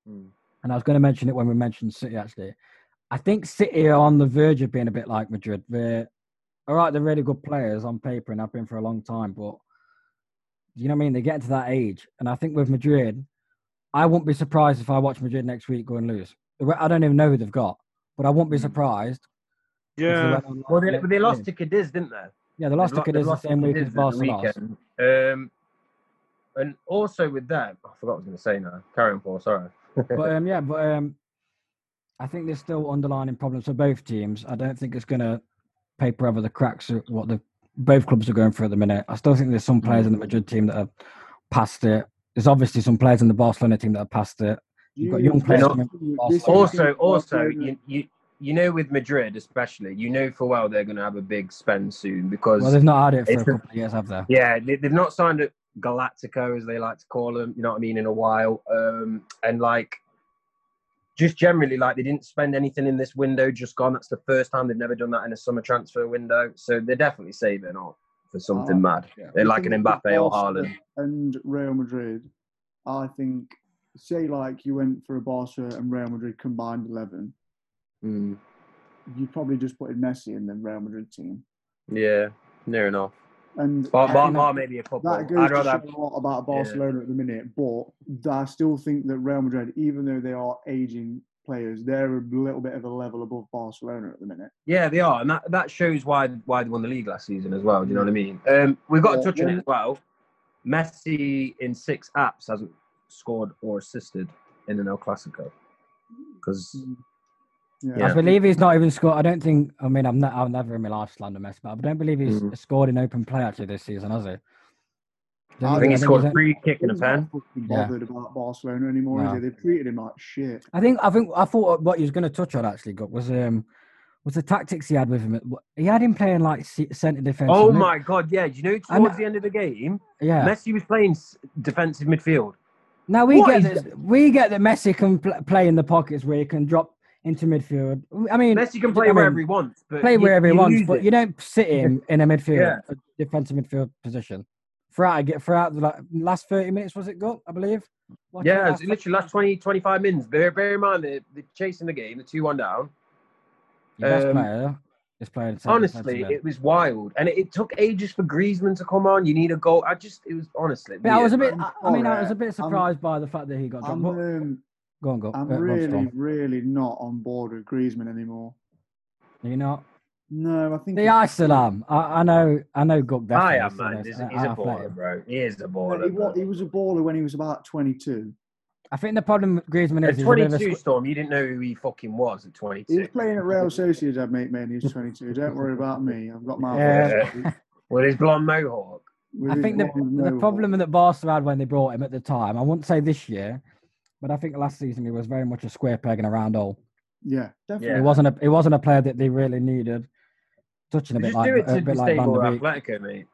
D: Mm.
A: and I was going to mention it when we mentioned City, actually. I think City are on the verge of being a bit like Madrid. They're, all right, they're really good players on paper and have been for a long time, but you know what I mean? They're getting to that age. And I think with Madrid, I wouldn't be surprised if I watch Madrid next week go and lose. I don't even know who they've got, but I wouldn't be
D: Mm.
A: surprised If they
B: Yeah,
A: went on
D: Well,
A: like-
D: they, but they lost to Cadiz, didn't they?
A: Yeah, they lost
D: They've
A: to
D: lo-
A: Cadiz
D: they've
A: the
D: lost to
A: same week as
D: Cadiz at the
A: Barcelona. lost.
D: weekend. Um, and also with that, I forgot what I was going to say now. Carry on, Paul. Sorry.
A: But um, yeah, but um, I think there's still underlying problems for both teams. I don't think it's going to paper over the cracks of what the both clubs are going through at the minute. I still think there's some players in
D: Mm.
A: the Madrid team that are past it. There's obviously some players in the Barcelona team that are past it. You've got young players coming
C: This is
D: Also,
C: gonna be
D: also,
C: Barcelona.
D: you, you you know, with Madrid especially, you know for well they're going to have a big spend soon because
A: Well, they've not had it for
D: It's
A: a
D: a-
A: couple of years, have they?
D: Yeah, they, they've not signed up Galactico, as they like to call them, you know what I mean, in a while. Um, and like, just generally, like, they didn't spend anything in this window just gone. That's the first time they've never done that in a summer transfer window. So they're definitely saving up for something
A: Oh.
C: Ah,
D: mad.
A: yeah.
D: They're
C: The
D: like an
C: thing with
D: Mbappe or
C: Barcelona
D: Haaland.
C: And Real Madrid, I think, say like you went for a Barca and Real Madrid combined 11,
A: Hmm.
D: Mm,
C: you probably just put in Messi in the Real Madrid team.
D: yeah, near enough.
C: And
D: Bar,
C: I
D: bar,
C: think
D: bar maybe a couple.
C: that
D: I'd
C: goes to
D: rather have,
C: show a lot about
D: yeah.
C: Barcelona at the minute, but I still think that Real Madrid, even though they are aging players, they're a little bit of a level above Barcelona at the minute.
D: yeah, they are, and that, that shows why why they won the league last season as well. Do you know what I mean? Um, we've got
C: Yeah,
D: to touch on
C: yeah.
D: it as well. Messi in six apps hasn't scored or assisted in an El Clasico because
A: I
D: Yeah.
A: believe he's not even scored. I don't think. I mean, I'm not. I'll never in my life slander Messi, but I don't believe he's
D: Mhm.
A: scored in open play actually this season, has he? Don't
D: I
C: I
D: think he
A: he's
D: scored
A: on-
D: a free kick and a
C: He's not
D: pen.
C: fucking
A: Yeah.
C: bothered about Barcelona anymore,
A: No.
C: is he? They've treated him like shit.
A: I think I think I thought what he was going to touch on actually Gup, was um was the tactics he had with him. He had him playing like centre defence.
D: Oh my god! Yeah, do you know
A: And-
D: towards the end of the game,
A: Yeah.
D: Messi was playing s- defensive midfield.
A: Now we
D: What
A: get
D: is
A: that, we get that Messi can pl- play in the pockets where he can drop into midfield. I mean,
D: Messi can
A: I
D: play
A: mean,
D: wherever he wants, but
A: play
D: you-
A: wherever he
D: you
A: wants,
D: lose
A: but
D: it.
A: you don't sit him in a midfield,
D: Yeah.
A: a defensive midfield position. Throughout, I get throughout the like, last thirty minutes was it? Gup, I believe. Watching
D: yeah,
A: the
D: it's
A: last-
D: literally last 20, 25 minutes. Bear, bear in mind they're, they're chasing the game, the two one down.
A: your best
D: um,
A: player is playing. centre defence
D: Honestly,
A: again.
D: it was wild, and it, it took ages for Griezmann to come on. You need a goal. I just, it was honestly.
A: But I
D: weird,
A: was a bit.
D: man.
A: I, I mean, I was a
C: Alright,
A: bit surprised by the fact that he got dropped.
C: I'm,
A: But,
C: um,
A: go on, go.
C: I'm
A: go on, Storm.
C: really, really not on board with Griezmann anymore.
A: You know,
C: No, I think
A: the
C: it's-
A: Islam. I, I know, I know. Gug
D: I
A: definitely.
D: am,
A: still
D: man.
A: knows-
D: He's,
A: I-
D: he's
A: I
D: a
A: play
D: baller,
A: him.
D: bro. He is a
C: no, he,
D: baller.
C: wa-
D: Bro.
C: he was a baller when he was about 22.
A: I think the problem with Griezmann is
D: At
A: he's a bit of a
D: 22,
A: squ-
D: Storm, you didn't know who he fucking was at 22.
C: He was playing at Real Sociedad, mate, man. He was 22. Don't worry about me. I've got my.
A: Yeah. [laughs]
D: With his blonde mohawk.
C: with
A: I
C: his
A: think the,
C: blonde
A: the
C: mohawk.
A: problem that Barca had when they brought him at the time, I wouldn't say this year, but I think last season he was very much a square peg in a round hole.
C: Yeah, definitely.
A: It
D: Yeah.
A: wasn't a it wasn't a player that they really needed. touching a bit
D: Just
A: like
D: do it
A: a
D: to be
A: bit like Van
D: stable
A: der
D: or
A: Beek.
D: Atletico, mate.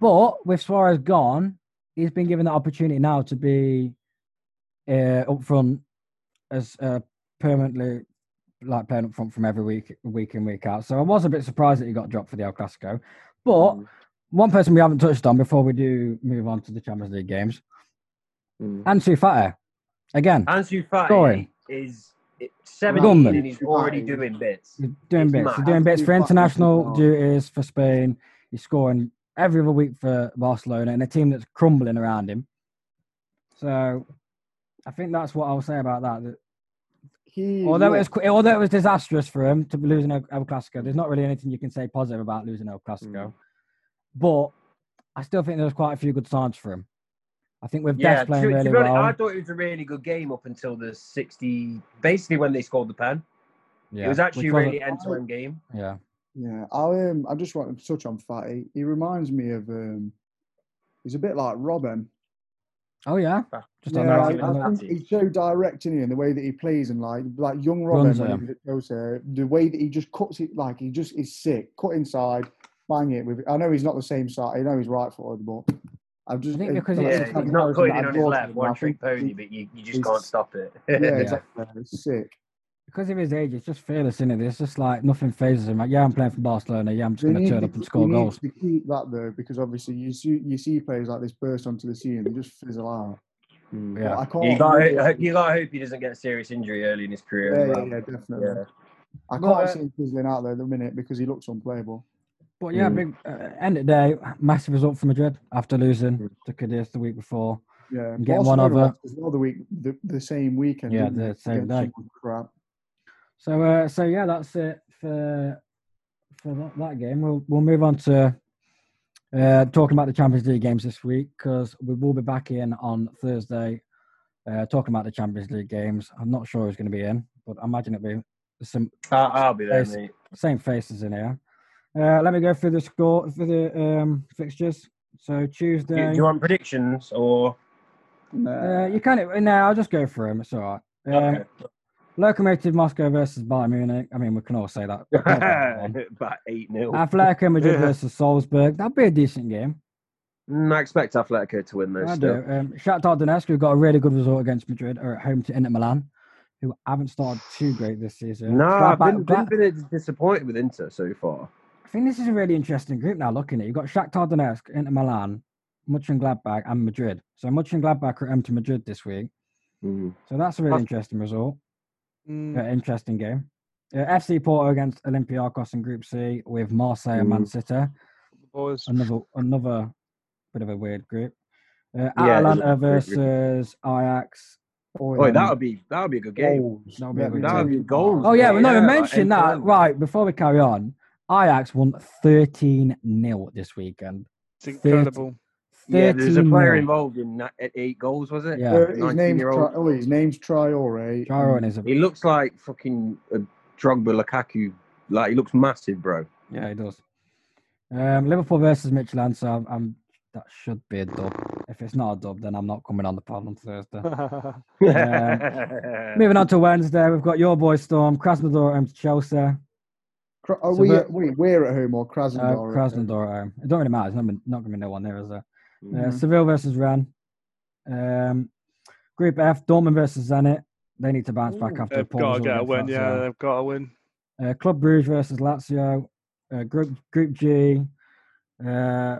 A: But with Suarez gone, he's been given the opportunity now to be uh, up front as uh, permanently like playing up front from every week, week in, week out. So I was a bit surprised that he got dropped for the El Clasico. But
D: Mm,
A: one person we haven't touched on before we do move on to the Champions League games,
D: mm.
A: Ansu Fati. Again,
D: Ansu Fati
A: Scoring.
D: is it- 17
A: Gunman.
D: and he's already
C: Fati.
D: doing bits.
A: he's doing
D: It's
A: bits.
D: mad.
A: He's doing bits
C: Ansu
A: for
C: Fati is
A: international
C: not-
A: duties for Spain. He's scoring every other week for Barcelona and a team that's crumbling around him. So I think that's what I'll say about that. that
C: He
A: although it was
C: looked-
A: qu- although it was disastrous for him to be losing El, El Clasico, there's not really anything you can say positive about losing El
D: Mm.
A: Clasico. But I still think there was quite a few good signs for him. I think with
D: Yeah,
A: Des playing
D: to, to
A: really
D: be honest,
A: well.
D: I thought it was a really good game up until the 60, basically when they scored the pen.
A: yeah.
D: It was actually
A: which
D: a
A: wasn't-
D: really end to end game.
A: yeah.
C: yeah, I um, I just wanted to touch on Fatty. He reminds me of um, he's a bit like Robin.
A: Oh yeah.
D: Ah.
A: Just on the
C: Yeah,
D: know,
C: I,
A: right.
D: like-
A: on the
C: I
A: right-
C: think he's so direct in here in the way that he plays and like like young Robin
A: Runs
C: when he
A: it.
C: was at Chelsea, the way that he just cuts it like he just is sick, cut inside, bang it with. I know he's not the same side. I know he's right footed, but I've just
A: I think because
C: it's
A: it's-
D: Yeah,
C: the kind of
D: he's not
C: comparison
D: putting
C: that
D: it
C: I
D: on his
C: draw to
D: left,
C: him.
D: one
C: I
D: trick
C: think
D: pony,
C: he-
D: but you, you
C: he's-
D: just can't stop it.
C: Yeah,
A: Yeah.
C: exactly. It's sick.
A: because of his age, it's just fearless in it. It's just like nothing phases him. Like yeah, I'm playing for Barcelona. Yeah, I'm just
C: They
A: going to
C: need
A: turn
C: to
A: up and
C: keep-
A: score
C: they need
A: goals.
C: To keep that though, because obviously you see you see players like this burst onto the scene, they just fizzle out.
A: Yeah.
C: But I can't.
D: You gotta,
C: really-
D: you gotta hope he doesn't get a serious injury early in his career.
C: yeah,
D: as
C: yeah,
D: well.
C: yeah, definitely. I can't
A: But, uh,
C: see him fizzling out there at the minute because he looks unplayable.
A: But yeah,
D: Mm.
A: big uh, end of the day, massive result for Madrid after
C: Hmm.
A: losing
D: Mm.
A: to Cadiz the week before.
C: Yeah,
A: Get one
C: Barcelona
A: other.
C: lost as well the week, the, the same weekend.
A: Yeah,
C: didn't
A: the
C: they,
A: same
C: against
A: day.
C: someone Crap.
A: So uh, so yeah, that's it for for that, that game. We'll we'll move on to uh, talking about the Champions League games this week because we will be back in on Thursday uh, talking about the Champions League games. I'm not sure who's going to be in, but I imagine it'll be some
D: I- I'll be there,
A: Yes.
D: mate.
A: same faces in here. Uh, let me go through the score for the um, fixtures. So
D: Do,
A: Tuesday,
D: do you want predictions or?
A: uh, you kind of no, I'll just go through them. It's all right. Um,
D: Okay.
A: Locomotive Moscow versus Bayern Munich. I mean, we can all say
D: [laughs]
A: that. We can all say that one.
D: About eight 0
A: Atletico Madrid
B: Yeah.
A: versus Salzburg. That'd be a decent game.
D: Mm, I expect Atletico to win those.
A: I do.
D: still.
A: Um, Shakhtar Donetsk, who got a really good result against Madrid, are at home to Inter Milan, who haven't started too great this season.
D: No,
A: Gladbach-
D: I've been, been,
A: Glad-
D: been a bit disappointed with Inter so far.
A: I think this is a really interesting group now. Looking at it. you've got Shakhtar Donetsk, Inter Milan, Mönchengladbach, and Madrid. So Mönchengladbach are at home to Madrid this week.
D: Mm.
A: So that's a really
D: That's-
A: interesting result.
B: Mm,
A: Uh, interesting game. Uh, FC Porto against Olympiacos in Group C with Marseille and Man
D: Mm.
A: City.
B: boys.
A: Another another bit of a weird group. Uh,
D: Yeah, it is a
A: Atalanta
D: weird group.
A: versus Ajax.
D: Oh, that would be that would be a good game.
A: That'll be a good
D: that would
A: game.
D: be goals.
A: Oh yeah, we
D: no,
A: never mentioned that. Right, before we carry on, Ajax won 13 0 this weekend.
B: It's incredible.
D: Yeah, there's a
A: 13
D: player
A: nil.
D: involved in that, at eight goals, was it?
A: Yeah.
C: Uh, his
D: 19
C: name's
D: year
C: Tri-
D: old.
C: oh, his name's Traore.
A: Chiron is a
D: He looks like fucking a Drogba Lukaku. Like he looks massive, bro.
A: yeah, he does. Um, Liverpool versus Michelin, so I'm, I'm- that should be a dub. If it's not a dub, then I'm not coming on the pod on Thursday.
B: [laughs]
D: [laughs]
A: Moving on to Wednesday, we've got your boy Storm, Krasnodar at home to Chelsea, uh,
C: Cra- Are
A: So
C: we,
A: that-
C: at, wait, we're at home or Krasnodar? are at home?
A: Uh, Krasnodar at home. It don't really matter. There's not, been- not going to be no one there, is there? Uh,
D: Mm.
C: Mhm.
A: Seville versus Ren. Um, Group F, Dortmund versus Zenit. They need to bounce back
D: Ooh,
A: after a
B: They've
A: poor
B: got to
A: result
B: get a
A: against
B: win. Yeah,
A: Lazio.
B: they've got to win.
A: Uh, Club Bruges versus Lazio. Uh, group Group G, uh,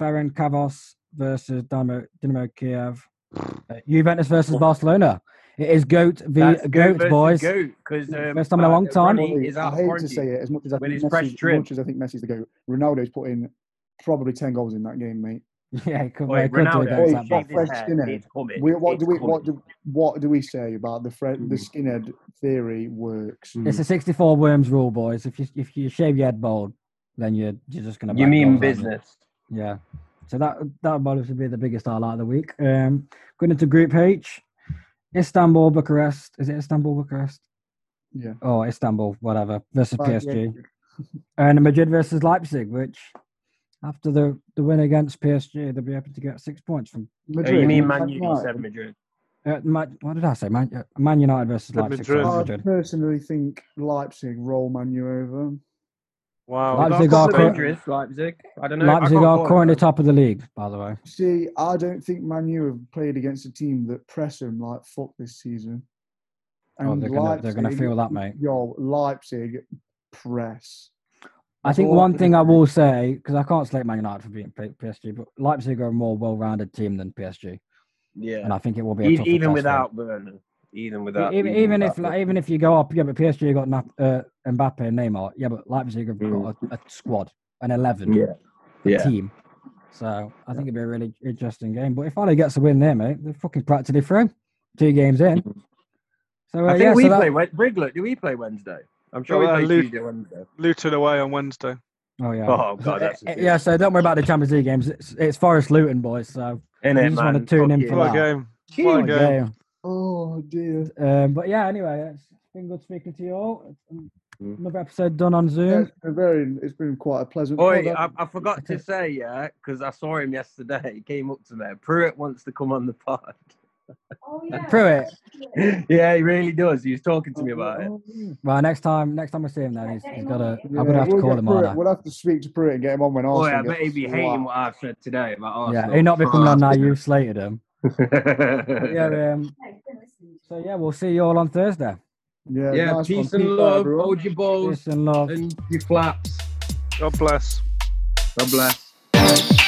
A: Ferenc Cavos versus Dynamo, Dynamo Kiev. Uh, Juventus versus Barcelona. It is goat v
D: That's
A: goat
D: versus
A: boys.
D: Goat, because um,
A: First time in a
D: uh,
A: long time.
D: Ronnie
C: Ronnie,
D: is out
C: I
D: of
C: hate to
D: quarantine.
C: say it as much as I
D: When
C: think
D: it's fresh
C: Messi's, as
D: drip.
C: much as I think Messi's the goat. Ronaldo's put in probably ten goals in that game, mate.
A: [laughs] Yeah, it could,
D: Oi,
A: it could do
D: Ronaldo,
A: against
C: Oi,
A: that.
C: Bob
A: But
D: shave his
C: Fresh
D: head.
C: Skinner.
D: It's coming.
C: We, what
D: it's
C: do we
D: coming.
C: what do what do we say about the Fred the
D: Mm.
C: skinhead theory works?
A: it's a 64 worms rule, boys. If you if you shave your head bald, then you're you're just gonna.
D: you
A: back
D: mean
A: goals, aren't you?
D: business?
A: Yeah. So that that would obviously be the biggest highlight of the week. Um, going into Group H, Istanbul, Bucharest. Is it Istanbul, Bucharest?
C: Yeah.
A: Or Istanbul, whatever, versus
C: Like,
A: PSG.
C: Oh,
D: Oh,
C: yeah.
A: And Madrid versus Leipzig, which after the, the win against PSG, they'll be able to get six points from.
D: Uh, you mean Man
C: Madrid,
D: U
C: right.
D: said Madrid?
A: Uh, Ma- what did I say? Man, uh, Man United versus
B: The
C: Oh,
A: Leipzig.
B: Madrid.
A: sorry,
C: I
A: Madrid.
C: personally think Leipzig roll Man U over.
B: Wow.
A: Leipzig
B: That's
A: are
B: the
A: current- dangerous.
B: dangerous.
D: dangerous, Leipzig. I don't know. I
A: Leipzig
D: can't
A: are
D: call it.
A: currently top of the league, by the way.
C: See, I don't think Man U have played against a team that press them like fuck this season.
A: Oh, they're gonna- they're gonna feel that, mate.
C: Yo, Leipzig press.
A: I think
D: all.
A: one thing I will say, because I can't slate Man United for beating P- PSG, but Leipzig are a more well rounded team than PSG.
D: Yeah.
A: And I think it will be a
D: E-
A: tougher
D: even
A: test
D: without Werner.
A: for
D: Even
A: them.
D: without.
A: E- even, even if
D: without
A: like, even if you go up, yeah, but PSG got Nap- uh, Mbappe and Neymar. Yeah, but Leipzig have got a, a squad, an eleven
D: Mm. Yeah. Yeah.
A: team. So I think it'd be a really interesting game. But if Ollie gets a win there, mate, they're fucking practically through. Two games in. So uh,
D: Mm. I think
A: yeah,
D: we
A: so that-
D: play Wed- Briglet. Do we play Wednesday? I'm sure
B: Well,
D: we
B: uh,
D: play
B: Luke-
D: Tuesday, Wednesday.
B: Luton away on Wednesday.
A: oh yeah.
D: Oh
A: So,
D: god, that's
A: uh, yeah, so don't worry about the Champions League games. It's, it's Forest Luton, boys. So
D: In
A: you just wanna tune in for
B: What a
A: that.
B: game. What a
A: Huge
B: game.
A: game.
C: Oh dear.
A: Um, but yeah, anyway, it's been good speaking to you all.
D: Mm.
A: Another episode done on
C: Yeah,
A: Zoom.
C: it's been very. It's been quite a pleasant.
D: Oi,
C: pod,
D: I,
C: hasn't
D: I forgot to say, yeah, because I saw him yesterday. [laughs] He came up to me. Pruitt wants to come on the pod. [laughs]
E: Oh, yeah.
A: Pruitt.
D: yeah, he really does. He was talking
C: it?
D: to me about it.
C: Oh, yeah.
A: Well, next time, next time I see him, then he's, he's got to.
C: Yeah,
A: I'm gonna have to
C: we'll
A: call
C: get
A: him
C: Pruitt-
A: on.
C: We'll have to speak to Pruitt and get him on when
D: Oh,
C: Arsenal.
D: I bet he'd
C: gets
D: be hating
C: slapped.
D: what I've said today about
A: Yeah,
D: Arsenal.
A: he'll not be coming on now.
D: [laughs]
A: You've slated
C: [laughs]
A: him. But
D: yeah,
A: yeah, um, so yeah, we'll see you all on Thursday.
C: Yeah,
D: yeah
C: nice one.
D: peace
C: Peace
D: and
C: out,
D: love.
C: everyone.
D: Hold your balls
A: Peace and love.
D: and your flaps.
B: God bless.
D: God bless.